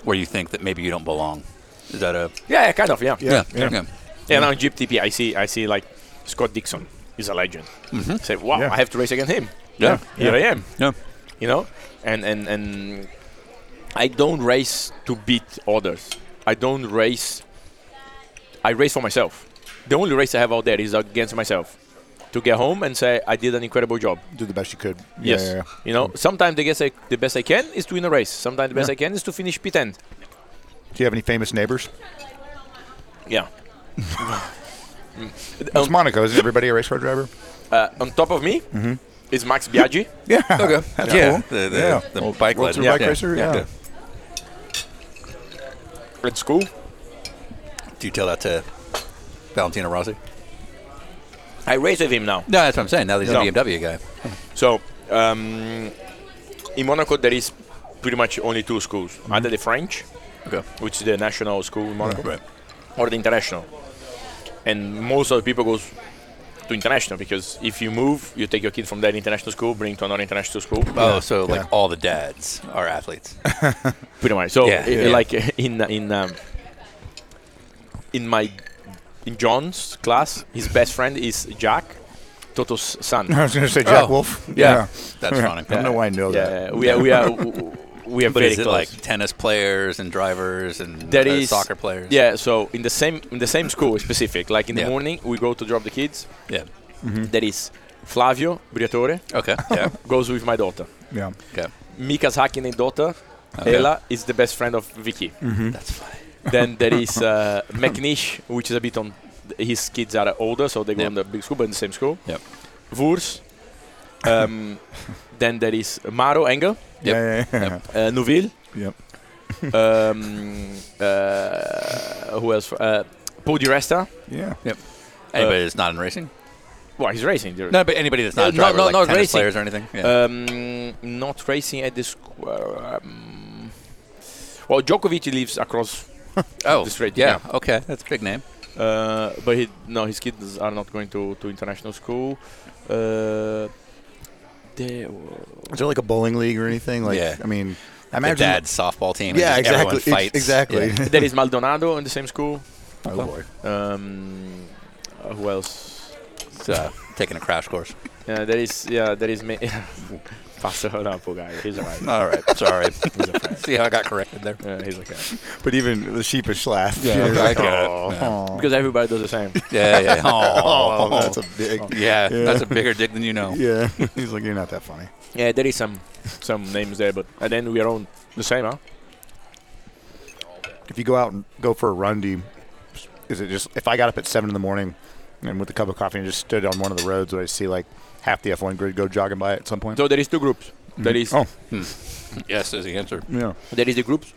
Speaker 2: where you think that maybe you don't belong. Is that a
Speaker 3: Yeah, kind of. Yeah.
Speaker 2: yeah?
Speaker 3: And on GPTP, I see, I see like Scott Dixon is a legend. Say, wow,
Speaker 1: Mm-hmm. Yeah.
Speaker 3: I have to race against him.
Speaker 2: Yeah.
Speaker 3: Here I am.
Speaker 2: Yeah.
Speaker 3: You know, and and and I don't race to beat others. I don't race. I race for myself. The only race I have out there is against myself. To get home and say I did an incredible job.
Speaker 1: Do the best you could.
Speaker 3: Yes.
Speaker 1: Yeah, yeah, yeah.
Speaker 3: You know, sometimes the, guess I, the best I can is to win a race. Sometimes the best I can is to finish P10.
Speaker 1: Do you have any famous neighbors?
Speaker 3: Yeah.
Speaker 1: It's Monaco. Isn't everybody a race car driver?
Speaker 3: Uh, on top of me is Max Biaggi.
Speaker 1: Yeah.
Speaker 2: Okay.
Speaker 1: That's
Speaker 2: yeah.
Speaker 1: cool.
Speaker 2: The, the,
Speaker 1: yeah.
Speaker 2: the bike
Speaker 1: World Tour
Speaker 2: legend.
Speaker 1: bike racer. Yeah.
Speaker 3: It's cool.
Speaker 2: Do you tell that to Valentino Rossi?
Speaker 3: I race with him now.
Speaker 2: No, that's what I'm saying. Now that he's
Speaker 3: No.
Speaker 2: a BMW guy.
Speaker 3: So um, in Monaco there is pretty much only two schools: either the French
Speaker 2: Okay.
Speaker 3: which is the national school in Monaco,
Speaker 2: Right.
Speaker 3: or the international. And most of the people goes to international because if you move, you take your kid from that international school, bring to another international school.
Speaker 2: Oh, so like all the dads are athletes.
Speaker 3: pretty much. So
Speaker 2: Yeah,
Speaker 3: i-
Speaker 2: yeah.
Speaker 3: like in in um, in my in John's class, his best friend is Jack, Toto's son.
Speaker 1: I was going to say Jack
Speaker 2: Oh.
Speaker 1: Wolf.
Speaker 3: Yeah.
Speaker 2: That's funny.
Speaker 1: I don't know why I know that.
Speaker 3: yeah, we are we are w- w- we are
Speaker 2: But
Speaker 3: very
Speaker 2: is it
Speaker 3: close.
Speaker 2: like tennis players and drivers and
Speaker 3: That
Speaker 2: uh,
Speaker 3: is-
Speaker 2: soccer players?
Speaker 3: yeah, so in the same in the same school specific, like in the
Speaker 2: Yeah.
Speaker 3: morning we go to drop the kids.
Speaker 2: Yeah.
Speaker 3: That is Flavio Briatore
Speaker 2: Okay. Yeah.
Speaker 3: goes with my daughter.
Speaker 1: Yeah.
Speaker 2: okay.
Speaker 3: Mika's Hakkinen daughter,
Speaker 2: Okay.
Speaker 3: Ella, is the best friend of Vicky.
Speaker 2: That's funny.
Speaker 3: then there is uh, McNish, which is a bit on his kids are older, so they go
Speaker 2: Yep.
Speaker 3: in the big school, but in the same school.
Speaker 2: Yep.
Speaker 3: Voers. Um, then there is Maro Engel,
Speaker 1: Yeah, yeah, yeah.
Speaker 3: uh, Nouville.
Speaker 1: Yep.
Speaker 3: um, uh, who else? Uh, Paul Di Resta.
Speaker 1: Yeah.
Speaker 2: Anybody that's not in racing?
Speaker 3: Well, he's racing. There-
Speaker 2: No, but anybody that's
Speaker 3: Uh,
Speaker 2: not a
Speaker 3: no,
Speaker 2: driver,
Speaker 3: no,
Speaker 2: like
Speaker 3: not
Speaker 2: tennis
Speaker 3: racing.
Speaker 2: players or anything. Yeah.
Speaker 3: Um, not racing at this. Um, well, Djokovic lives across,
Speaker 2: oh,
Speaker 3: this rate,
Speaker 2: yeah. Okay, that's a big name.
Speaker 3: uh, but he, no, his kids are not going to, to international school. Uh, they,
Speaker 1: Is there like a bowling league or anything? Like,
Speaker 2: Yeah.
Speaker 1: I mean, I
Speaker 2: My
Speaker 1: imagine.
Speaker 2: dad's softball team. and
Speaker 1: yeah,
Speaker 2: just everyone
Speaker 1: exactly. ex-
Speaker 2: Fights.
Speaker 1: Exactly.
Speaker 2: Yeah.
Speaker 3: there is Maldonado in the same school.
Speaker 1: Oh, boy.
Speaker 3: Um, uh, who else?
Speaker 2: It's, uh, taking a crash course.
Speaker 3: Yeah, there is. Yeah, there is. Ma- Passo around, poor guy. He's alright.
Speaker 2: All right. Sorry. See how I got corrected there.
Speaker 3: Yeah, he's okay.
Speaker 1: But even the sheepish laugh.
Speaker 2: Yeah,
Speaker 1: you're
Speaker 2: I
Speaker 1: like,
Speaker 2: get it.
Speaker 1: "Aw,
Speaker 2: Yeah.
Speaker 1: aw."
Speaker 3: Because everybody does the same.
Speaker 2: Yeah. Yeah.
Speaker 1: Oh,
Speaker 2: Oh,
Speaker 1: that's a big.
Speaker 2: yeah,
Speaker 1: Yeah.
Speaker 2: That's a bigger dick than you know.
Speaker 1: Yeah. He's like, you're not that funny.
Speaker 3: yeah, there is some some names there, but at the end we are all the same, huh?
Speaker 1: If you go out and go for a run, do you, is it just if I got up at seven in the morning and with a cup of coffee and just stood on one of the roads, would I see like half the F1 grid go jogging by at some point?
Speaker 3: So there is two groups. There is
Speaker 1: Oh.
Speaker 2: Yes, is the answer.
Speaker 1: Yeah.
Speaker 3: there is the groups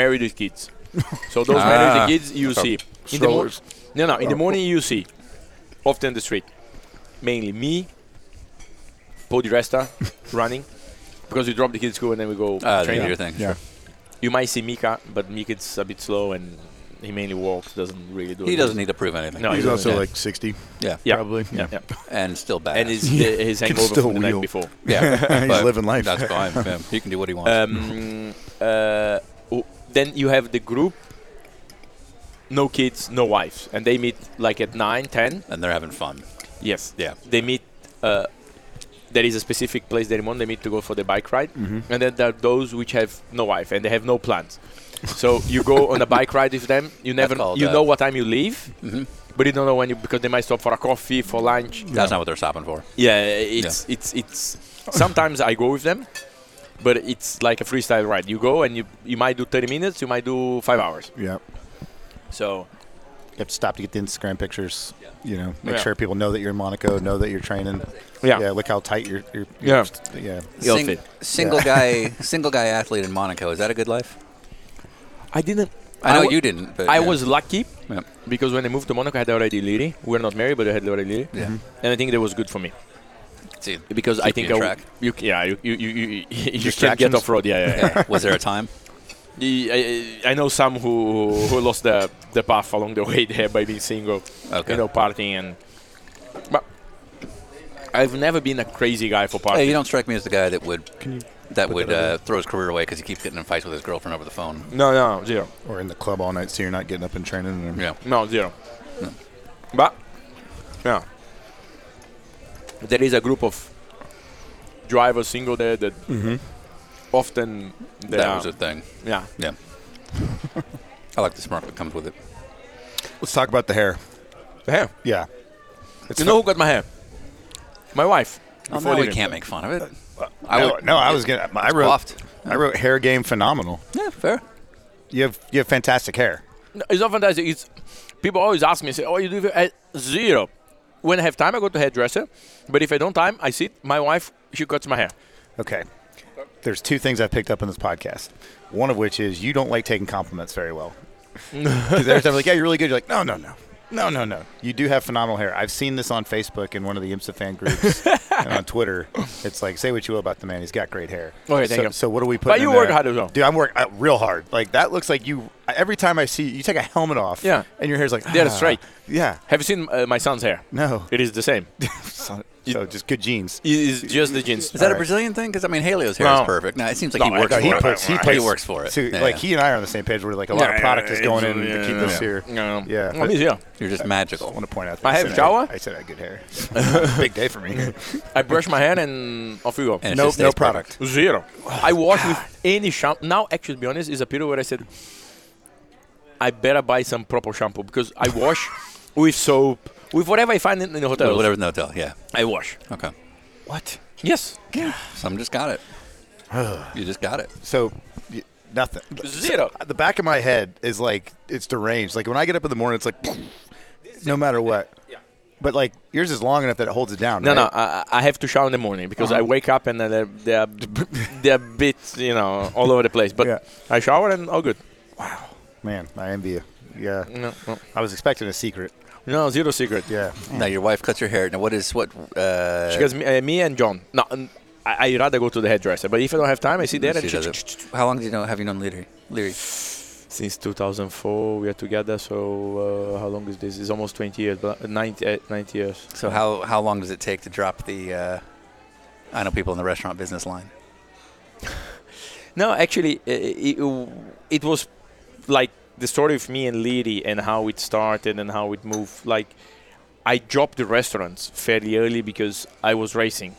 Speaker 3: married with kids. so those
Speaker 2: Ah.
Speaker 3: married with kids you see. In the mor-
Speaker 1: it's-
Speaker 3: no, no. In the morning you see, often the street, mainly me, Paul Di Resta, running, because we drop the kids at school and then we go
Speaker 2: Uh,
Speaker 3: train.
Speaker 2: the other thing.
Speaker 1: Yeah.
Speaker 3: You might see Mika, but Mika's a bit slow and he mainly walks, doesn't really do.
Speaker 2: He
Speaker 3: it.
Speaker 2: doesn't need to prove anything.
Speaker 3: No,
Speaker 1: He's
Speaker 3: Yeah.
Speaker 1: also
Speaker 2: Yeah.
Speaker 1: like 60,
Speaker 2: Yeah.
Speaker 3: Yeah.
Speaker 1: probably.
Speaker 3: Yeah. yeah.
Speaker 2: And still bad.
Speaker 3: And his his hangover
Speaker 1: still
Speaker 3: from the night
Speaker 1: wheel.
Speaker 3: before.
Speaker 2: yeah.
Speaker 1: He's
Speaker 2: but
Speaker 1: living life.
Speaker 2: That's fine. Yeah. He can do what he wants.
Speaker 3: Um, uh, w- then you have the group, no kids, no wives, and they meet like at nine, ten.
Speaker 2: and they're having fun.
Speaker 3: Yes.
Speaker 2: Yeah.
Speaker 3: They meet. Uh, there is a specific place they want. They meet to go for the bike ride,
Speaker 2: Mm-hmm.
Speaker 3: and then there are those which have no wife and they have no plans. so you go on a bike ride with them. You never,
Speaker 2: called, Mm-hmm.
Speaker 3: you
Speaker 2: uh,
Speaker 3: know what time you leave, but you don't know when you because they might stop for a coffee, for lunch.
Speaker 2: That's not what they're stopping for.
Speaker 3: Yeah, it's it's it's. Sometimes I go with them, but it's like a freestyle ride. You go and you you might do 30 minutes, you might do five hours.
Speaker 1: Yeah. You
Speaker 3: So
Speaker 1: have to stop to get the Instagram pictures. You know, make
Speaker 3: Yeah.
Speaker 1: sure people know that you're in Monaco, know that you're training.
Speaker 3: Yeah.
Speaker 1: Yeah. Look how tight your. your,
Speaker 3: Yeah.
Speaker 1: your Yeah.
Speaker 3: The outfit.
Speaker 2: single guy, single guy athlete in Monaco. Is that a good life?
Speaker 3: I didn't.
Speaker 2: I know
Speaker 3: wa-
Speaker 2: you didn't. But
Speaker 3: I
Speaker 2: yeah.
Speaker 3: was lucky
Speaker 2: Yeah.
Speaker 3: because when I moved to Monaco, I had already Liri. We were not married, but I had already Liri,
Speaker 2: Yeah.
Speaker 3: and I think that was good for me
Speaker 2: See,
Speaker 3: because I
Speaker 2: keep
Speaker 3: think
Speaker 2: you
Speaker 3: I
Speaker 2: in
Speaker 3: w-
Speaker 2: track.
Speaker 3: you c- yeah you you you, you, you can't get
Speaker 1: Distractions?
Speaker 3: off road. Yeah, yeah. yeah.
Speaker 2: Yeah. Was there a time?
Speaker 3: The- E I, I know some who who lost the the path along the way there by being single.
Speaker 2: Okay.
Speaker 3: you know, partying and. But I've never been a crazy guy for
Speaker 2: Hey, you
Speaker 3: partying.
Speaker 2: don't strike me as the guy that would that would uh, throw his career away because he keeps getting in fights with his girlfriend over the phone.
Speaker 3: no, no, zero,
Speaker 1: Or in the club all night, so you're not getting up and training. And
Speaker 2: Yeah.
Speaker 3: no, zero. But yeah, there is a group of drivers single there that often they
Speaker 2: Mm-hmm. That
Speaker 3: are-
Speaker 2: was a thing.
Speaker 3: yeah.
Speaker 2: Yeah. I like the smirk that comes with it.
Speaker 1: Let's talk about the hair.
Speaker 3: The hair.
Speaker 1: Yeah. It's
Speaker 3: you know who got my hair? My wife.
Speaker 2: Oh,
Speaker 3: Before
Speaker 2: now we
Speaker 3: leaving.
Speaker 2: can't make fun
Speaker 1: Uh,
Speaker 2: of it.
Speaker 1: I no, no, I was gonna. I wrote.
Speaker 2: Coughed.
Speaker 1: I wrote hair game phenomenal.
Speaker 2: Yeah, fair.
Speaker 1: You have you have fantastic hair.
Speaker 3: No, It's not fantastic. It's people always ask me, say, "Oh, you do it at zero. When I have time, I go to hairdresser. But if I don't time, I sit. My wife, she cuts my hair.
Speaker 1: Okay. There's two things I picked up in this podcast. One of which is you don't like taking compliments very well. Because every time I'm like, yeah, you're really good. You're like, no, no, no, no, no, no. You do have phenomenal hair. I've seen this on Facebook in one of the IMSA fan groups. and on Twitter, it's like say what you will about the man, he's got great hair.
Speaker 3: Okay, thank
Speaker 1: so,
Speaker 3: you.
Speaker 1: So what do we put?
Speaker 3: But you
Speaker 1: in there?
Speaker 3: work hard as well.
Speaker 1: dude. I'm working real hard. Like that looks like you. Every time I see you, take a helmet off.
Speaker 3: Yeah.
Speaker 1: and your hair's like
Speaker 3: Yeah, that's
Speaker 1: "Ah."
Speaker 3: right.
Speaker 1: Yeah,
Speaker 3: Have you seen uh, my son's hair?
Speaker 1: no.
Speaker 3: It is the same.
Speaker 1: So just good jeans.
Speaker 3: It is just the jeans.
Speaker 2: Is that a
Speaker 1: right.
Speaker 2: Brazilian thing? Because I mean, Halio's hair
Speaker 3: No.
Speaker 2: is perfect. No, it seems like
Speaker 3: No,
Speaker 2: he works
Speaker 3: no,
Speaker 2: for
Speaker 3: he
Speaker 2: it.
Speaker 3: puts- he
Speaker 2: he
Speaker 3: puts-
Speaker 2: works for it.
Speaker 1: So,
Speaker 2: Yeah,
Speaker 1: like
Speaker 2: yeah.
Speaker 1: he and I are on the same page. Where like a lot of product is going in to keep this here.
Speaker 3: Yeah.
Speaker 1: Yeah.
Speaker 3: I mean, yeah.
Speaker 2: you're
Speaker 1: uh,
Speaker 2: just
Speaker 1: I
Speaker 2: magical.
Speaker 1: want to point out. That
Speaker 3: I
Speaker 1: you
Speaker 3: have
Speaker 1: said
Speaker 3: Jawa.
Speaker 1: I said I had good hair. Big day for me.
Speaker 3: I brush my hair and off we go.
Speaker 2: And it
Speaker 1: no,
Speaker 2: just Oh,
Speaker 1: no
Speaker 2: stays
Speaker 1: product.
Speaker 3: Zero. I wash with any shampoo. Now, actually, to be honest, is a period where I said, I better buy some proper shampoo because I wash with soap, with whatever I find in, in the hotel.
Speaker 2: Perfect. Whatever no tell. Yeah.
Speaker 3: I wash.
Speaker 2: Okay.
Speaker 3: What? Yes.
Speaker 2: Some just got it. you just got it.
Speaker 1: So y- nothing.
Speaker 3: Zero.
Speaker 1: The back of my head is like it's deranged. Like when I get up in the morning, it's like no matter what. But like yours is long enough that it holds it down.
Speaker 3: No, no.
Speaker 1: right?
Speaker 3: I, I have to shower in the morning because I wake up and they're they're, they're a bit you know all over the place. But
Speaker 1: Yeah.
Speaker 3: I shower and all good.
Speaker 1: Man, I envy you. Yeah,
Speaker 3: No, no,
Speaker 1: I was expecting a secret.
Speaker 3: no zero secret.
Speaker 1: Yeah,
Speaker 2: Now your wife cuts your hair. Now what is what? Uh,
Speaker 3: Because me, uh, me and John. No, and I, I'd rather go to the hairdresser. But if I don't have time, I sit there
Speaker 2: she
Speaker 3: and
Speaker 2: does it. How long do you know? Have you known Leary? Leary.
Speaker 3: since 2004 we are together. So uh, how long is this? It's almost 20 years, but 90, uh, 90 years.
Speaker 2: So how how long does it take to drop the? Uh, I know people in the restaurant business line.
Speaker 3: No, actually, uh, it, it was like the story of me and Liri and how it started and how it moved. Like, I dropped the restaurants fairly early because I was racing.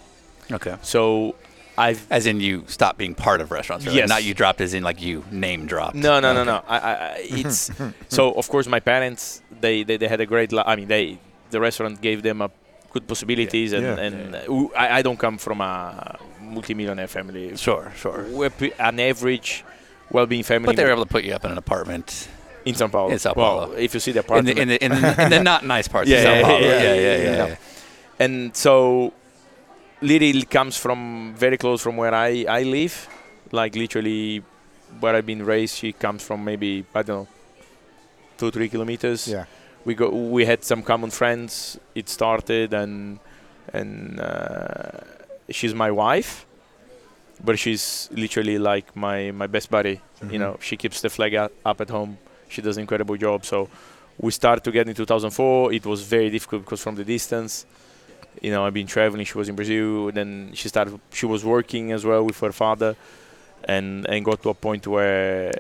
Speaker 2: Okay.
Speaker 3: So I've
Speaker 2: As in you stop being part of restaurants. Really.
Speaker 3: Yes.
Speaker 2: Not you dropped as in like you name dropped.
Speaker 3: no no no no. I, I, I- it's so of course my parents they they, they had a great. Li- I mean they the restaurant gave them a good possibilities and
Speaker 1: Yeah.
Speaker 3: and uh, w- I, I don't come from a multimillionaire family.
Speaker 2: Sure, sure.
Speaker 3: We're pre- an average well-being family
Speaker 2: But they were able to put you up in an apartment
Speaker 3: in São Paulo.
Speaker 2: in São
Speaker 3: Well,
Speaker 2: Paulo.
Speaker 3: if you see the
Speaker 2: in
Speaker 3: apartment.
Speaker 2: the, in the, in the, in the not nice parts
Speaker 3: Yeah,
Speaker 2: of São
Speaker 3: yeah,
Speaker 2: Paulo.
Speaker 3: yeah,
Speaker 2: yeah,
Speaker 3: yeah,
Speaker 2: yeah.
Speaker 3: yeah.
Speaker 2: yeah.
Speaker 3: and so Lidl comes from very close from where I, I live, like literally where I've been raised. She comes from maybe I don't know two three kilometers.
Speaker 1: yeah.
Speaker 3: We go we had some common friends. It started and and uh, she's my wife, but she's literally like my my best buddy. You know, she keeps the flag up, up at home. She does an incredible job. So we started together in 2004. It was very difficult because from the distance, you know, I've been traveling. She was in Brazil. Then she started. She was working as well with her father, and and got to a point where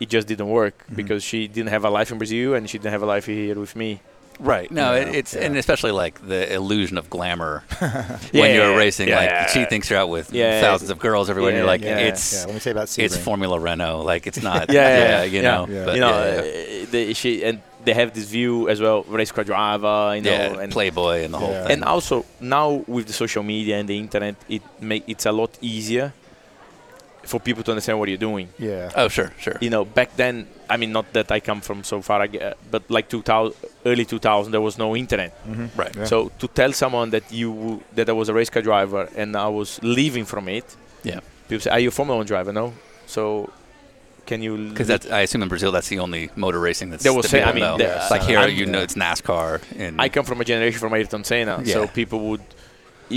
Speaker 3: it just didn't work because she didn't have a life in Brazil and she didn't have a life here with me.
Speaker 2: Right. No,
Speaker 1: Yeah,
Speaker 2: it, it's
Speaker 1: yeah.
Speaker 2: and especially like the illusion of glamour
Speaker 3: Yeah,
Speaker 2: when you're
Speaker 3: yeah,
Speaker 2: racing.
Speaker 3: yeah,
Speaker 2: like
Speaker 3: yeah.
Speaker 2: she thinks you're out with
Speaker 3: Yeah,
Speaker 2: thousands of girls everywhere. and
Speaker 3: yeah,
Speaker 2: you're like,
Speaker 3: yeah,
Speaker 1: yeah.
Speaker 2: it's
Speaker 1: Let me say about Sebring.
Speaker 2: it's Formula Renault. Like it's not.
Speaker 3: Yeah, yeah, yeah,
Speaker 2: you
Speaker 3: yeah.
Speaker 2: know.
Speaker 1: Yeah.
Speaker 2: But
Speaker 3: you know,
Speaker 2: yeah, yeah.
Speaker 3: uh, they, she and they have this view as well, race car driver, you know,
Speaker 2: Yeah,
Speaker 3: and
Speaker 2: Playboy and the whole
Speaker 1: Yeah.
Speaker 2: thing.
Speaker 3: and also now with the social media and the internet, it make it's a lot easier for people to understand what you're doing.
Speaker 1: yeah.
Speaker 2: oh, sure, sure.
Speaker 3: You know, back then, I mean, not that I come from so far, I gue- but like 2000, early 2000, there was no internet.
Speaker 2: right.
Speaker 1: Yeah.
Speaker 3: So to tell someone that you that I was a race car driver and I was leaving from it,
Speaker 2: Yeah.
Speaker 3: people say, "Are you a Formula One driver?" No. So can you?
Speaker 2: Because that's, I assume in Brazil that's the only motor racing that's
Speaker 3: There was
Speaker 2: that
Speaker 3: say- I
Speaker 2: people
Speaker 3: mean,
Speaker 2: know.
Speaker 3: there-
Speaker 2: It's like here
Speaker 3: I'm-
Speaker 2: you know it's NASCAR and
Speaker 3: I come from a generation from Ayrton Senna, so
Speaker 2: Yeah.
Speaker 3: people would.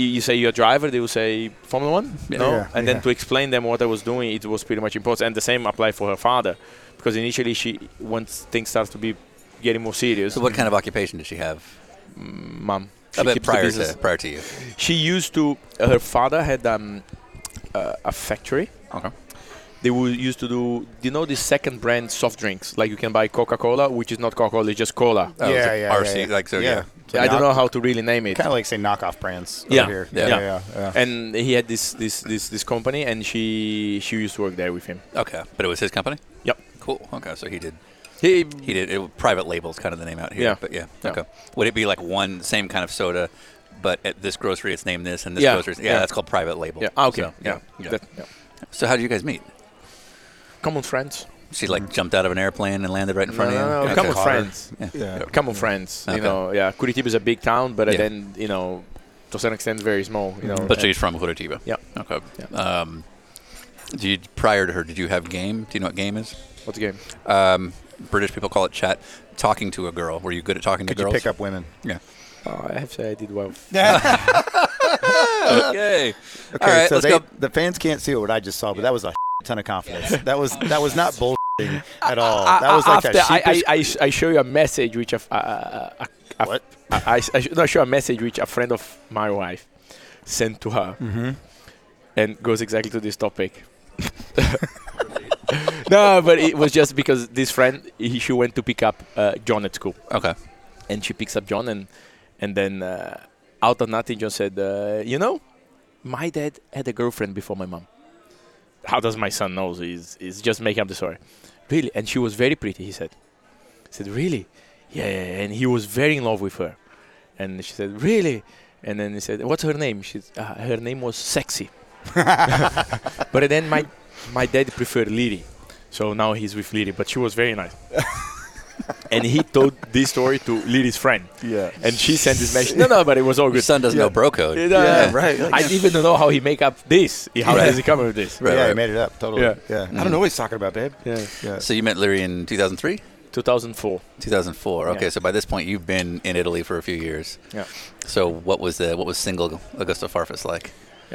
Speaker 3: You you say you're a driver, they will say Formula One,
Speaker 2: Yeah.
Speaker 3: no,
Speaker 1: Yeah,
Speaker 3: and
Speaker 1: yeah.
Speaker 3: then to explain them what I was doing, it was pretty much impossible. And the same applied for her father, because initially she, once things start to be getting more serious,
Speaker 2: So what kind of occupation did she have?
Speaker 3: mom, she
Speaker 2: Uh, but
Speaker 3: keeps the
Speaker 2: prior
Speaker 3: business-
Speaker 2: to prior to you.
Speaker 3: she used to. uh, her father had um, uh, a factory.
Speaker 2: Okay.
Speaker 3: They would used to do. Do you know the second brand soft drinks? Like you can buy Coca-Cola, which is not Coca-Cola, it's just cola.
Speaker 2: Oh,
Speaker 1: yeah,
Speaker 2: so
Speaker 1: yeah,
Speaker 2: RC,
Speaker 1: yeah, yeah.
Speaker 2: like, so, yeah.
Speaker 3: I don't know how to really name it.
Speaker 1: Kind of like say knockoff brands.
Speaker 3: Yeah,
Speaker 1: Over here.
Speaker 2: yeah.
Speaker 1: Yeah. Yeah. yeah.
Speaker 3: and he had this this this this company and she she used to work there with him
Speaker 2: Okay, but it was his company.
Speaker 3: Yep.
Speaker 2: Cool. Okay, so he did
Speaker 3: he,
Speaker 2: He did. It, was- private labels kind of the name out here.
Speaker 3: Yeah.
Speaker 2: But yeah.
Speaker 3: Yeah.
Speaker 2: Okay. Would it be like one same kind of soda, but at this grocery it's named this and this
Speaker 3: Yeah.
Speaker 2: grocery? Yeah,
Speaker 3: Yeah.
Speaker 2: That's called private label.
Speaker 3: yeah ah, okay
Speaker 2: So,
Speaker 3: yeah,
Speaker 2: yeah.
Speaker 3: That- yeah.
Speaker 2: So how did you guys meet?
Speaker 3: common friends
Speaker 2: She like jumped out of an airplane and landed right in front of you. Okay.
Speaker 3: common friends
Speaker 1: Yeah.
Speaker 3: common friends
Speaker 2: Okay.
Speaker 3: you know yeah Curitiba is a big town but
Speaker 2: Yeah.
Speaker 3: then you know to some extent very small you know
Speaker 2: But
Speaker 3: and-
Speaker 2: she's from Curitiba.
Speaker 3: Yeah.
Speaker 2: Okay.
Speaker 3: Yeah.
Speaker 2: Um, do you prior to her? Did you have game? Do you know what game is?
Speaker 3: what's the game
Speaker 2: Um, British people call it chat. Talking to a girl. Were you good at talking
Speaker 1: Could
Speaker 2: to
Speaker 1: you
Speaker 2: girls?
Speaker 1: pick up women?
Speaker 2: Yeah.
Speaker 3: oh, I have to say I did well
Speaker 2: okay. All right,
Speaker 1: so
Speaker 2: let's
Speaker 1: they,
Speaker 2: go.
Speaker 1: the fans can't see what I just saw, but that was a ton of confidence. That was that was not bullshitting at all. That was like
Speaker 3: after
Speaker 1: a
Speaker 3: I, I,
Speaker 1: sheepish.
Speaker 3: I, I show you a message which a, f- a- a- a- a-
Speaker 1: What?
Speaker 3: a- I, I sh- no, I show a message which a friend of my wife sent to her, and goes exactly to this topic. no, but it was just because this friend he, she went to pick up uh, John at school,
Speaker 2: Okay.
Speaker 3: and she picks up John, and and then uh, out of nothing, John said, uh, "You know, my dad had a girlfriend before my mom. How does my son know? He's, he's just making up the story. Really? And she was very pretty. He said. I said, really? Yeah, yeah, yeah." And he was very in love with her. And she said, really? And then he said, what's her name? She, uh, her name was Sexy. but then my my dad preferred Lily, so now he's with Lily. But she was very nice. and he told this story to Lily's friend.
Speaker 1: Yeah.
Speaker 3: And she sent this message. No, no, but it was all
Speaker 2: Your
Speaker 3: good.
Speaker 2: son doesn't know bro code.
Speaker 3: Yeah,
Speaker 1: right,
Speaker 3: I didn't even don't know how he make up this. How does he come up with this?
Speaker 2: Right,
Speaker 1: yeah,
Speaker 2: right.
Speaker 1: I made it up totally.
Speaker 3: Yeah.
Speaker 1: Yeah, I don't know what he's talking about, babe.
Speaker 3: Yeah.
Speaker 1: Yeah.
Speaker 2: So you met Leary in 2003,
Speaker 3: 2004.
Speaker 2: 2004. Okay,
Speaker 3: Yeah.
Speaker 2: so by this point you've been in Italy for a few years.
Speaker 3: Yeah.
Speaker 2: So what was the what was single Augusto Farfus like?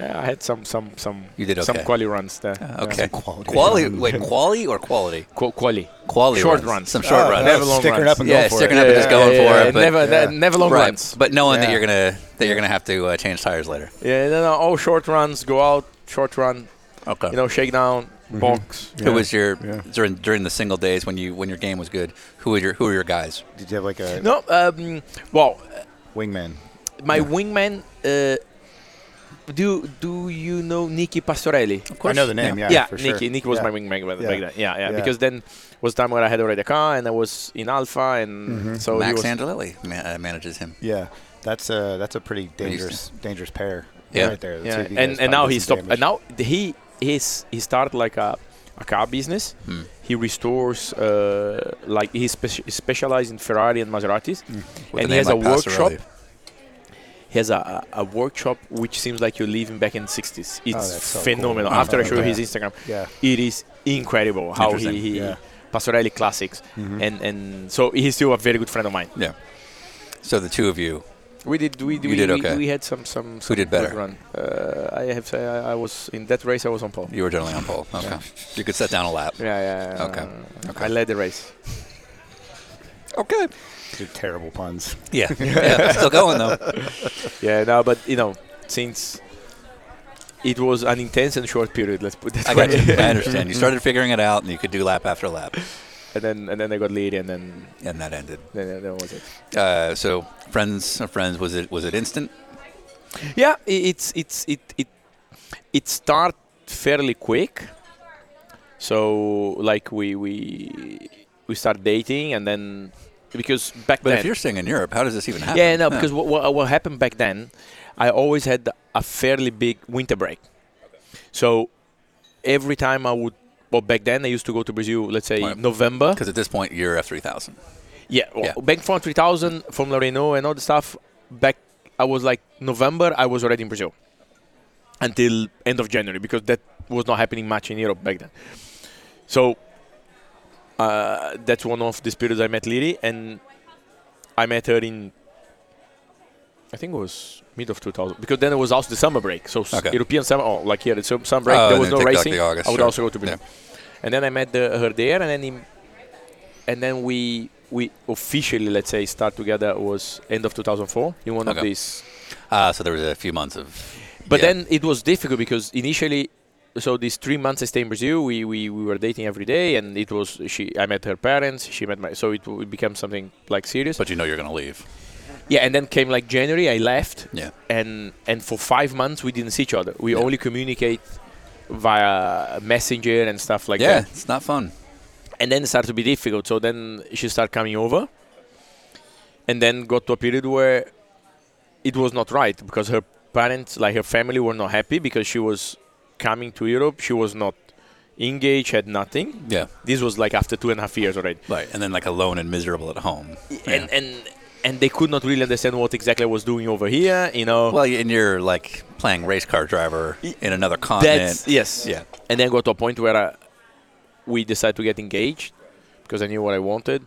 Speaker 3: Yeah, I had some some some
Speaker 2: You did
Speaker 3: some
Speaker 2: okay.
Speaker 3: quali runs there.
Speaker 2: Okay.
Speaker 1: quality.
Speaker 2: Quali, wait, quali or quality?
Speaker 3: Qu- quali.
Speaker 2: Quality
Speaker 3: Short
Speaker 2: runs.
Speaker 3: runs.
Speaker 2: Some short
Speaker 1: Oh,
Speaker 2: runs.
Speaker 3: Never long
Speaker 1: sticking
Speaker 3: runs.
Speaker 1: up and
Speaker 2: yeah,
Speaker 1: going for
Speaker 2: sticking
Speaker 1: it.
Speaker 2: up and just going for it. But
Speaker 3: never
Speaker 2: yeah.
Speaker 3: ne- never long
Speaker 2: right.
Speaker 3: runs.
Speaker 2: But knowing that
Speaker 1: Yeah.
Speaker 2: you're gonna that you're gonna have to uh, change tires later.
Speaker 3: yeah, no, no, all short runs. Go out, short run.
Speaker 2: Okay.
Speaker 3: You know, shake down, box.
Speaker 2: who was your during during the single days when you when your game was good? Who were your who were your guys?
Speaker 1: Did you have like a
Speaker 3: No, um, well,
Speaker 1: wingman?
Speaker 3: my wingman. Uh, do do you know Nicky Pastorelli?
Speaker 1: I know the name. Yeah,
Speaker 3: yeah,
Speaker 1: for
Speaker 3: Nicky.
Speaker 1: sure.
Speaker 3: Nicky was
Speaker 1: Yeah.
Speaker 3: my wingman back
Speaker 1: Yeah.
Speaker 3: back then. Yeah, yeah,
Speaker 1: Yeah.
Speaker 3: Because then was time where I had already a car and I was in Alpha and
Speaker 1: Mm-hmm.
Speaker 3: so he
Speaker 2: Max
Speaker 3: was,
Speaker 2: Angelelli ma- uh, manages him.
Speaker 1: Yeah, that's a that's a pretty dangerous dangerous pair.
Speaker 2: Yeah.
Speaker 1: right there. The two
Speaker 3: yeah.
Speaker 1: of you
Speaker 3: and
Speaker 1: guys
Speaker 3: and
Speaker 1: probably
Speaker 3: now
Speaker 1: did
Speaker 3: he
Speaker 1: some
Speaker 3: stopped.
Speaker 1: damage.
Speaker 3: And now th- he his he started like a, a car business.
Speaker 2: Hmm.
Speaker 3: He restores uh, like he speci- specialized in Ferrari and Maseratis,
Speaker 1: Mm.
Speaker 2: With
Speaker 3: and
Speaker 2: the name
Speaker 3: he has a
Speaker 2: like Pastorelli.
Speaker 3: workshop. He has a, a, a workshop which seems like you're living back in the 60s.
Speaker 2: Oh,
Speaker 3: It's
Speaker 1: that's so cool.
Speaker 3: phenomenal.
Speaker 1: Oh,
Speaker 3: After I show you
Speaker 1: yeah.
Speaker 3: his Instagram,
Speaker 1: Yeah.
Speaker 3: it is incredible how he,
Speaker 2: Interesting. Mm-hmm.
Speaker 3: he
Speaker 1: Yeah.
Speaker 3: Pastorelli classics, and and so he's still a very good friend of mine.
Speaker 2: Yeah. So the two of you.
Speaker 3: We did. We
Speaker 2: You
Speaker 3: we,
Speaker 2: did
Speaker 3: we-
Speaker 2: okay.
Speaker 3: We, had some some. some
Speaker 2: did
Speaker 3: good
Speaker 2: better?
Speaker 3: Run. Uh, I have. to say I, I was in that race. I was on pole.
Speaker 2: You were generally on pole. Okay. You could set down a lap.
Speaker 3: Yeah, yeah. yeah.
Speaker 2: Okay. Okay.
Speaker 3: I led the race. Oh,
Speaker 2: Okay.
Speaker 1: They're terrible puns.
Speaker 2: Yeah. yeah. Still going though.
Speaker 3: Yeah, no, but you know, since it was an intense and short period, let's put that
Speaker 2: I
Speaker 3: way.
Speaker 2: got you. I understand. You started figuring it out, and you could do lap after lap,
Speaker 3: and then and then I got lead, and then
Speaker 2: and that ended.
Speaker 3: then, then that was it.
Speaker 2: Uh, so friends, of friends, was it was it instant?
Speaker 3: Yeah, i- it's it's it it it start fairly quick. So like we we we start dating, and then because back
Speaker 2: But
Speaker 3: then
Speaker 2: if you're staying in Europe, how does this even happen?
Speaker 3: Yeah, no,
Speaker 2: Huh.
Speaker 3: because what, what, what happened back then, I always had a fairly big winter break. So every time I would, well, back then I used to go to Brazil, let's say
Speaker 2: Right.
Speaker 3: November.
Speaker 2: 'Cause at this point you're F three thousand.
Speaker 3: Yeah, well,
Speaker 2: yeah.
Speaker 3: back from 3000, from Loreno and all the stuff, back, I was like November, I was already in Brazil until end of January because that was not happening much in Europe back then. So uh, that's one of these periods I met Lily, and I met her in I think it was mid of 2000 because then it was also the summer break. So s-
Speaker 2: Okay.
Speaker 3: European summer, oh, like here, the sum- summer break,
Speaker 2: Oh,
Speaker 3: there
Speaker 2: and
Speaker 3: was
Speaker 2: then
Speaker 3: no
Speaker 2: take, like,
Speaker 3: racing.
Speaker 2: the August,
Speaker 3: I would
Speaker 2: sure.
Speaker 3: also go to Brazil, and then I met the, her there, and then in, and then we we officially let's say start together was end of 2004 in one of
Speaker 2: Okay.
Speaker 3: these
Speaker 2: Uh, so there was a few months of.
Speaker 3: but
Speaker 2: yeah.
Speaker 3: then it was difficult because initially, so these three months I stayed in Brazil, we, we, we were dating every day, and it was she. I met her parents, she met my. So it, w- it became something like serious.
Speaker 2: But you know you're gonna leave.
Speaker 3: yeah, and then came like January, I left,
Speaker 2: Yeah.
Speaker 3: and and for five months we didn't see each other. We
Speaker 2: Yeah.
Speaker 3: only communicate via messenger and stuff like
Speaker 2: yeah,
Speaker 3: that.
Speaker 2: it's not fun.
Speaker 3: And then it started to be difficult. So then she started coming over, and then got to a period where it was not right because her parents, like her family, were not happy because she was coming to Europe. She was not engaged, had nothing.
Speaker 2: Yeah.
Speaker 3: This was like after two and a half years already,
Speaker 2: Right. And then like alone and miserable at home.
Speaker 3: and and and they could not really understand what exactly I was doing over here. You know,
Speaker 2: Well, and you're like playing race car driver in another continent.
Speaker 3: that's yes,
Speaker 2: Yeah.
Speaker 3: And then got to a point where I, we decided to get engaged because I knew what I wanted,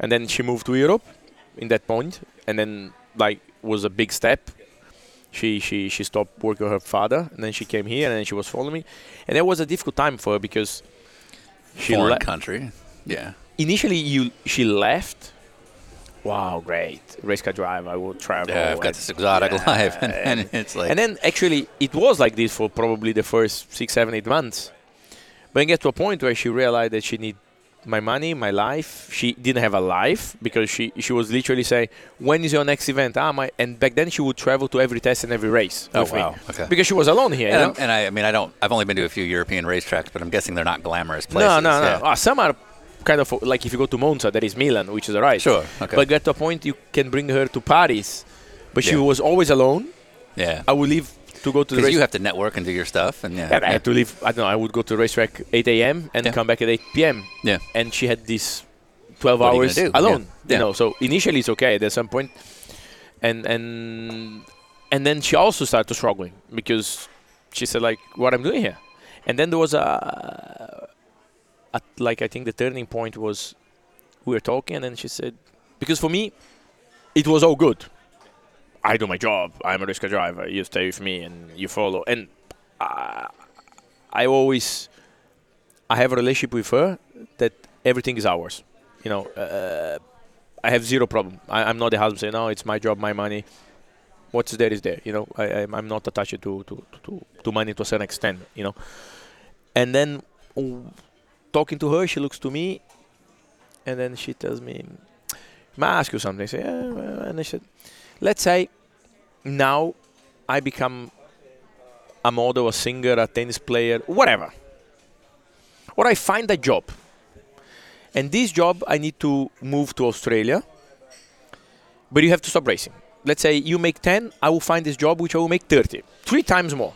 Speaker 3: and then she moved to Europe in that point, and then like was a big step. she she she stopped working with her father, and then she came here, and then she was following me, and that was a difficult time for her because she
Speaker 2: foreign
Speaker 3: le-
Speaker 2: country. Yeah.
Speaker 3: initially you she left. Wow, great race car drive. I will travel.
Speaker 2: Yeah, I've got
Speaker 3: and-
Speaker 2: this exotic
Speaker 3: Yeah,
Speaker 2: life, and, and it's like
Speaker 3: and then actually, it was like this for probably the first six, seven, eight months. But it gets to a point where she realized that she need my money, my life. She didn't have a life because she she was literally saying, "When is your next event?" Ah, my and back then she would travel to every test and every race.
Speaker 2: Oh,
Speaker 3: with me.
Speaker 2: wow. Okay.
Speaker 3: Because she was alone here. you
Speaker 2: And, I'm-
Speaker 3: know?
Speaker 2: and I, I mean, I don't. I've only been to a few European racetracks, but I'm guessing they're not glamorous places.
Speaker 3: No, no, no.
Speaker 2: yeah.
Speaker 3: Ah, some are kind of like if you go to Monza, that is Milan, which is alright.
Speaker 2: Sure, okay.
Speaker 3: But get to a point you can bring her to Paris, but she
Speaker 2: Yeah.
Speaker 3: was always alone.
Speaker 2: Yeah,
Speaker 3: I would leave to go to the
Speaker 2: because
Speaker 3: race.
Speaker 2: you have to network and do your stuff, and yeah,
Speaker 3: And I had to leave. I don't know. I would go to the racetrack 8 a.m. and
Speaker 2: Yeah.
Speaker 3: come back at 8 p.m.
Speaker 2: yeah.
Speaker 3: And she had these 12
Speaker 2: What are you
Speaker 3: hours
Speaker 2: gonna do?
Speaker 3: alone.
Speaker 2: Yeah. Yeah.
Speaker 3: You know, so initially it's okay. At some point, and and and then she also started struggling because she said like, "What I'm doing here." And then there was a, a like I think the turning point was we were talking, and then she said, because for me, it was all good. I do my job. I'm a risker driver. You stay with me and you follow. And uh, I always, I have a relationship with her that everything is ours. You know, uh, I have zero problem. I, I'm not the husband saying, no, it's my job, my money. What's there is there. You know, I, I'm, I'm not attached to, to, to, to money to a certain extent, you know. And then w- talking to her, she looks to me and then she tells me, may I ask you something? I say, yeah. well," And I said, let's say now I become a model, a singer, a tennis player, whatever. Or I find a job. And this job, I need to move to Australia. But you have to stop racing. Let's say you make 10, I will find this job which I will make 30. Three times more.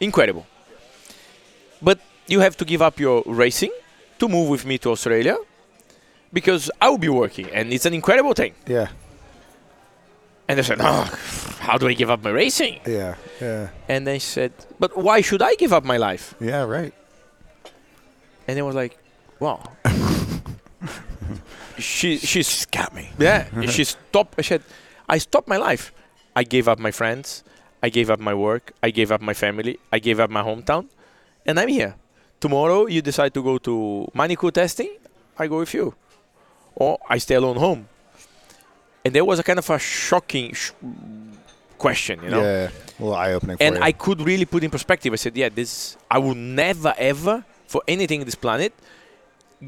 Speaker 3: Incredible. But you have to give up your racing to move with me to Australia because I will be working and it's an incredible thing.
Speaker 1: Yeah.
Speaker 3: And I said, oh, how do I give up my racing?
Speaker 1: Yeah. Yeah.
Speaker 3: And they said, but why should I give up my life?
Speaker 1: Yeah. Right.
Speaker 3: And they was like, wow. she she's,
Speaker 1: got me.
Speaker 3: yeah, she stopped. I said, I stopped my life. I gave up my friends. I gave up my work. I gave up my family. I gave up my hometown. And I'm here. Tomorrow you decide to go to manicure testing. I go with you. Or I stay alone home. And there was a kind of a shocking sh- question, you know?
Speaker 1: Yeah. A little eye opening.
Speaker 3: and
Speaker 1: for
Speaker 3: I
Speaker 1: you.
Speaker 3: could really put in perspective. I said, yeah, this I will never ever for anything in this planet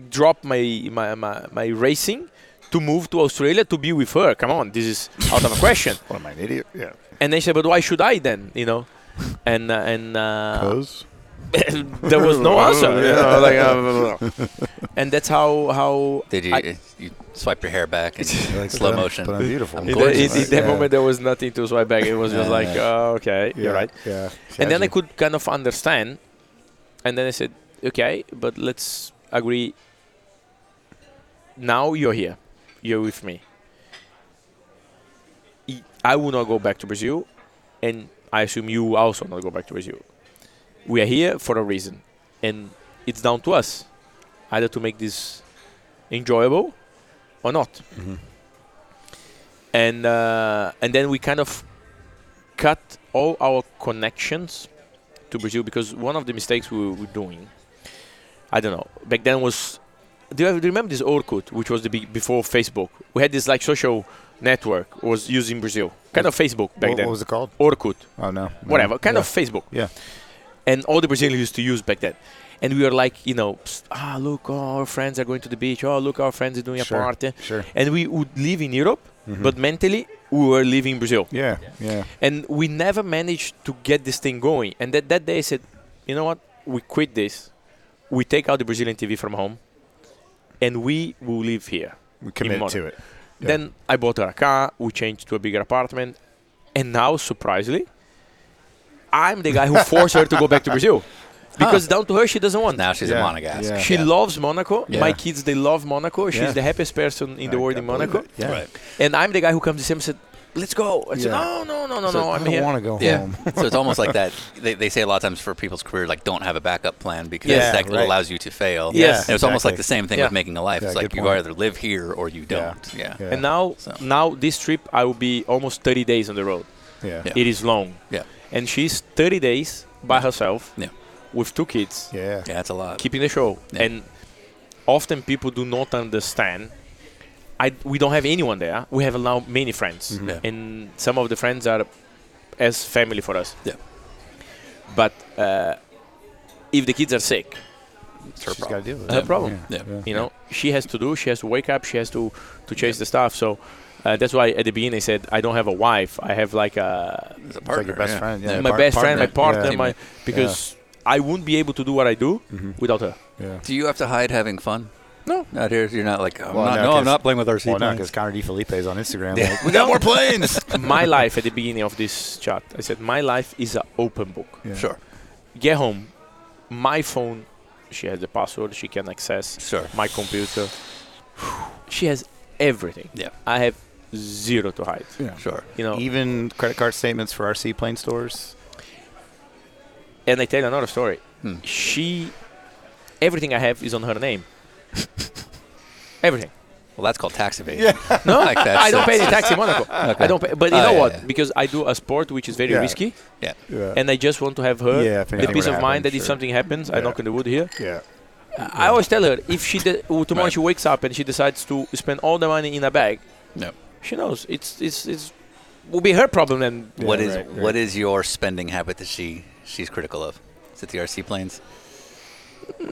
Speaker 3: drop my my, my, my racing to move to Australia to be with her. Come on, this is out of a question.
Speaker 1: What am I an idiot? Yeah.
Speaker 3: And they said, but why should I then? You know, and uh, and uh,
Speaker 1: Pose.
Speaker 3: there was no answer. you know, Oh, like, uh, and that's how how
Speaker 2: Did you
Speaker 3: I-
Speaker 2: you swipe your hair back in
Speaker 1: Like,
Speaker 2: slow
Speaker 1: but I'm-
Speaker 2: motion?
Speaker 1: But I'm beautiful.
Speaker 2: I'm
Speaker 3: in, the,
Speaker 2: gorgeous,
Speaker 3: in, in
Speaker 2: right?
Speaker 3: that
Speaker 1: Yeah.
Speaker 3: moment there was nothing to swipe back. It was just
Speaker 2: Yeah.
Speaker 3: like, oh, okay,
Speaker 1: Yeah,
Speaker 3: you're right.
Speaker 1: Yeah.
Speaker 3: and then I could kind of understand. And then I said, okay, but let's agree. Now you're here. You're with me. Y- I will not go back to Brazil. And I assume you also not go back to Brazil. We are here for a reason. And it's down to us either to make this enjoyable or not.
Speaker 1: Mm-hmm.
Speaker 3: And, uh, and then we kind of cut all our connections to Brazil because one of the mistakes we were doing, I don't know, back then was. Do you, have, do you remember this Orkut, which was the big, before Facebook? We had this like social network was used in Brazil, kind of Facebook back
Speaker 1: What,
Speaker 3: then.
Speaker 1: what was it called?
Speaker 3: Orkut,
Speaker 1: Oh no.
Speaker 3: whatever, kind
Speaker 1: yeah.
Speaker 3: of Facebook.
Speaker 1: Yeah.
Speaker 3: And all the Brazilians used to use back then. And we were like, you know, "Psst, ah, look, all our friends are going to the beach. Oh, look, our friends are doing
Speaker 1: Sure.
Speaker 3: a party.
Speaker 1: Sure. Mm-hmm.
Speaker 3: And we would live in Europe, but mentally, we were living in Brazil
Speaker 1: Yeah. Yeah.
Speaker 3: and we never managed to get this thing going. And that, that day I said, you know what? We quit this. We take out the Brazilian TV from home, and we will live here.
Speaker 1: We committed
Speaker 3: Immortal.
Speaker 1: to it. Yeah.
Speaker 3: Then I bought her a car. We changed to a bigger apartment, and now surprisingly, I'm the guy who forced her to go back to Brazil because down to her she doesn't want.
Speaker 2: now she's
Speaker 1: Yeah,
Speaker 2: a monogas.
Speaker 1: yeah.
Speaker 3: She loves Monaco.
Speaker 2: Yeah.
Speaker 3: My kids, they love Monaco. She's
Speaker 1: Yeah.
Speaker 3: the happiest person in the world in Monaco.
Speaker 1: Yeah.
Speaker 2: Right.
Speaker 3: And I'm the guy who comes to him and said, "Let's go." I said,
Speaker 1: Yeah.
Speaker 3: "No, no, no, no,
Speaker 1: So
Speaker 3: no.
Speaker 1: I
Speaker 3: I'm
Speaker 1: don't
Speaker 3: here."
Speaker 1: want to go
Speaker 2: Yeah.
Speaker 1: home.
Speaker 2: so it's almost like that. They, they say a lot of times for people's career, like, don't have a backup plan because
Speaker 1: Yeah,
Speaker 2: that
Speaker 1: right.
Speaker 2: allows you to fail.
Speaker 3: Yes.
Speaker 2: And it's almost
Speaker 1: Exactly.
Speaker 2: like the same thing
Speaker 3: Yeah.
Speaker 2: with making a life.
Speaker 1: Yeah,
Speaker 2: it's
Speaker 1: good
Speaker 2: like you
Speaker 1: point.
Speaker 2: either live here or you
Speaker 1: Yeah.
Speaker 2: don't. Yeah.
Speaker 1: Yeah.
Speaker 3: And now,
Speaker 2: So-
Speaker 3: now this trip, I will be almost 30 days on the road.
Speaker 1: Yeah.
Speaker 2: Yeah.
Speaker 3: It is long.
Speaker 2: Yeah.
Speaker 3: And she's 30 days by herself
Speaker 2: Yeah.
Speaker 3: with two kids
Speaker 1: Yeah.
Speaker 2: Yeah, that's a lot.
Speaker 3: keeping the show.
Speaker 2: Yeah.
Speaker 3: And often people do not understand. I we don't have anyone there. We have now many friends,
Speaker 2: Yeah.
Speaker 3: and some of the friends are as family for us.
Speaker 2: Yeah.
Speaker 3: But uh, if the kids are sick,
Speaker 2: It's her
Speaker 1: She's got to deal with
Speaker 3: her
Speaker 1: it.
Speaker 3: problem. Uh,
Speaker 2: Yeah.
Speaker 1: Yeah.
Speaker 3: You know, she has to do. She has to wake up. She has to to chase the stuff. So. Uh, that's why at the beginning I said I don't have a wife. I have like a
Speaker 2: It's a
Speaker 1: like
Speaker 2: partner.
Speaker 1: your best
Speaker 2: yeah.
Speaker 1: friend, yeah.
Speaker 3: my
Speaker 1: par-
Speaker 3: best friend, my
Speaker 1: partner.
Speaker 3: partner,
Speaker 1: Yeah.
Speaker 3: my because I wouldn't be able to do what I do without her.
Speaker 1: Yeah.
Speaker 2: Do you have to hide having fun?
Speaker 3: No.
Speaker 2: Not here. You're not like, I'm
Speaker 1: Well,
Speaker 2: not,
Speaker 1: no,
Speaker 2: no, I'm
Speaker 1: 'cause-
Speaker 2: not playing with RC.
Speaker 1: Well, no,
Speaker 2: planes.
Speaker 1: because Connor DeFelipe is on Instagram. Like,
Speaker 2: we got more planes.
Speaker 3: my life at the beginning of this chat, I said, my life is an open book.
Speaker 1: yeah.
Speaker 2: Sure.
Speaker 3: Get home, my phone, she has the password, she can access
Speaker 2: Sure.
Speaker 3: my computer. she has everything.
Speaker 2: Yeah.
Speaker 3: I have zero to hide.
Speaker 2: Sure.
Speaker 3: You know,
Speaker 1: Even credit card statements for RC plane stores.
Speaker 3: and I tell you another story.
Speaker 2: Hmm.
Speaker 3: She, everything I have is on her name. everything.
Speaker 2: Well, that's called tax evasion. Yeah. no, like that.
Speaker 3: I don't pay any tax in Monaco. I don't pay, but you
Speaker 2: Oh,
Speaker 3: know
Speaker 2: yeah,
Speaker 3: what?
Speaker 2: yeah.
Speaker 3: Because I do a sport which is very
Speaker 1: Yeah.
Speaker 3: risky,
Speaker 2: Yeah.
Speaker 1: Yeah.
Speaker 3: and I just want to have her
Speaker 1: Yeah, if
Speaker 3: the
Speaker 1: anything
Speaker 3: peace
Speaker 1: would
Speaker 3: of mind
Speaker 1: happen,
Speaker 3: that if
Speaker 1: sure.
Speaker 3: something happens, I
Speaker 1: Yeah.
Speaker 3: knock on the wood here.
Speaker 1: yeah.
Speaker 3: I always tell her if she de- well, tomorrow
Speaker 2: Right.
Speaker 3: she wakes up and she decides to spend all the money in a bag,
Speaker 2: No.
Speaker 3: she knows it's it's it's will be her problem then.
Speaker 2: What is
Speaker 1: right, right.
Speaker 2: what is your spending habit that she she's critical of? Is it the RC planes?
Speaker 3: no,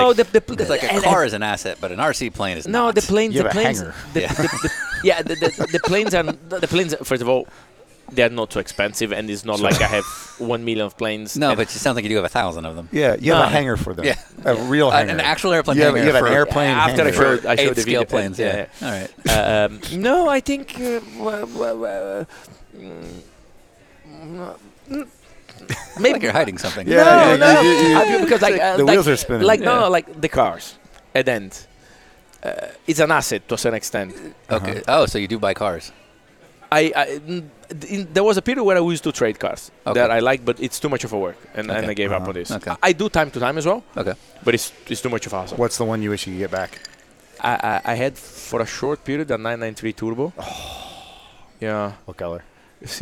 Speaker 2: like-
Speaker 3: the, the, pl-
Speaker 2: It's like a
Speaker 3: and-
Speaker 2: car is an asset, but an RC plane is
Speaker 3: No,
Speaker 2: not.
Speaker 3: the planes.
Speaker 1: You
Speaker 3: the
Speaker 1: have a
Speaker 3: planes.
Speaker 1: hanger.
Speaker 3: The,
Speaker 2: Yeah.
Speaker 3: the, the, yeah, the, the, the planes are the planes. are- First of all, they are not too expensive, and it's not like I have one million of planes.
Speaker 2: No,
Speaker 3: and-
Speaker 2: but it sounds like you do have a thousand of them.
Speaker 1: Yeah. You have
Speaker 3: No.
Speaker 1: a hanger for them.
Speaker 2: Yeah.
Speaker 1: A real
Speaker 2: Uh,
Speaker 1: hanger.
Speaker 2: an actual airplane.
Speaker 1: You have,
Speaker 2: hangar
Speaker 1: you have an
Speaker 2: for-
Speaker 1: airplane
Speaker 3: after I
Speaker 1: hanger.
Speaker 3: showed, I showed
Speaker 2: Eight
Speaker 3: the
Speaker 2: scale
Speaker 3: video.
Speaker 2: planes.
Speaker 3: yeah,
Speaker 2: Yeah.
Speaker 3: yeah.
Speaker 2: All right.
Speaker 3: um, no, I think. Uh, w- w- w- mm, mm,
Speaker 2: Maybe
Speaker 3: maybe
Speaker 2: like you're hiding something.
Speaker 1: Yeah,
Speaker 3: no,
Speaker 1: yeah,
Speaker 3: no,
Speaker 1: you- you-
Speaker 3: I mean, because like uh,
Speaker 1: the
Speaker 3: like-
Speaker 1: wheels are spinning.
Speaker 3: Like no,
Speaker 1: Yeah.
Speaker 3: no, like the cars at the end. Uh, it's an asset to a certain extent.
Speaker 2: Okay.
Speaker 1: Uh-huh.
Speaker 2: Oh, so you do buy cars.
Speaker 3: I, I n- in, there was a period where I used to trade cars
Speaker 2: Okay.
Speaker 3: that I liked, but it's too much of a work, and, and
Speaker 2: Okay.
Speaker 3: I gave up on this.
Speaker 2: Okay.
Speaker 3: I do time to time as well,
Speaker 2: Okay.
Speaker 3: but it's it's too much of a hassle.
Speaker 1: What's the one you wish you could get back?
Speaker 3: I, I I had for a short period a 993 turbo. Yeah,
Speaker 1: What color?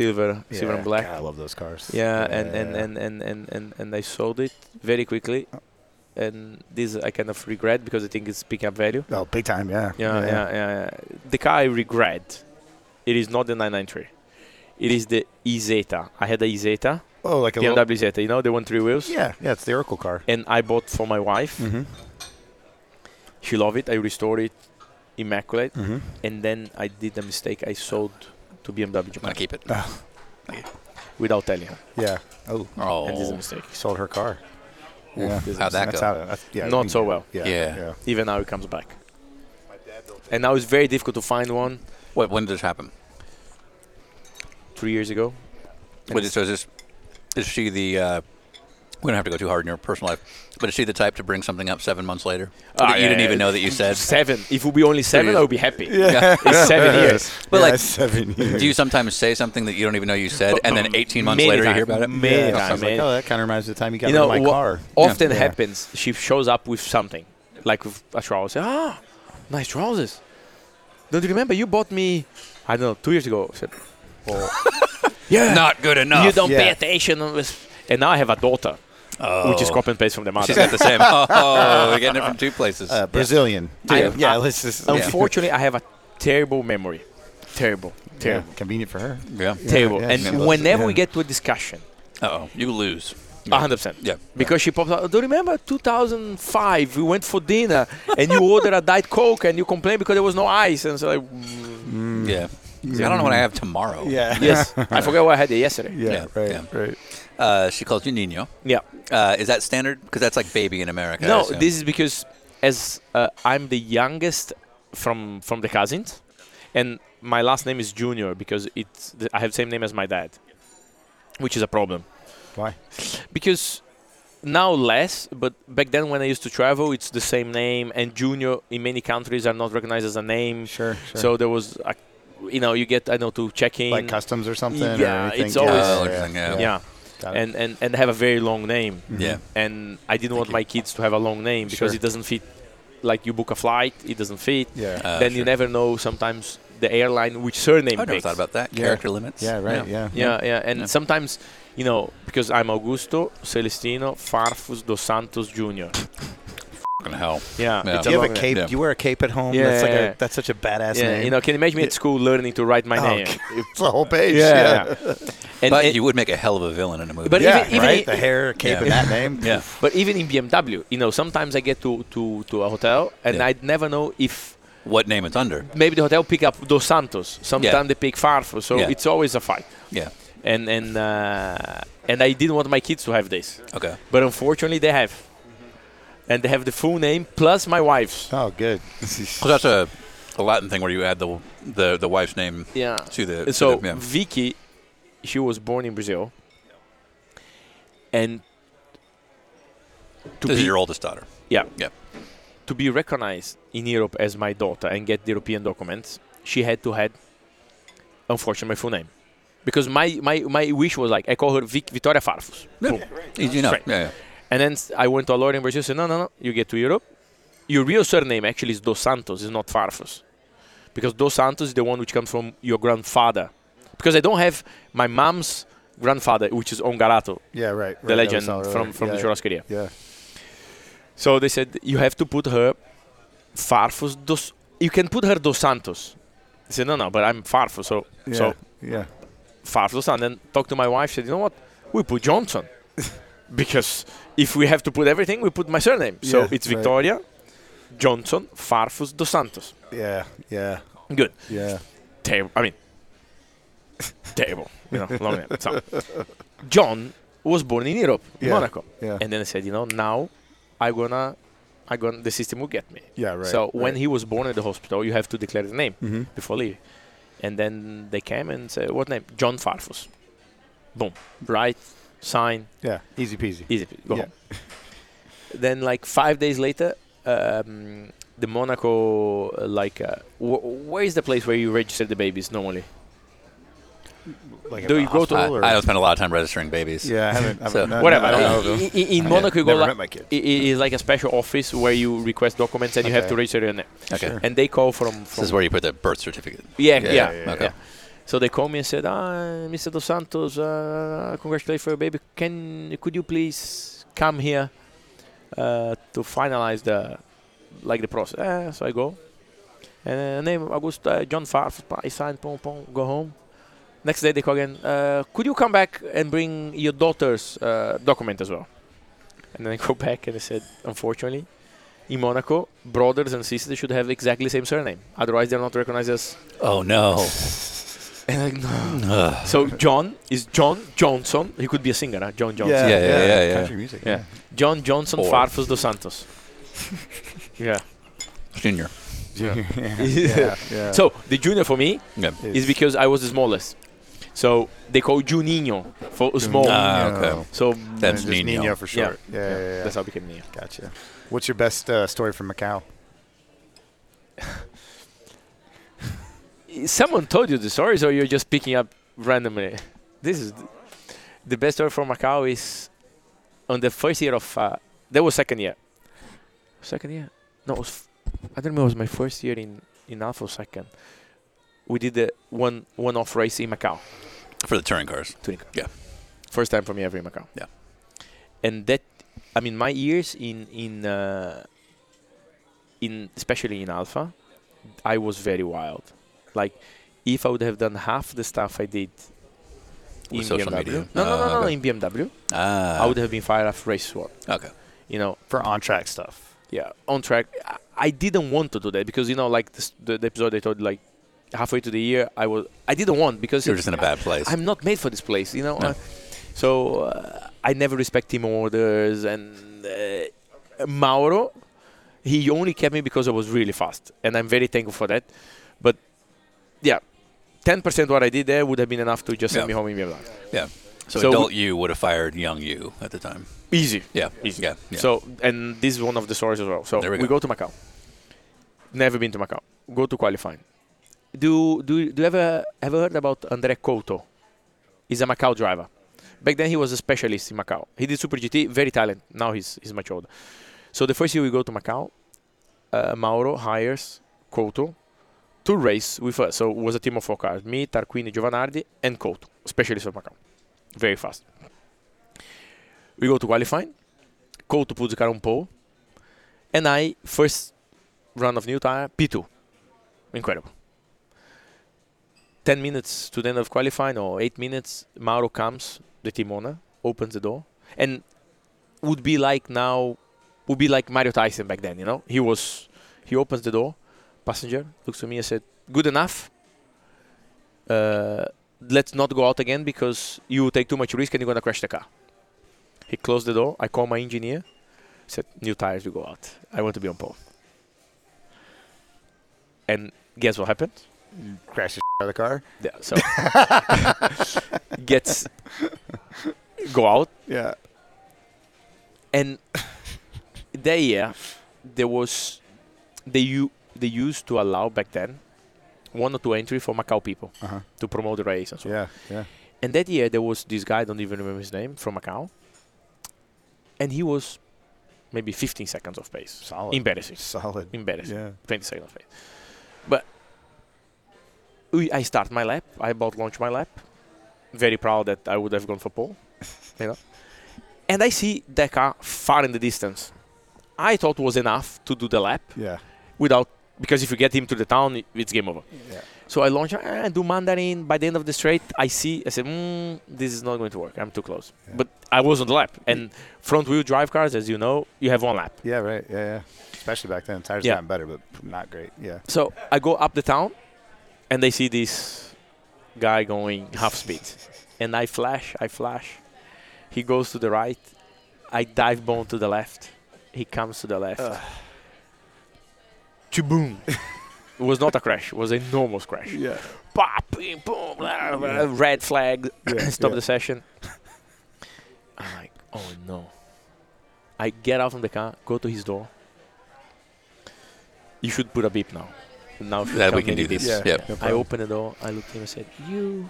Speaker 3: silver, silver and black.
Speaker 1: God, I love those cars.
Speaker 3: Yeah, and, and, and, and, and, and, and I sold it very quickly. And this I kind of regret because I think it's picking up value.
Speaker 1: oh, big time. Yeah.
Speaker 3: Yeah, yeah, yeah. yeah. The car I regret, it is not the 993. It is the Izeta. I had a Izeta,
Speaker 1: Oh, like a little.
Speaker 3: BMW Zeta, you know, the one three wheels.
Speaker 1: Yeah, yeah, it's the Oracle car.
Speaker 3: And I bought for my wife.
Speaker 2: Mm-hmm.
Speaker 3: She loved it. I restored it, immaculate.
Speaker 1: Mm-hmm.
Speaker 3: And then I did a mistake. I sold to BMW
Speaker 2: I'm gonna
Speaker 3: Japan
Speaker 2: keep it.
Speaker 1: Uh-huh.
Speaker 3: without telling her.
Speaker 1: Yeah. Oh,
Speaker 2: Oh.
Speaker 3: And this is a mistake.
Speaker 1: he sold her car. Yeah.
Speaker 3: This is a
Speaker 2: How'd that
Speaker 1: That's
Speaker 2: go?
Speaker 1: how. That's, yeah.
Speaker 3: Not
Speaker 1: we-
Speaker 3: so well.
Speaker 1: Yeah.
Speaker 2: Yeah.
Speaker 1: Yeah.
Speaker 3: even now it comes back. And now it's very difficult to find one.
Speaker 2: What? When did this happen?
Speaker 3: Three years ago,
Speaker 2: What is, so is this? Is she the? Uh, we don't have to go too hard in your personal life, but is she the type to bring something up seven months later
Speaker 3: Ah,
Speaker 2: that you
Speaker 3: yeah,
Speaker 2: didn't
Speaker 3: yeah.
Speaker 2: even know that you said?
Speaker 3: seven. If it would be only seven, I would be happy.
Speaker 2: Yeah.
Speaker 3: It's seven
Speaker 1: uh,
Speaker 3: years.
Speaker 2: But
Speaker 1: Yeah,
Speaker 2: like,
Speaker 1: it's seven years.
Speaker 2: Do you sometimes say something that you don't even know you said, and then 18 months
Speaker 3: Many
Speaker 2: later you hear
Speaker 3: times.
Speaker 2: about it?
Speaker 3: Many
Speaker 1: Yeah,
Speaker 3: times,
Speaker 1: I was like,
Speaker 3: man.
Speaker 1: oh, that kind of reminds me of the time you got
Speaker 3: You
Speaker 1: rid
Speaker 3: know,
Speaker 1: of my
Speaker 3: what
Speaker 1: car.
Speaker 3: often
Speaker 1: Yeah.
Speaker 3: happens, she shows up with something, like with a trouser. Ah, nice trousers. Don't you remember you bought me? I don't know, two years ago. I said,
Speaker 2: Ah,
Speaker 3: yeah,
Speaker 2: Not good enough.
Speaker 3: you don't pay
Speaker 1: Yeah.
Speaker 3: attention. on this." And now I have a daughter,
Speaker 2: Oh.
Speaker 3: which is copy and paste from the mother.
Speaker 2: She's got the same. Oh, we're getting it from two places.
Speaker 1: Uh, Brazilian.
Speaker 3: I-
Speaker 1: yeah. yeah,
Speaker 3: I-
Speaker 1: let's just.
Speaker 2: Oh,
Speaker 3: Unfortunately, I have a terrible memory. Terrible,
Speaker 1: Yeah,
Speaker 3: terrible,
Speaker 1: convenient for her.
Speaker 2: yeah.
Speaker 3: terrible.
Speaker 1: yeah, she
Speaker 3: and
Speaker 1: loves it,
Speaker 3: whenever
Speaker 1: yeah.
Speaker 3: we get to a discussion,
Speaker 2: Oh, you lose.
Speaker 3: A 100%.
Speaker 2: Yeah.
Speaker 3: Because she pops out. Do you remember 2005? We went for dinner and you ordered a Diet Coke and you complained because there was no ice. And so, like,
Speaker 2: Yeah. I don't know what I have tomorrow.
Speaker 3: yes. I forgot what I had yesterday. Yeah.
Speaker 1: Yeah,
Speaker 2: Yeah,
Speaker 1: right.
Speaker 2: yeah.
Speaker 1: Right.
Speaker 2: Uh, she calls you Nino. Uh, is that standard? Because that's like baby in America. I
Speaker 3: No,
Speaker 2: assume.
Speaker 3: this is because as uh, I'm the youngest from from the cousins and my last name is Junior because it's th- I have same name as my dad, which is a problem.
Speaker 1: Why?
Speaker 3: because now less but back then when i used to travel it's the same name and junior in many countries are not recognized as a name
Speaker 1: Sure, sure.
Speaker 3: so there was a, you know you get i know to check in
Speaker 1: Like customs or something? or
Speaker 3: Yeah,
Speaker 1: anything?
Speaker 3: it's always-
Speaker 2: Oh, interesting, yeah.
Speaker 3: yeah
Speaker 1: Got it.
Speaker 3: and, and and have a very long name
Speaker 2: Yeah.
Speaker 3: and i didn't want my kids to have a long name because
Speaker 1: Sure.
Speaker 3: it doesn't fit like you book a flight it doesn't fit
Speaker 1: yeah.
Speaker 2: Uh,
Speaker 3: then you
Speaker 2: sure.
Speaker 3: never know sometimes the airline which surname
Speaker 2: I never
Speaker 3: picks.
Speaker 2: thought about that. Character limits.
Speaker 1: Yeah, right. Yeah.
Speaker 3: Yeah, yeah, and
Speaker 2: Yeah.
Speaker 3: sometimes you know because I'm Augusto Celestino Farfus dos Santos Jr.
Speaker 2: Fucking hell.
Speaker 3: Yeah,
Speaker 2: Yeah.
Speaker 3: it's
Speaker 5: Do you have a
Speaker 3: long-
Speaker 5: cape?
Speaker 2: Yeah.
Speaker 5: Do you wear a cape at home?
Speaker 3: Yeah,
Speaker 5: that's like
Speaker 3: yeah, yeah.
Speaker 5: a, that's such a badass
Speaker 3: Yeah,
Speaker 5: name.
Speaker 3: you know, can you imagine me at school learning to write my
Speaker 5: Oh,
Speaker 3: name?
Speaker 5: okay. it's the whole page.
Speaker 3: And
Speaker 2: but
Speaker 3: it-
Speaker 2: you would make a hell of a villain in a movie.
Speaker 3: But
Speaker 5: Yeah,
Speaker 3: even- even
Speaker 5: right?
Speaker 3: i-
Speaker 5: the hair, cape,
Speaker 2: Yeah.
Speaker 5: and that name.
Speaker 2: yeah.
Speaker 3: But even in BMW, you know, sometimes I get to, to, to a hotel and
Speaker 2: Yeah.
Speaker 3: I'd never know if
Speaker 2: What name it's under?
Speaker 3: maybe the hotel pick up Dos Santos. Sometimes
Speaker 2: Yeah.
Speaker 3: they pick Farfus, so
Speaker 2: Yeah.
Speaker 3: it's always a fight.
Speaker 2: Yeah.
Speaker 3: And and uh, and I didn't want my kids to have this,
Speaker 2: Okay.
Speaker 3: but unfortunately they have, and they have the full name plus my wife's.
Speaker 5: Oh, good.
Speaker 2: Well, that's a, a Latin thing where you add the the, the wife's name
Speaker 3: Yeah.
Speaker 2: to the. to
Speaker 3: And so
Speaker 2: the- yeah.
Speaker 3: Vicky, she was born in Brazil, and to
Speaker 2: this
Speaker 3: be
Speaker 2: is your oldest daughter.
Speaker 3: yeah
Speaker 2: Yeah.
Speaker 3: to be recognized in Europe as my daughter and get the European documents, she had to had, unfortunately, my full name. Because my, my, my wish was like, I call her Vic, Victoria Farfus. Boom.
Speaker 2: You, you know.
Speaker 3: Right.
Speaker 2: Yeah, yeah.
Speaker 3: And then s- I went to a lawyer in Brazil said, no, no, no, you get to Europe. Your real surname actually is Dos Santos, is not Farfus. Because Dos Santos is the one which comes from your grandfather. Because I don't have my mom's grandfather, which is Ongarato,
Speaker 1: Yeah, right.
Speaker 3: the legend from, from the Churrascaria.
Speaker 1: Yeah.
Speaker 3: So they said you have to put her Farfus dos. You can put her dos Santos. I said no, no, but I'm Farfus, so
Speaker 1: Yeah.
Speaker 3: so
Speaker 1: yeah.
Speaker 3: Farfus dos Santos. And then talked to my wife. Said you know what? We put Johnson because if we have to put everything, we put my surname. So
Speaker 1: Yeah,
Speaker 3: it's
Speaker 1: right.
Speaker 3: Victoria Johnson Farfus dos Santos.
Speaker 1: Yeah. Yeah.
Speaker 3: Good.
Speaker 1: Yeah.
Speaker 3: Terrible. I mean, terrible. You know, long name. So John was born in Europe,
Speaker 1: Yeah,
Speaker 3: Monaco,
Speaker 1: yeah.
Speaker 3: and then I said, you know, now I gonna, I gonna, the system will get me.
Speaker 1: Yeah, right,
Speaker 3: So when
Speaker 1: right. Mm-hmm.
Speaker 3: he was born at the hospital, you have to declare the name before leaving, and then they came and said, what name? John Farfus. Boom. Right. Sign.
Speaker 1: Yeah. Easy peasy.
Speaker 3: Easy. peasy, Go
Speaker 1: Yeah.
Speaker 3: home. then, like five days later, um, the Monaco, uh, like, uh, wh- where is the place where you register the babies normally?
Speaker 1: Like
Speaker 3: Do you go to-
Speaker 2: I,
Speaker 3: Cool,
Speaker 2: I don't spend a lot of time registering babies.
Speaker 1: Yeah, I haven't. I haven't
Speaker 2: So,
Speaker 1: no, no,
Speaker 3: Whatever.
Speaker 1: I
Speaker 3: I-
Speaker 1: don't know.
Speaker 3: I- I- in
Speaker 2: Yeah.
Speaker 3: Monaco, you go
Speaker 1: Never met
Speaker 3: like,
Speaker 1: my kids.
Speaker 3: i- i- it's like a special office where you request documents and you have
Speaker 1: Okay.
Speaker 3: to register your name.
Speaker 2: Okay.
Speaker 3: And they call from,
Speaker 2: This
Speaker 3: from
Speaker 2: is where you put the birth certificate.
Speaker 3: yeah, yeah,
Speaker 2: yeah,
Speaker 3: yeah.
Speaker 2: okay.
Speaker 3: So they called me and said, ah, Mr. Dos Santos, uh, congratulations for your baby. Can could you please come here uh, to finalize the like the process? Uh, so I go. And uh, name August uh, John Farf. I sign, pom pom, go home. Next day they call again. Uh, could you come back and bring your daughter's uh, document as well? And then I go back and I said, unfortunately, in Monaco, brothers and sisters should have exactly the same surname. Otherwise, they're not recognized as
Speaker 2: Oh no. Ugh.
Speaker 3: so John is John Johnson. He could be a singer, huh? John Johnson.
Speaker 2: Yeah, yeah, yeah, yeah.
Speaker 1: Country music. Yeah.
Speaker 3: John Johnson
Speaker 2: Or-
Speaker 3: Farfus dos Santos. yeah.
Speaker 2: Junior.
Speaker 1: Yeah. yeah.
Speaker 3: So the junior for me
Speaker 2: Yeah.
Speaker 3: is because I was the smallest. So they call Juninho for small.
Speaker 2: Ah, okay.
Speaker 1: No.
Speaker 3: so
Speaker 2: That's
Speaker 1: Just
Speaker 2: Nino.
Speaker 1: Nino for
Speaker 3: Yeah.
Speaker 1: short. Yeah. Yeah. yeah,
Speaker 3: that's how I became Nino.
Speaker 1: Gotcha. What's your best uh, story from Macau?
Speaker 3: Someone told you the stories, or you're just picking up randomly. This is the best story from Macau is on the first year of uh, that was second year. Second year? No, it was f- I don't remember. It was my first year in in Alpha or second. We did the one one off race in Macau.
Speaker 2: For the touring cars.
Speaker 3: Tunica.
Speaker 2: Yeah.
Speaker 3: First time for me ever in Macau.
Speaker 2: Yeah.
Speaker 3: And that, I mean, my years in in uh, in especially in Alpha, I was very wild. Like, if I would have done half the stuff I did
Speaker 2: With
Speaker 3: in
Speaker 2: social
Speaker 3: BMW,
Speaker 2: media?
Speaker 3: no, no, no,
Speaker 2: Ah,
Speaker 3: no,
Speaker 2: okay.
Speaker 3: in BMW,
Speaker 2: Ah.
Speaker 3: I would have been fired off race one.
Speaker 2: okay.
Speaker 3: You know,
Speaker 5: For on track stuff.
Speaker 3: yeah, on track. I, I didn't want to do that because you know, like this, the, the episode they told like halfway to the year, I was I didn't want because
Speaker 2: You're just in a bad place.
Speaker 3: I'm not made for this place, you know. Uh, so uh, I never respect team orders, and uh, Mauro, he only kept me because I was really fast, and I'm very thankful for that. But yeah, ten percent what I did there would have been enough to just send
Speaker 2: Yeah.
Speaker 3: me home in Milan.
Speaker 2: yeah. So,
Speaker 3: So
Speaker 2: adult you would have fired young you at the time.
Speaker 3: Easy.
Speaker 2: Yeah.
Speaker 3: Easy.
Speaker 2: Yeah. yeah.
Speaker 3: So, and this is one of the stories as well. So
Speaker 2: There we
Speaker 3: we,
Speaker 2: go.
Speaker 3: go to Macau. Never been to Macau. Go to qualifying. Do do do you ever ever heard about André Couto? He's a Macau driver. Back then he was a specialist in Macau. He did Super GT, very talented. Now he's he's much older. So the first year we go to Macau, uh, Mauro hires Couto to race with us. So it was a team of four cars: me, Tarquini, Giovanardi, and Couto, specialist of Macau. Very fast. We go to qualifying. Couto puts the car on pole, and I first run of new tire P2. Incredible. 10 minutes to the end of qualifying or 8 minutes Mauro comes the team owner opens the door and would be like now would be like Mario Tyson back then you know he was he opens the door passenger looks to me and said good enough uh, let's not go out again because you take too much risk and you're gonna crash the car he closed the door I call my engineer said new tires to go out I want to be on pole and guess what happened
Speaker 1: Crash the out of the car.
Speaker 3: yeah, so gets go out
Speaker 1: Yeah.
Speaker 3: and that year there was they u- they used to allow back then one or two entry for Macau people
Speaker 1: Uh-huh.
Speaker 3: to promote the race and so on.
Speaker 1: Yeah. Yeah.
Speaker 3: And that year there was this guy I don't even remember his name from Macau, and he was maybe 15 seconds off pace.
Speaker 1: Solid.
Speaker 3: Embarrassing.
Speaker 1: Solid.
Speaker 3: Embarrassing.
Speaker 1: Yeah.
Speaker 3: 20 seconds phase. But we, I start my lap. I about launch my lap. Very proud that I would have gone for pole, you know. And I see that car far in the distance. I thought was enough to do the lap
Speaker 1: Yeah.
Speaker 3: without because if you get him to the town, i- it's game over.
Speaker 1: Yeah.
Speaker 3: So I launch. I do Mandarin. By the end of the straight, I see. I said, mm, "This is not going to work. I'm too close."
Speaker 1: Yeah. Mm.
Speaker 3: But I was on the lap, and front-wheel drive cars, as you know, you have one lap.
Speaker 1: Yeah. Right. Yeah. Yeah. Especially back then, tires
Speaker 3: Yeah.
Speaker 1: gotten better, but not great. Yeah.
Speaker 3: So I go up the town, and they see this guy going half speed, and I flash, I flash. He goes to the right, I dive bomb to the left. He comes to the left. To boom. it was not a crash. It was an enormous crash.
Speaker 1: Yeah.
Speaker 3: Pop, boom, blah, blah, blah, red flag.
Speaker 1: Yeah,
Speaker 3: Stop
Speaker 1: yeah.
Speaker 3: the session. I'm like, oh no. I get out from the car, go to his door. You should put a beep now. Now should
Speaker 2: That we
Speaker 3: come
Speaker 2: can
Speaker 3: any
Speaker 2: do this.
Speaker 3: beeps.
Speaker 1: Yeah.
Speaker 2: Yep.
Speaker 1: No
Speaker 3: I
Speaker 1: problem.
Speaker 3: opened the door. I looked at him and said, "You."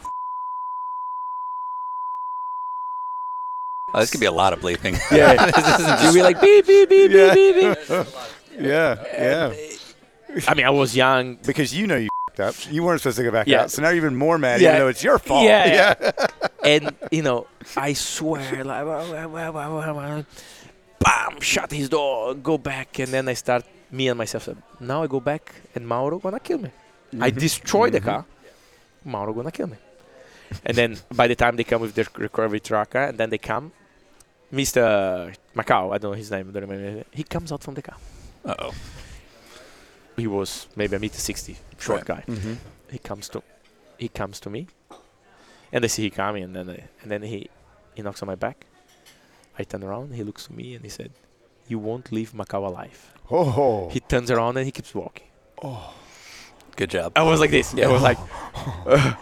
Speaker 2: Oh, this could be a lot of bleeping.
Speaker 1: Yeah.
Speaker 2: this isn't
Speaker 3: You
Speaker 2: just
Speaker 3: were like beep beep beep
Speaker 1: Yeah.
Speaker 3: beep beep.
Speaker 1: yeah. Yeah.
Speaker 3: beep. I mean, I was young.
Speaker 1: Because you know you f***ed up. You weren't supposed to go back
Speaker 3: Yeah.
Speaker 1: out. So now you're even more mad,
Speaker 3: Yeah.
Speaker 1: even though it's your fault.
Speaker 3: Yeah, yeah.
Speaker 1: Yeah.
Speaker 3: and you know, I swear, like, wah, wah, wah, wah, wah, wah. bam, shut his door, go back, and then I start me and myself. said, Now I go back, and Mauro gonna kill me. I
Speaker 2: Mm-hmm.
Speaker 3: destroy the car. Mauro gonna kill me. And then by the time they come with their recovery tracker, and then they come, Mr. Macau, I don't know his name, I don't remember. his name, He comes out from the car.
Speaker 2: Uh oh.
Speaker 3: He was maybe a meter sixty, short
Speaker 2: Right.
Speaker 3: guy he comes to he comes to me and I see he coming and then I, and then he he knocks on my back I turn around he looks to me and he said you won't leave Macau alive
Speaker 1: Oh.
Speaker 3: he turns around and he keeps walking
Speaker 2: Good job.
Speaker 3: I was like this I was like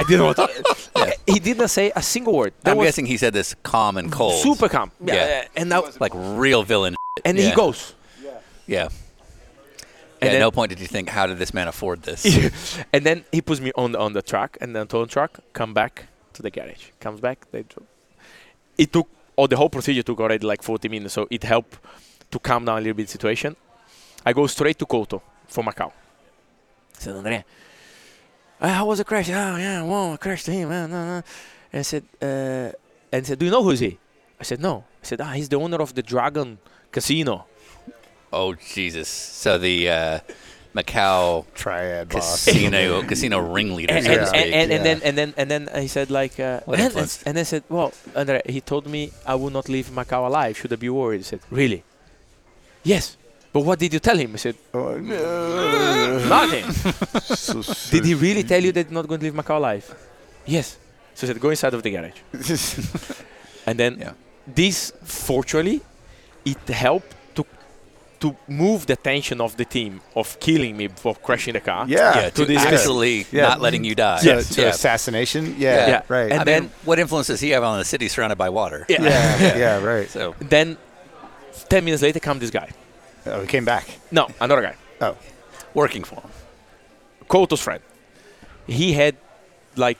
Speaker 3: I didn't want to
Speaker 2: Yeah.
Speaker 3: he didn't say a single word that
Speaker 2: I'm
Speaker 3: was
Speaker 2: guessing he said this calm and cold.
Speaker 3: super calm yeah,
Speaker 2: Yeah.
Speaker 3: yeah. and now
Speaker 2: Like real villain.
Speaker 3: and he
Speaker 2: yeah.
Speaker 3: goes
Speaker 2: Yeah.
Speaker 3: And
Speaker 2: And
Speaker 3: then-
Speaker 2: at no point did you think, how did this man afford this?
Speaker 3: and then he puts me on the, on the truck and then tow truck come back to the garage comes back they dro- it took or the whole procedure took already like 40 minutes so it helped to calm down a little bit the situation i go straight to koto for macau I said andrea "Ah, how was the crash oh yeah wow i crashed him ah, no, no." and i said uh, and said do you know who's he i said no i said ah he's the owner of the dragon casino
Speaker 2: oh, Jesus. So the uh, Macau
Speaker 1: Triad boss.
Speaker 2: casino casino ringleader,
Speaker 3: and,
Speaker 2: so to
Speaker 3: and,
Speaker 2: speak.
Speaker 3: and, and,
Speaker 1: Yeah.
Speaker 3: then and then and then he said like uh,
Speaker 2: What
Speaker 3: and,
Speaker 2: influence?
Speaker 3: and I said well Andre he told me I would not leave Macau alive should I be worried he said really yes but what did you tell him I said
Speaker 1: Oh, no.
Speaker 3: nothing
Speaker 1: So
Speaker 3: did he really tell you that you're not going to leave Macau alive yes so he said go inside of the garage and then
Speaker 2: Yeah.
Speaker 3: this fortunately it helped to to move the tension of the team of killing me for crashing the car
Speaker 1: Yeah.
Speaker 2: yeah, to
Speaker 1: this
Speaker 2: actually
Speaker 1: Yeah.
Speaker 2: not letting you die.
Speaker 1: To, to
Speaker 2: yeah.
Speaker 1: assassination. Yeah.
Speaker 2: Yeah.
Speaker 1: Right.
Speaker 3: And
Speaker 2: I
Speaker 3: then-
Speaker 2: mean, what influence does he have on the city surrounded by water?
Speaker 3: yeah,
Speaker 1: yeah. yeah. Right.
Speaker 2: So
Speaker 3: then 10 minutes later come this guy
Speaker 1: Oh, he came back.
Speaker 3: no another guy
Speaker 1: Oh.
Speaker 2: working for him.
Speaker 3: Koto's friend. He had like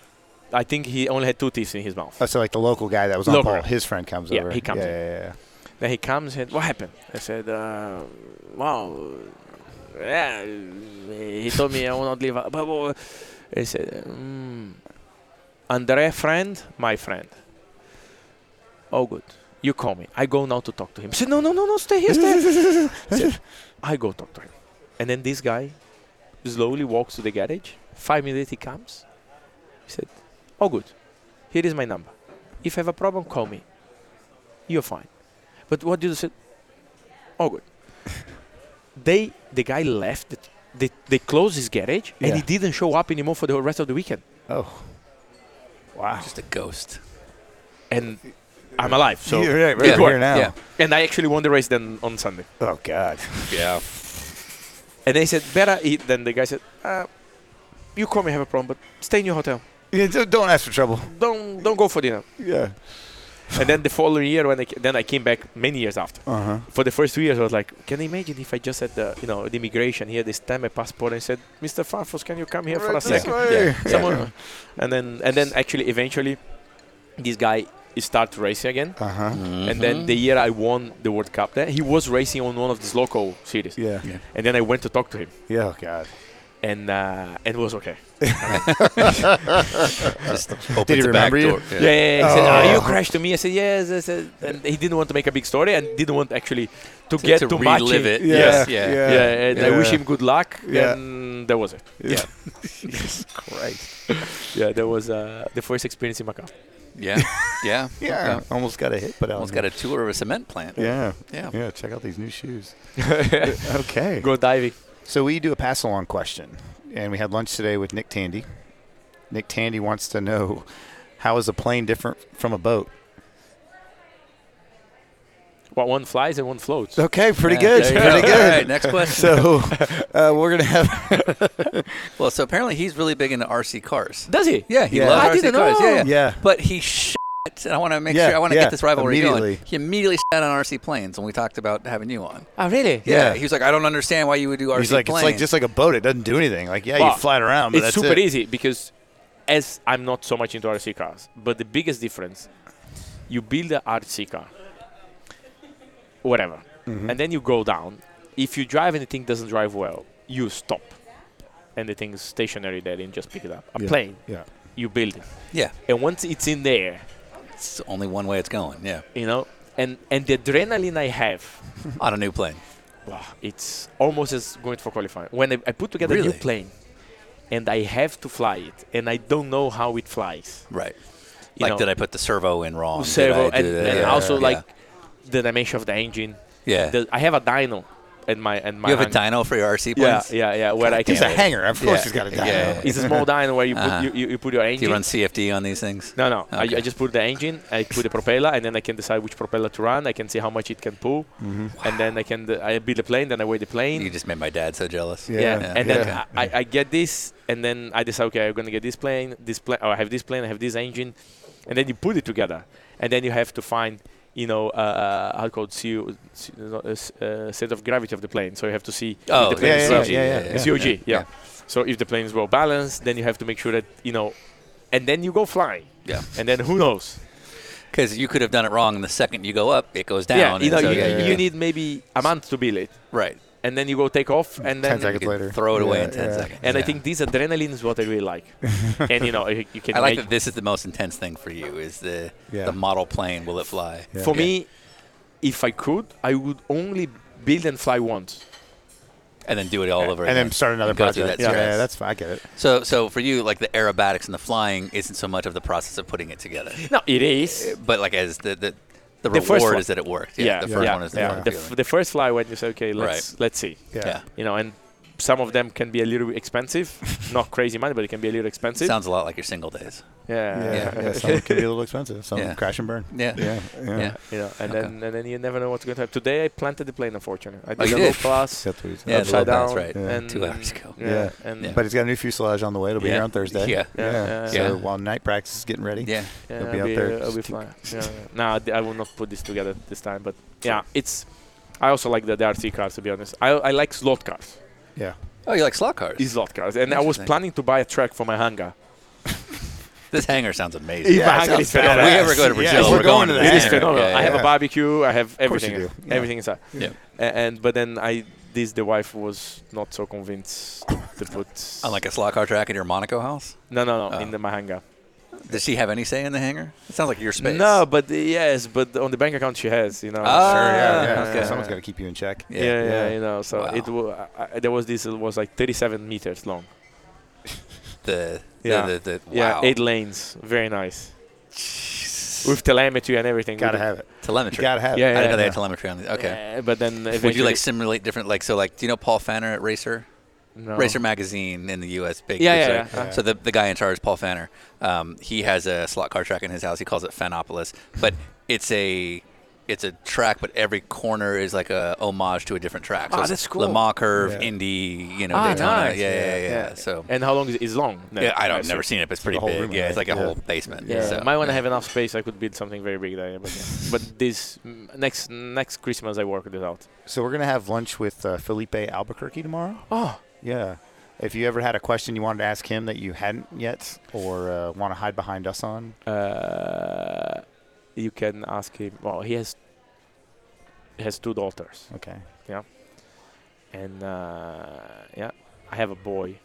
Speaker 3: I think he only had two teeth in his mouth.
Speaker 1: oh. So like the local guy that was on
Speaker 3: Local.
Speaker 1: Paul, his friend comes
Speaker 3: Yeah,
Speaker 1: over.
Speaker 3: he comes
Speaker 1: Yeah.
Speaker 3: in.
Speaker 1: Yeah. yeah.
Speaker 3: Then he comes and what happened? I said, uh, well, yeah. He told me I will not leave. But, but he said, mm, Andre friend, my friend. Oh, good. You call me. I go now to talk to him. I said, no, no, no, no, stay here, stay. here." I said, I go talk to him. And then this guy slowly walks to the garage. Five minutes he comes. He said, oh, good. Here is my number. If you have a problem, call me. You're fine. But what did you say? Oh, good. they, the guy left. It. They, they closed his garage and he didn't show up anymore for the rest of the weekend.
Speaker 5: Oh, wow.
Speaker 2: Just a ghost.
Speaker 3: And I'm alive. So
Speaker 1: yeah, right,
Speaker 2: Yeah.
Speaker 1: right here now.
Speaker 2: Yeah.
Speaker 3: and I actually won the race then on Sunday.
Speaker 1: Oh God.
Speaker 2: Yeah.
Speaker 3: And they said better. Eat. Then the guy said, uh, "You call me have a problem, but stay in your hotel.
Speaker 1: Yeah, don't don't ask for trouble.
Speaker 3: Don't don't go for dinner."
Speaker 1: Yeah.
Speaker 3: and then the following year, when I ca- then I came back many years after.
Speaker 1: Uh huh.
Speaker 3: For the first two years, I was like, "Can you imagine if I just had the you know the immigration here, this time a passport, and said, Mr. Farfus, can you come here for a second? Someone, and then and then actually eventually, this guy he start racing again.
Speaker 1: Uh huh.
Speaker 3: And then the year I won the World Cup, there he was racing on one of these local series.
Speaker 1: Yeah. yeah.
Speaker 3: And then I went to talk to him,
Speaker 1: Oh God.
Speaker 3: and uh, and it was okay.
Speaker 2: Just
Speaker 1: Did he
Speaker 2: opens a back
Speaker 1: remember you?
Speaker 2: door.
Speaker 3: Yeah, yeah, yeah. He said, "Are you crashed to me?" I said, "Yes." I said, and he didn't want to make a big story, and didn't want actually to,
Speaker 2: To,
Speaker 3: get
Speaker 2: to
Speaker 3: too much.
Speaker 2: relive
Speaker 3: in-
Speaker 2: it.
Speaker 1: Yeah,
Speaker 2: Yes. Yeah.
Speaker 1: yeah.
Speaker 3: Yeah, and I wish
Speaker 1: Yeah.
Speaker 3: him good luck.
Speaker 1: Yeah.
Speaker 3: And that was it.
Speaker 2: Yeah.
Speaker 1: Jesus Christ.
Speaker 3: Yeah, that was uh, the first experience in Macau.
Speaker 2: Yeah. Yeah.
Speaker 1: Yeah. Almost got a hit, but I
Speaker 2: Almost got a tour of a cement plant.
Speaker 1: Yeah.
Speaker 2: Yeah.
Speaker 1: Yeah. Check out these new shoes. okay.
Speaker 3: Go diving.
Speaker 1: So we do a pass along question, and we had lunch today with Nick Tandy. Nick Tandy wants to know how is a plane different from a boat?
Speaker 3: Well, one flies and one floats.
Speaker 1: Okay, pretty
Speaker 2: Yeah,
Speaker 1: good,
Speaker 2: there you
Speaker 1: pretty
Speaker 2: go.
Speaker 1: good.
Speaker 2: All right, next question.
Speaker 1: So uh, we're gonna have
Speaker 2: well, so apparently he's really big into RC cars.
Speaker 3: Does he?
Speaker 2: Yeah, he
Speaker 1: Yeah.
Speaker 2: loves
Speaker 1: I
Speaker 2: RC
Speaker 3: didn't
Speaker 2: cars. Yeah, yeah.
Speaker 1: yeah.
Speaker 2: But he shit, and I want to make
Speaker 1: Yeah,
Speaker 2: sure I want to
Speaker 1: yeah,
Speaker 2: get this rivalry going.
Speaker 1: immediately.
Speaker 2: He immediately shit on RC planes when we talked about having you on.
Speaker 3: Oh, really?
Speaker 1: Yeah.
Speaker 2: he was like, I don't understand why you would do RC
Speaker 1: He's like
Speaker 2: planes.
Speaker 1: it's like just like a boat. It doesn't do anything. Like yeah,
Speaker 3: Well,
Speaker 1: you fly it around, but
Speaker 3: it's
Speaker 1: Um, that's
Speaker 3: super
Speaker 1: it.
Speaker 3: easy because as I'm not so much into RC cars, but the biggest difference, you build a RC car, whatever,
Speaker 1: Mm-hmm.
Speaker 3: and then you go down. If you drive and the thing doesn't drive well, you stop, and the thing is stationary there and just pick it up. A
Speaker 1: Yeah.
Speaker 3: plane,
Speaker 1: Yeah.
Speaker 3: you build it,
Speaker 2: yeah,
Speaker 3: and once it's in the air,
Speaker 2: it's only one way it's going. Yeah,
Speaker 3: you know, and and the adrenaline I have
Speaker 2: on a new plane.
Speaker 3: Wow, it's almost as going for qualifying. When I, I put together a
Speaker 2: Really?
Speaker 3: new plane and I have to fly it and I don't know how it flies.
Speaker 2: Right.
Speaker 3: You
Speaker 2: like,
Speaker 3: know,
Speaker 2: did I put the servo in wrong? Did
Speaker 3: servo
Speaker 2: I
Speaker 3: and,
Speaker 2: do that?
Speaker 3: and
Speaker 2: Yeah,
Speaker 3: also
Speaker 2: yeah.
Speaker 3: like the dimension of the engine.
Speaker 2: yeah.
Speaker 3: The, I have a dyno in my and my
Speaker 2: you have a
Speaker 3: hang-
Speaker 2: dyno for your RC
Speaker 3: Yeah,
Speaker 2: planes?
Speaker 3: yeah, yeah. Where I can
Speaker 1: He's a hanger. Of course,
Speaker 2: Yeah.
Speaker 1: he's got a
Speaker 2: Yeah,
Speaker 1: guy.
Speaker 2: yeah, yeah.
Speaker 3: it's a small dyno where you put
Speaker 2: Uh-huh.
Speaker 3: you, you, you put your engine.
Speaker 2: Do you run CFD on these things?
Speaker 3: no, no.
Speaker 2: Okay.
Speaker 3: I, I just put the engine. I put the propeller, and then I can decide which propeller to run. I can see how much it can pull, and then I can d- I build the plane. Then I weigh the plane.
Speaker 2: Mm-hmm. You just made my dad so jealous.
Speaker 1: Yeah.
Speaker 3: Yeah. And then
Speaker 1: Yeah.
Speaker 3: I, I- I get this, and then I decide, okay, I'm gonna get this plane, this plane, or I have this plane, I have this engine, and then you put it together, and then you have to find, you know, uh, how called CO, C- no, uh, s- uh, set of gravity of the plane. So you have to see
Speaker 2: Oh,
Speaker 3: if the plane
Speaker 1: yeah,
Speaker 3: is
Speaker 1: yeah,
Speaker 3: COG.
Speaker 1: yeah, yeah, yeah.
Speaker 3: COG, yeah. So if the plane is well balanced, then you have to make sure that you know, and then you go flying,
Speaker 2: Yeah.
Speaker 3: and then who knows?
Speaker 2: Because you could have done it wrong, and the second you go up, it goes down.
Speaker 3: yeah, you
Speaker 2: and
Speaker 3: know,
Speaker 2: so-
Speaker 3: you,
Speaker 2: yeah,
Speaker 3: you
Speaker 2: yeah.
Speaker 3: need maybe a month to build it,
Speaker 2: right.
Speaker 3: and then you go take off, and then
Speaker 1: Ten seconds
Speaker 2: You
Speaker 1: later,
Speaker 2: Throw it away
Speaker 1: Yeah,
Speaker 2: in 10
Speaker 1: yeah.
Speaker 2: seconds.
Speaker 3: And I
Speaker 2: Yeah.
Speaker 3: think this adrenaline is what I really like. and you know, you, you can.
Speaker 2: I like
Speaker 3: make-
Speaker 2: that this is the most intense thing for you is the
Speaker 1: Yeah.
Speaker 2: the model plane. Will it fly?
Speaker 3: For
Speaker 2: Yeah.
Speaker 3: me, if I could, I would only build and fly once.
Speaker 2: and then do it all over
Speaker 1: And
Speaker 2: again.
Speaker 1: then start another
Speaker 2: Go through
Speaker 1: project.
Speaker 2: that
Speaker 1: yeah,
Speaker 2: stress.
Speaker 1: yeah, that's fine. I get it.
Speaker 2: so so for you, like the aerobatics and the flying isn't so much of the process of putting it together,
Speaker 3: No, it is.
Speaker 2: but like as the the, the,
Speaker 3: The first
Speaker 2: reward
Speaker 3: one.
Speaker 2: is that it worked. Yeah,
Speaker 3: Yeah,
Speaker 2: the first
Speaker 3: yeah,
Speaker 2: one is the
Speaker 3: yeah.
Speaker 2: one.
Speaker 3: The, f- the first fly when you say, okay, let's let's see.
Speaker 1: Yeah.
Speaker 2: yeah.
Speaker 3: You know, and some of them can be a little expensive, not crazy money, but it can be a little expensive.
Speaker 2: sounds a lot like your single days.
Speaker 3: yeah.
Speaker 1: Yeah,
Speaker 2: Yeah.
Speaker 1: yeah. some can be a little expensive. Some
Speaker 2: Yeah.
Speaker 1: crash and burn.
Speaker 2: Yeah.
Speaker 1: yeah, yeah.
Speaker 2: Yeah.
Speaker 3: You know, and
Speaker 2: Okay.
Speaker 3: then and then you never know what's going to happen. Today I planted the plane, unfortunately. I did
Speaker 2: Oh, you
Speaker 3: a
Speaker 2: did?
Speaker 3: low class,
Speaker 1: That's what he said.
Speaker 2: Yeah, the
Speaker 3: upside
Speaker 2: low pass,
Speaker 3: down,
Speaker 2: right.
Speaker 1: Yeah.
Speaker 3: and
Speaker 2: Two hours ago.
Speaker 3: Yeah,
Speaker 1: Yeah.
Speaker 3: and
Speaker 2: Yeah.
Speaker 1: But he's got a new fuselage on the way. It'll be
Speaker 2: Yeah.
Speaker 1: here on Thursday.
Speaker 2: Yeah.
Speaker 3: Yeah, yeah,
Speaker 1: So
Speaker 2: yeah.
Speaker 1: while night practice is getting ready.
Speaker 2: Yeah.
Speaker 3: yeah,
Speaker 1: It'll be
Speaker 3: I'll
Speaker 1: out
Speaker 3: be,
Speaker 1: there
Speaker 3: uh, I'll be
Speaker 1: just-
Speaker 3: fine. Yeah, yeah. No, I d- I will not put this together this time. But yeah, it's. I also like the, the RC cars to be honest. I I like slot cars.
Speaker 1: Yeah.
Speaker 2: Oh, you like slot cars?
Speaker 3: These lot cars. And I was
Speaker 2: Interesting.
Speaker 3: planning to buy a track for my hangar.
Speaker 2: This hangar sounds amazing.
Speaker 1: Yeah,
Speaker 3: Bahagli
Speaker 1: sounds
Speaker 3: is phenomenal.
Speaker 1: badass.
Speaker 2: If we ever go to
Speaker 1: Yeah,
Speaker 2: Brazil,
Speaker 1: we're going to
Speaker 2: to
Speaker 1: that.
Speaker 3: It is
Speaker 1: Yeah,
Speaker 3: phenomenal.
Speaker 2: Yeah,
Speaker 3: I have
Speaker 2: yeah.
Speaker 3: a barbecue. I have
Speaker 1: course you
Speaker 3: everything.
Speaker 1: do. Yeah.
Speaker 3: Everything inside.
Speaker 2: Yeah.
Speaker 3: A- And but then I this the wife was not so convinced to put.
Speaker 2: On like a slot car track at your Monaco house?
Speaker 3: no no no
Speaker 2: Oh.
Speaker 3: in the Mahanga.
Speaker 2: Does she have any say in the hangar? It sounds like your space.
Speaker 3: No, but uh, yes, but on the bank account she has. You know.
Speaker 2: Ah,
Speaker 1: Sure, yeah,
Speaker 2: Ah,
Speaker 1: yeah.
Speaker 2: okay.
Speaker 1: Someone's got to keep you in check.
Speaker 3: Yeah, yeah,
Speaker 1: yeah.
Speaker 3: you know. So
Speaker 2: Wow.
Speaker 3: it w- I, I- there was this. It was like 37 meters long.
Speaker 2: The, the,
Speaker 3: Yeah.
Speaker 2: the, the,
Speaker 3: Yeah,
Speaker 2: wow.
Speaker 3: eight lanes. Very nice. With telemetry and everything.
Speaker 1: Gotta
Speaker 3: We did-
Speaker 1: have it.
Speaker 2: telemetry.
Speaker 1: Gotta have it.
Speaker 3: Yeah,
Speaker 2: I
Speaker 3: yeah.
Speaker 2: didn't know they had telemetry on the Okay.
Speaker 3: Yeah, but then
Speaker 2: Would you
Speaker 3: eventually-
Speaker 2: like simulate different, like, so, like, do you know Paul Fanner at Racer?
Speaker 3: no.
Speaker 2: Racer magazine in the U.S. Big.
Speaker 3: Yeah, yeah,
Speaker 2: website.
Speaker 3: yeah. Yeah.
Speaker 2: So the, the guy in charge, Paul Fanner, um, he has a slot car track in his house. He calls it Fanopolis, but it's a it's a track, but every corner is like a homage to a different track. So
Speaker 3: Ah,
Speaker 2: it's
Speaker 3: that's cool.
Speaker 2: Le Mans curve,
Speaker 1: Yeah.
Speaker 2: Indy, you know,
Speaker 3: Ah,
Speaker 2: Daytona.
Speaker 3: nice.
Speaker 2: Yeah, yeah, yeah,
Speaker 3: Yeah.
Speaker 2: So
Speaker 3: And how long is is long? No,
Speaker 2: yeah, I don't
Speaker 3: that's
Speaker 2: never
Speaker 3: it.
Speaker 2: seen it, but it's pretty
Speaker 1: whole
Speaker 2: big.
Speaker 1: room,
Speaker 2: yeah, it's
Speaker 1: right?
Speaker 2: like a
Speaker 1: Yeah.
Speaker 2: whole basement.
Speaker 3: Yeah,
Speaker 2: So,
Speaker 3: might want to
Speaker 2: yeah.
Speaker 3: have enough space. I could build something very big there. But, yeah. but this mm, next next Christmas, I work it out.
Speaker 1: So we're gonna have lunch with uh, Felipe Albuquerque tomorrow.
Speaker 3: Oh,
Speaker 1: Yeah. If you ever had a question you wanted to ask him that you hadn't yet, or uh, want to hide behind us on,
Speaker 3: uh, you can ask him. Well, he has he has two daughters,
Speaker 1: okay.
Speaker 3: and uh, yeah, I have a boy.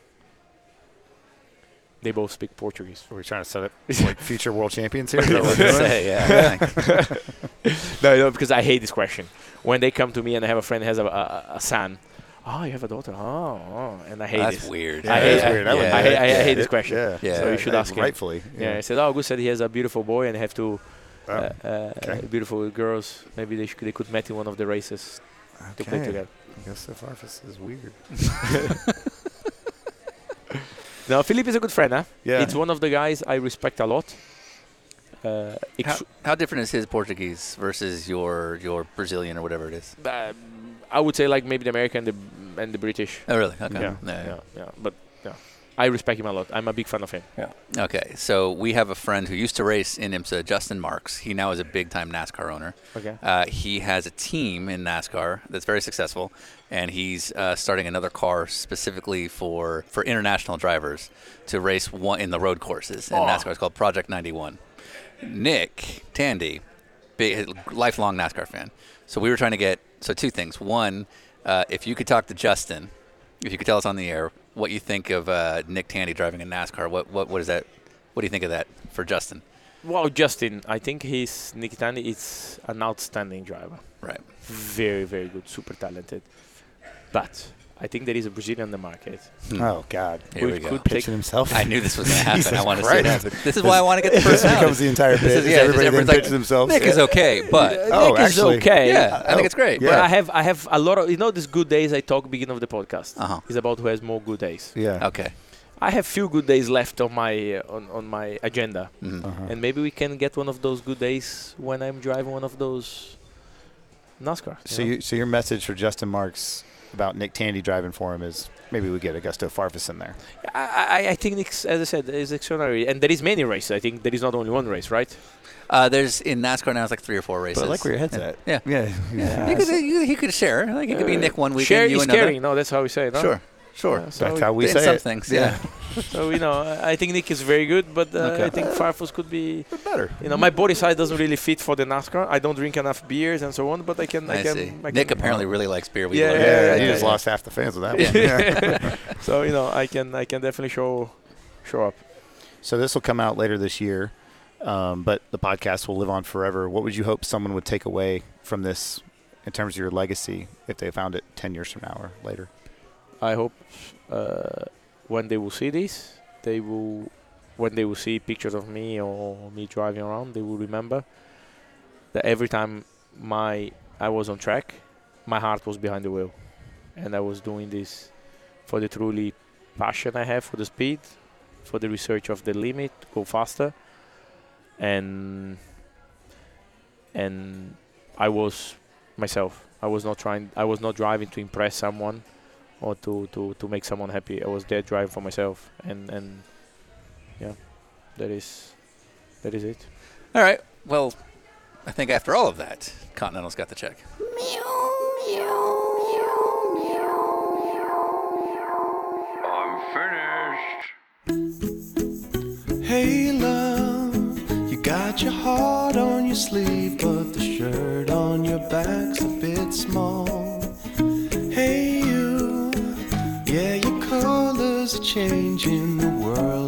Speaker 3: They both speak Portuguese.
Speaker 1: We're trying to set up like, future world champions here. Is that what we're doing?
Speaker 2: Say, yeah, thanks.
Speaker 3: No, no, because I hate this question. When they come to me and I have a friend who has a, a, a son, oh, you have a daughter, oh, oh and I hate
Speaker 2: that's
Speaker 3: this.
Speaker 2: weird.
Speaker 3: I
Speaker 1: Yeah,
Speaker 3: hate-
Speaker 1: that's weird.
Speaker 2: I-
Speaker 1: wouldn't
Speaker 2: I
Speaker 1: do
Speaker 3: hate-
Speaker 1: that.
Speaker 3: I- I
Speaker 1: Yeah.
Speaker 3: hate this question.
Speaker 1: Yeah.
Speaker 2: Yeah.
Speaker 3: So you should
Speaker 1: Yeah,
Speaker 3: ask him.
Speaker 1: Rightfully.
Speaker 3: Yeah, I said, "Oh, Gus said he has a beautiful boy and have two
Speaker 1: Oh,
Speaker 3: uh, uh,
Speaker 1: okay.
Speaker 3: beautiful girls. Maybe they, sh- they could meet in one of the races to
Speaker 1: Oh,
Speaker 3: play
Speaker 1: Okay.
Speaker 3: together."
Speaker 1: I guess so far this is weird.
Speaker 3: No, Philippe is a good friend. Huh?
Speaker 1: Yeah.
Speaker 3: It's one of the guys I respect a lot. Uh,
Speaker 2: How,
Speaker 3: ex-
Speaker 2: how different is his Portuguese versus your your Brazilian or whatever it is?
Speaker 3: uh, I would say like maybe the American and the, and the British.
Speaker 2: Oh, really? Okay.
Speaker 3: Yeah,
Speaker 2: No.
Speaker 3: yeah, yeah. But yeah, I respect him a lot. I'm a big fan of him.
Speaker 2: Okay, so we have a friend who used to race in IMSA, Justin Marks. He now is a big time NASCAR owner.
Speaker 3: Okay.
Speaker 2: Uh, he has a team in NASCAR that's very successful, and he's uh, starting another car specifically for, for international drivers to race one in the road courses in NASCAR. It's called Project 91. Nick Tandy, big lifelong NASCAR fan. So we were trying to get so two things. One, uh, if you could talk to Justin, if you could tell us on the air what you think of uh, Nick Tandy driving a NASCAR. What what what is that? What do you think of that for Justin?
Speaker 3: Well, Justin, I think he's Nikitani is an outstanding driver.
Speaker 2: Right.
Speaker 3: Very, very good, super talented. But I think there is a Brazilian on the market
Speaker 1: Oh God.
Speaker 2: Here
Speaker 3: who
Speaker 2: we go.
Speaker 3: could take
Speaker 1: Pitching himself.
Speaker 2: I knew this was going to happen. I
Speaker 1: Jesus
Speaker 2: want to say that.
Speaker 1: Christ.
Speaker 2: but This is why I want to get the
Speaker 1: This
Speaker 2: person out.
Speaker 1: becomes the entire bit.
Speaker 2: This is-
Speaker 1: Is
Speaker 2: yeah, this
Speaker 1: everybody then
Speaker 2: everybody's like,
Speaker 1: pitching themselves.
Speaker 2: Nick is okay, but
Speaker 1: Oh,
Speaker 3: Nick is
Speaker 1: actually.
Speaker 3: okay. Uh,
Speaker 2: yeah, I think
Speaker 1: Oh,
Speaker 2: it's great.
Speaker 3: But
Speaker 1: yeah.
Speaker 3: I have I have a lot of you know these good days I talk beginning of the podcast.
Speaker 2: Uh-huh.
Speaker 3: It's about who has more good days.
Speaker 1: Yeah.
Speaker 2: Okay.
Speaker 3: I have few good days left on my uh, on, on my agenda,
Speaker 2: Mhm.
Speaker 1: Uh-huh.
Speaker 3: and maybe we can get one of those good days when I'm driving one of those NASCAR.
Speaker 1: So
Speaker 3: know?
Speaker 1: you, so your message for Justin Marks about Nick Tandy driving for him is maybe we get Augusto Farfus in there.
Speaker 3: I, I- I think it's, as I said is extraordinary, and there is many races. I think there is not only one race, right?
Speaker 2: Uh, there's in NASCAR now. It's like three or four races.
Speaker 1: But I like where your head's at.
Speaker 2: Yeah.
Speaker 1: Yeah. yeah.
Speaker 2: He could, he, he could share. Like it could be
Speaker 3: Uh,
Speaker 2: Nick one weekend,
Speaker 3: Share
Speaker 2: you
Speaker 3: is
Speaker 2: another.
Speaker 3: caring. No, that's how we say it. No?
Speaker 2: Sure, sure.
Speaker 3: Yeah, so,
Speaker 1: That's how we
Speaker 2: in
Speaker 1: say
Speaker 2: some
Speaker 1: it.
Speaker 2: things, yeah.
Speaker 3: so, you know, I I think Nick is very good, but uh,
Speaker 2: Okay.
Speaker 3: I think Farfus could be
Speaker 1: Better.
Speaker 3: You know, my body size doesn't really fit for the NASCAR. I don't drink enough beers and so on, but I can. I,
Speaker 2: I,
Speaker 3: can,
Speaker 2: see.
Speaker 3: I
Speaker 2: Nick
Speaker 3: can,
Speaker 2: apparently really likes beer. We
Speaker 3: Yeah,
Speaker 2: love
Speaker 1: Yeah,
Speaker 2: it.
Speaker 3: yeah,
Speaker 1: you
Speaker 3: yeah,
Speaker 1: just
Speaker 3: yeah.
Speaker 1: lost half the fans with that one. Yeah.
Speaker 3: So you know, I can. I can definitely show, show up.
Speaker 1: so this will come out later this year, um, but the podcast will live on forever. What would you hope someone would take away from this in terms of your legacy if they found it 10 years from now or later?
Speaker 3: I hope uh, when they will see this, they will, when they will see pictures of me or me driving around, they will remember that every time my I was on track, my heart was behind the wheel, and I was doing this for the truly passion I have for the speed, for the research of the limit, go faster, and and I was myself. I was not trying. I was not driving to impress someone or to, to, to make someone happy. I was there driving for myself, and, and yeah, that is that is it.
Speaker 2: All right. Well, I think after all of that, Continental's got the check.
Speaker 6: I'm finished.
Speaker 9: Hey, love. your heart on your sleeve, but the shirt on your back's a bit small. Hey, you, yeah, your colors are changing, the world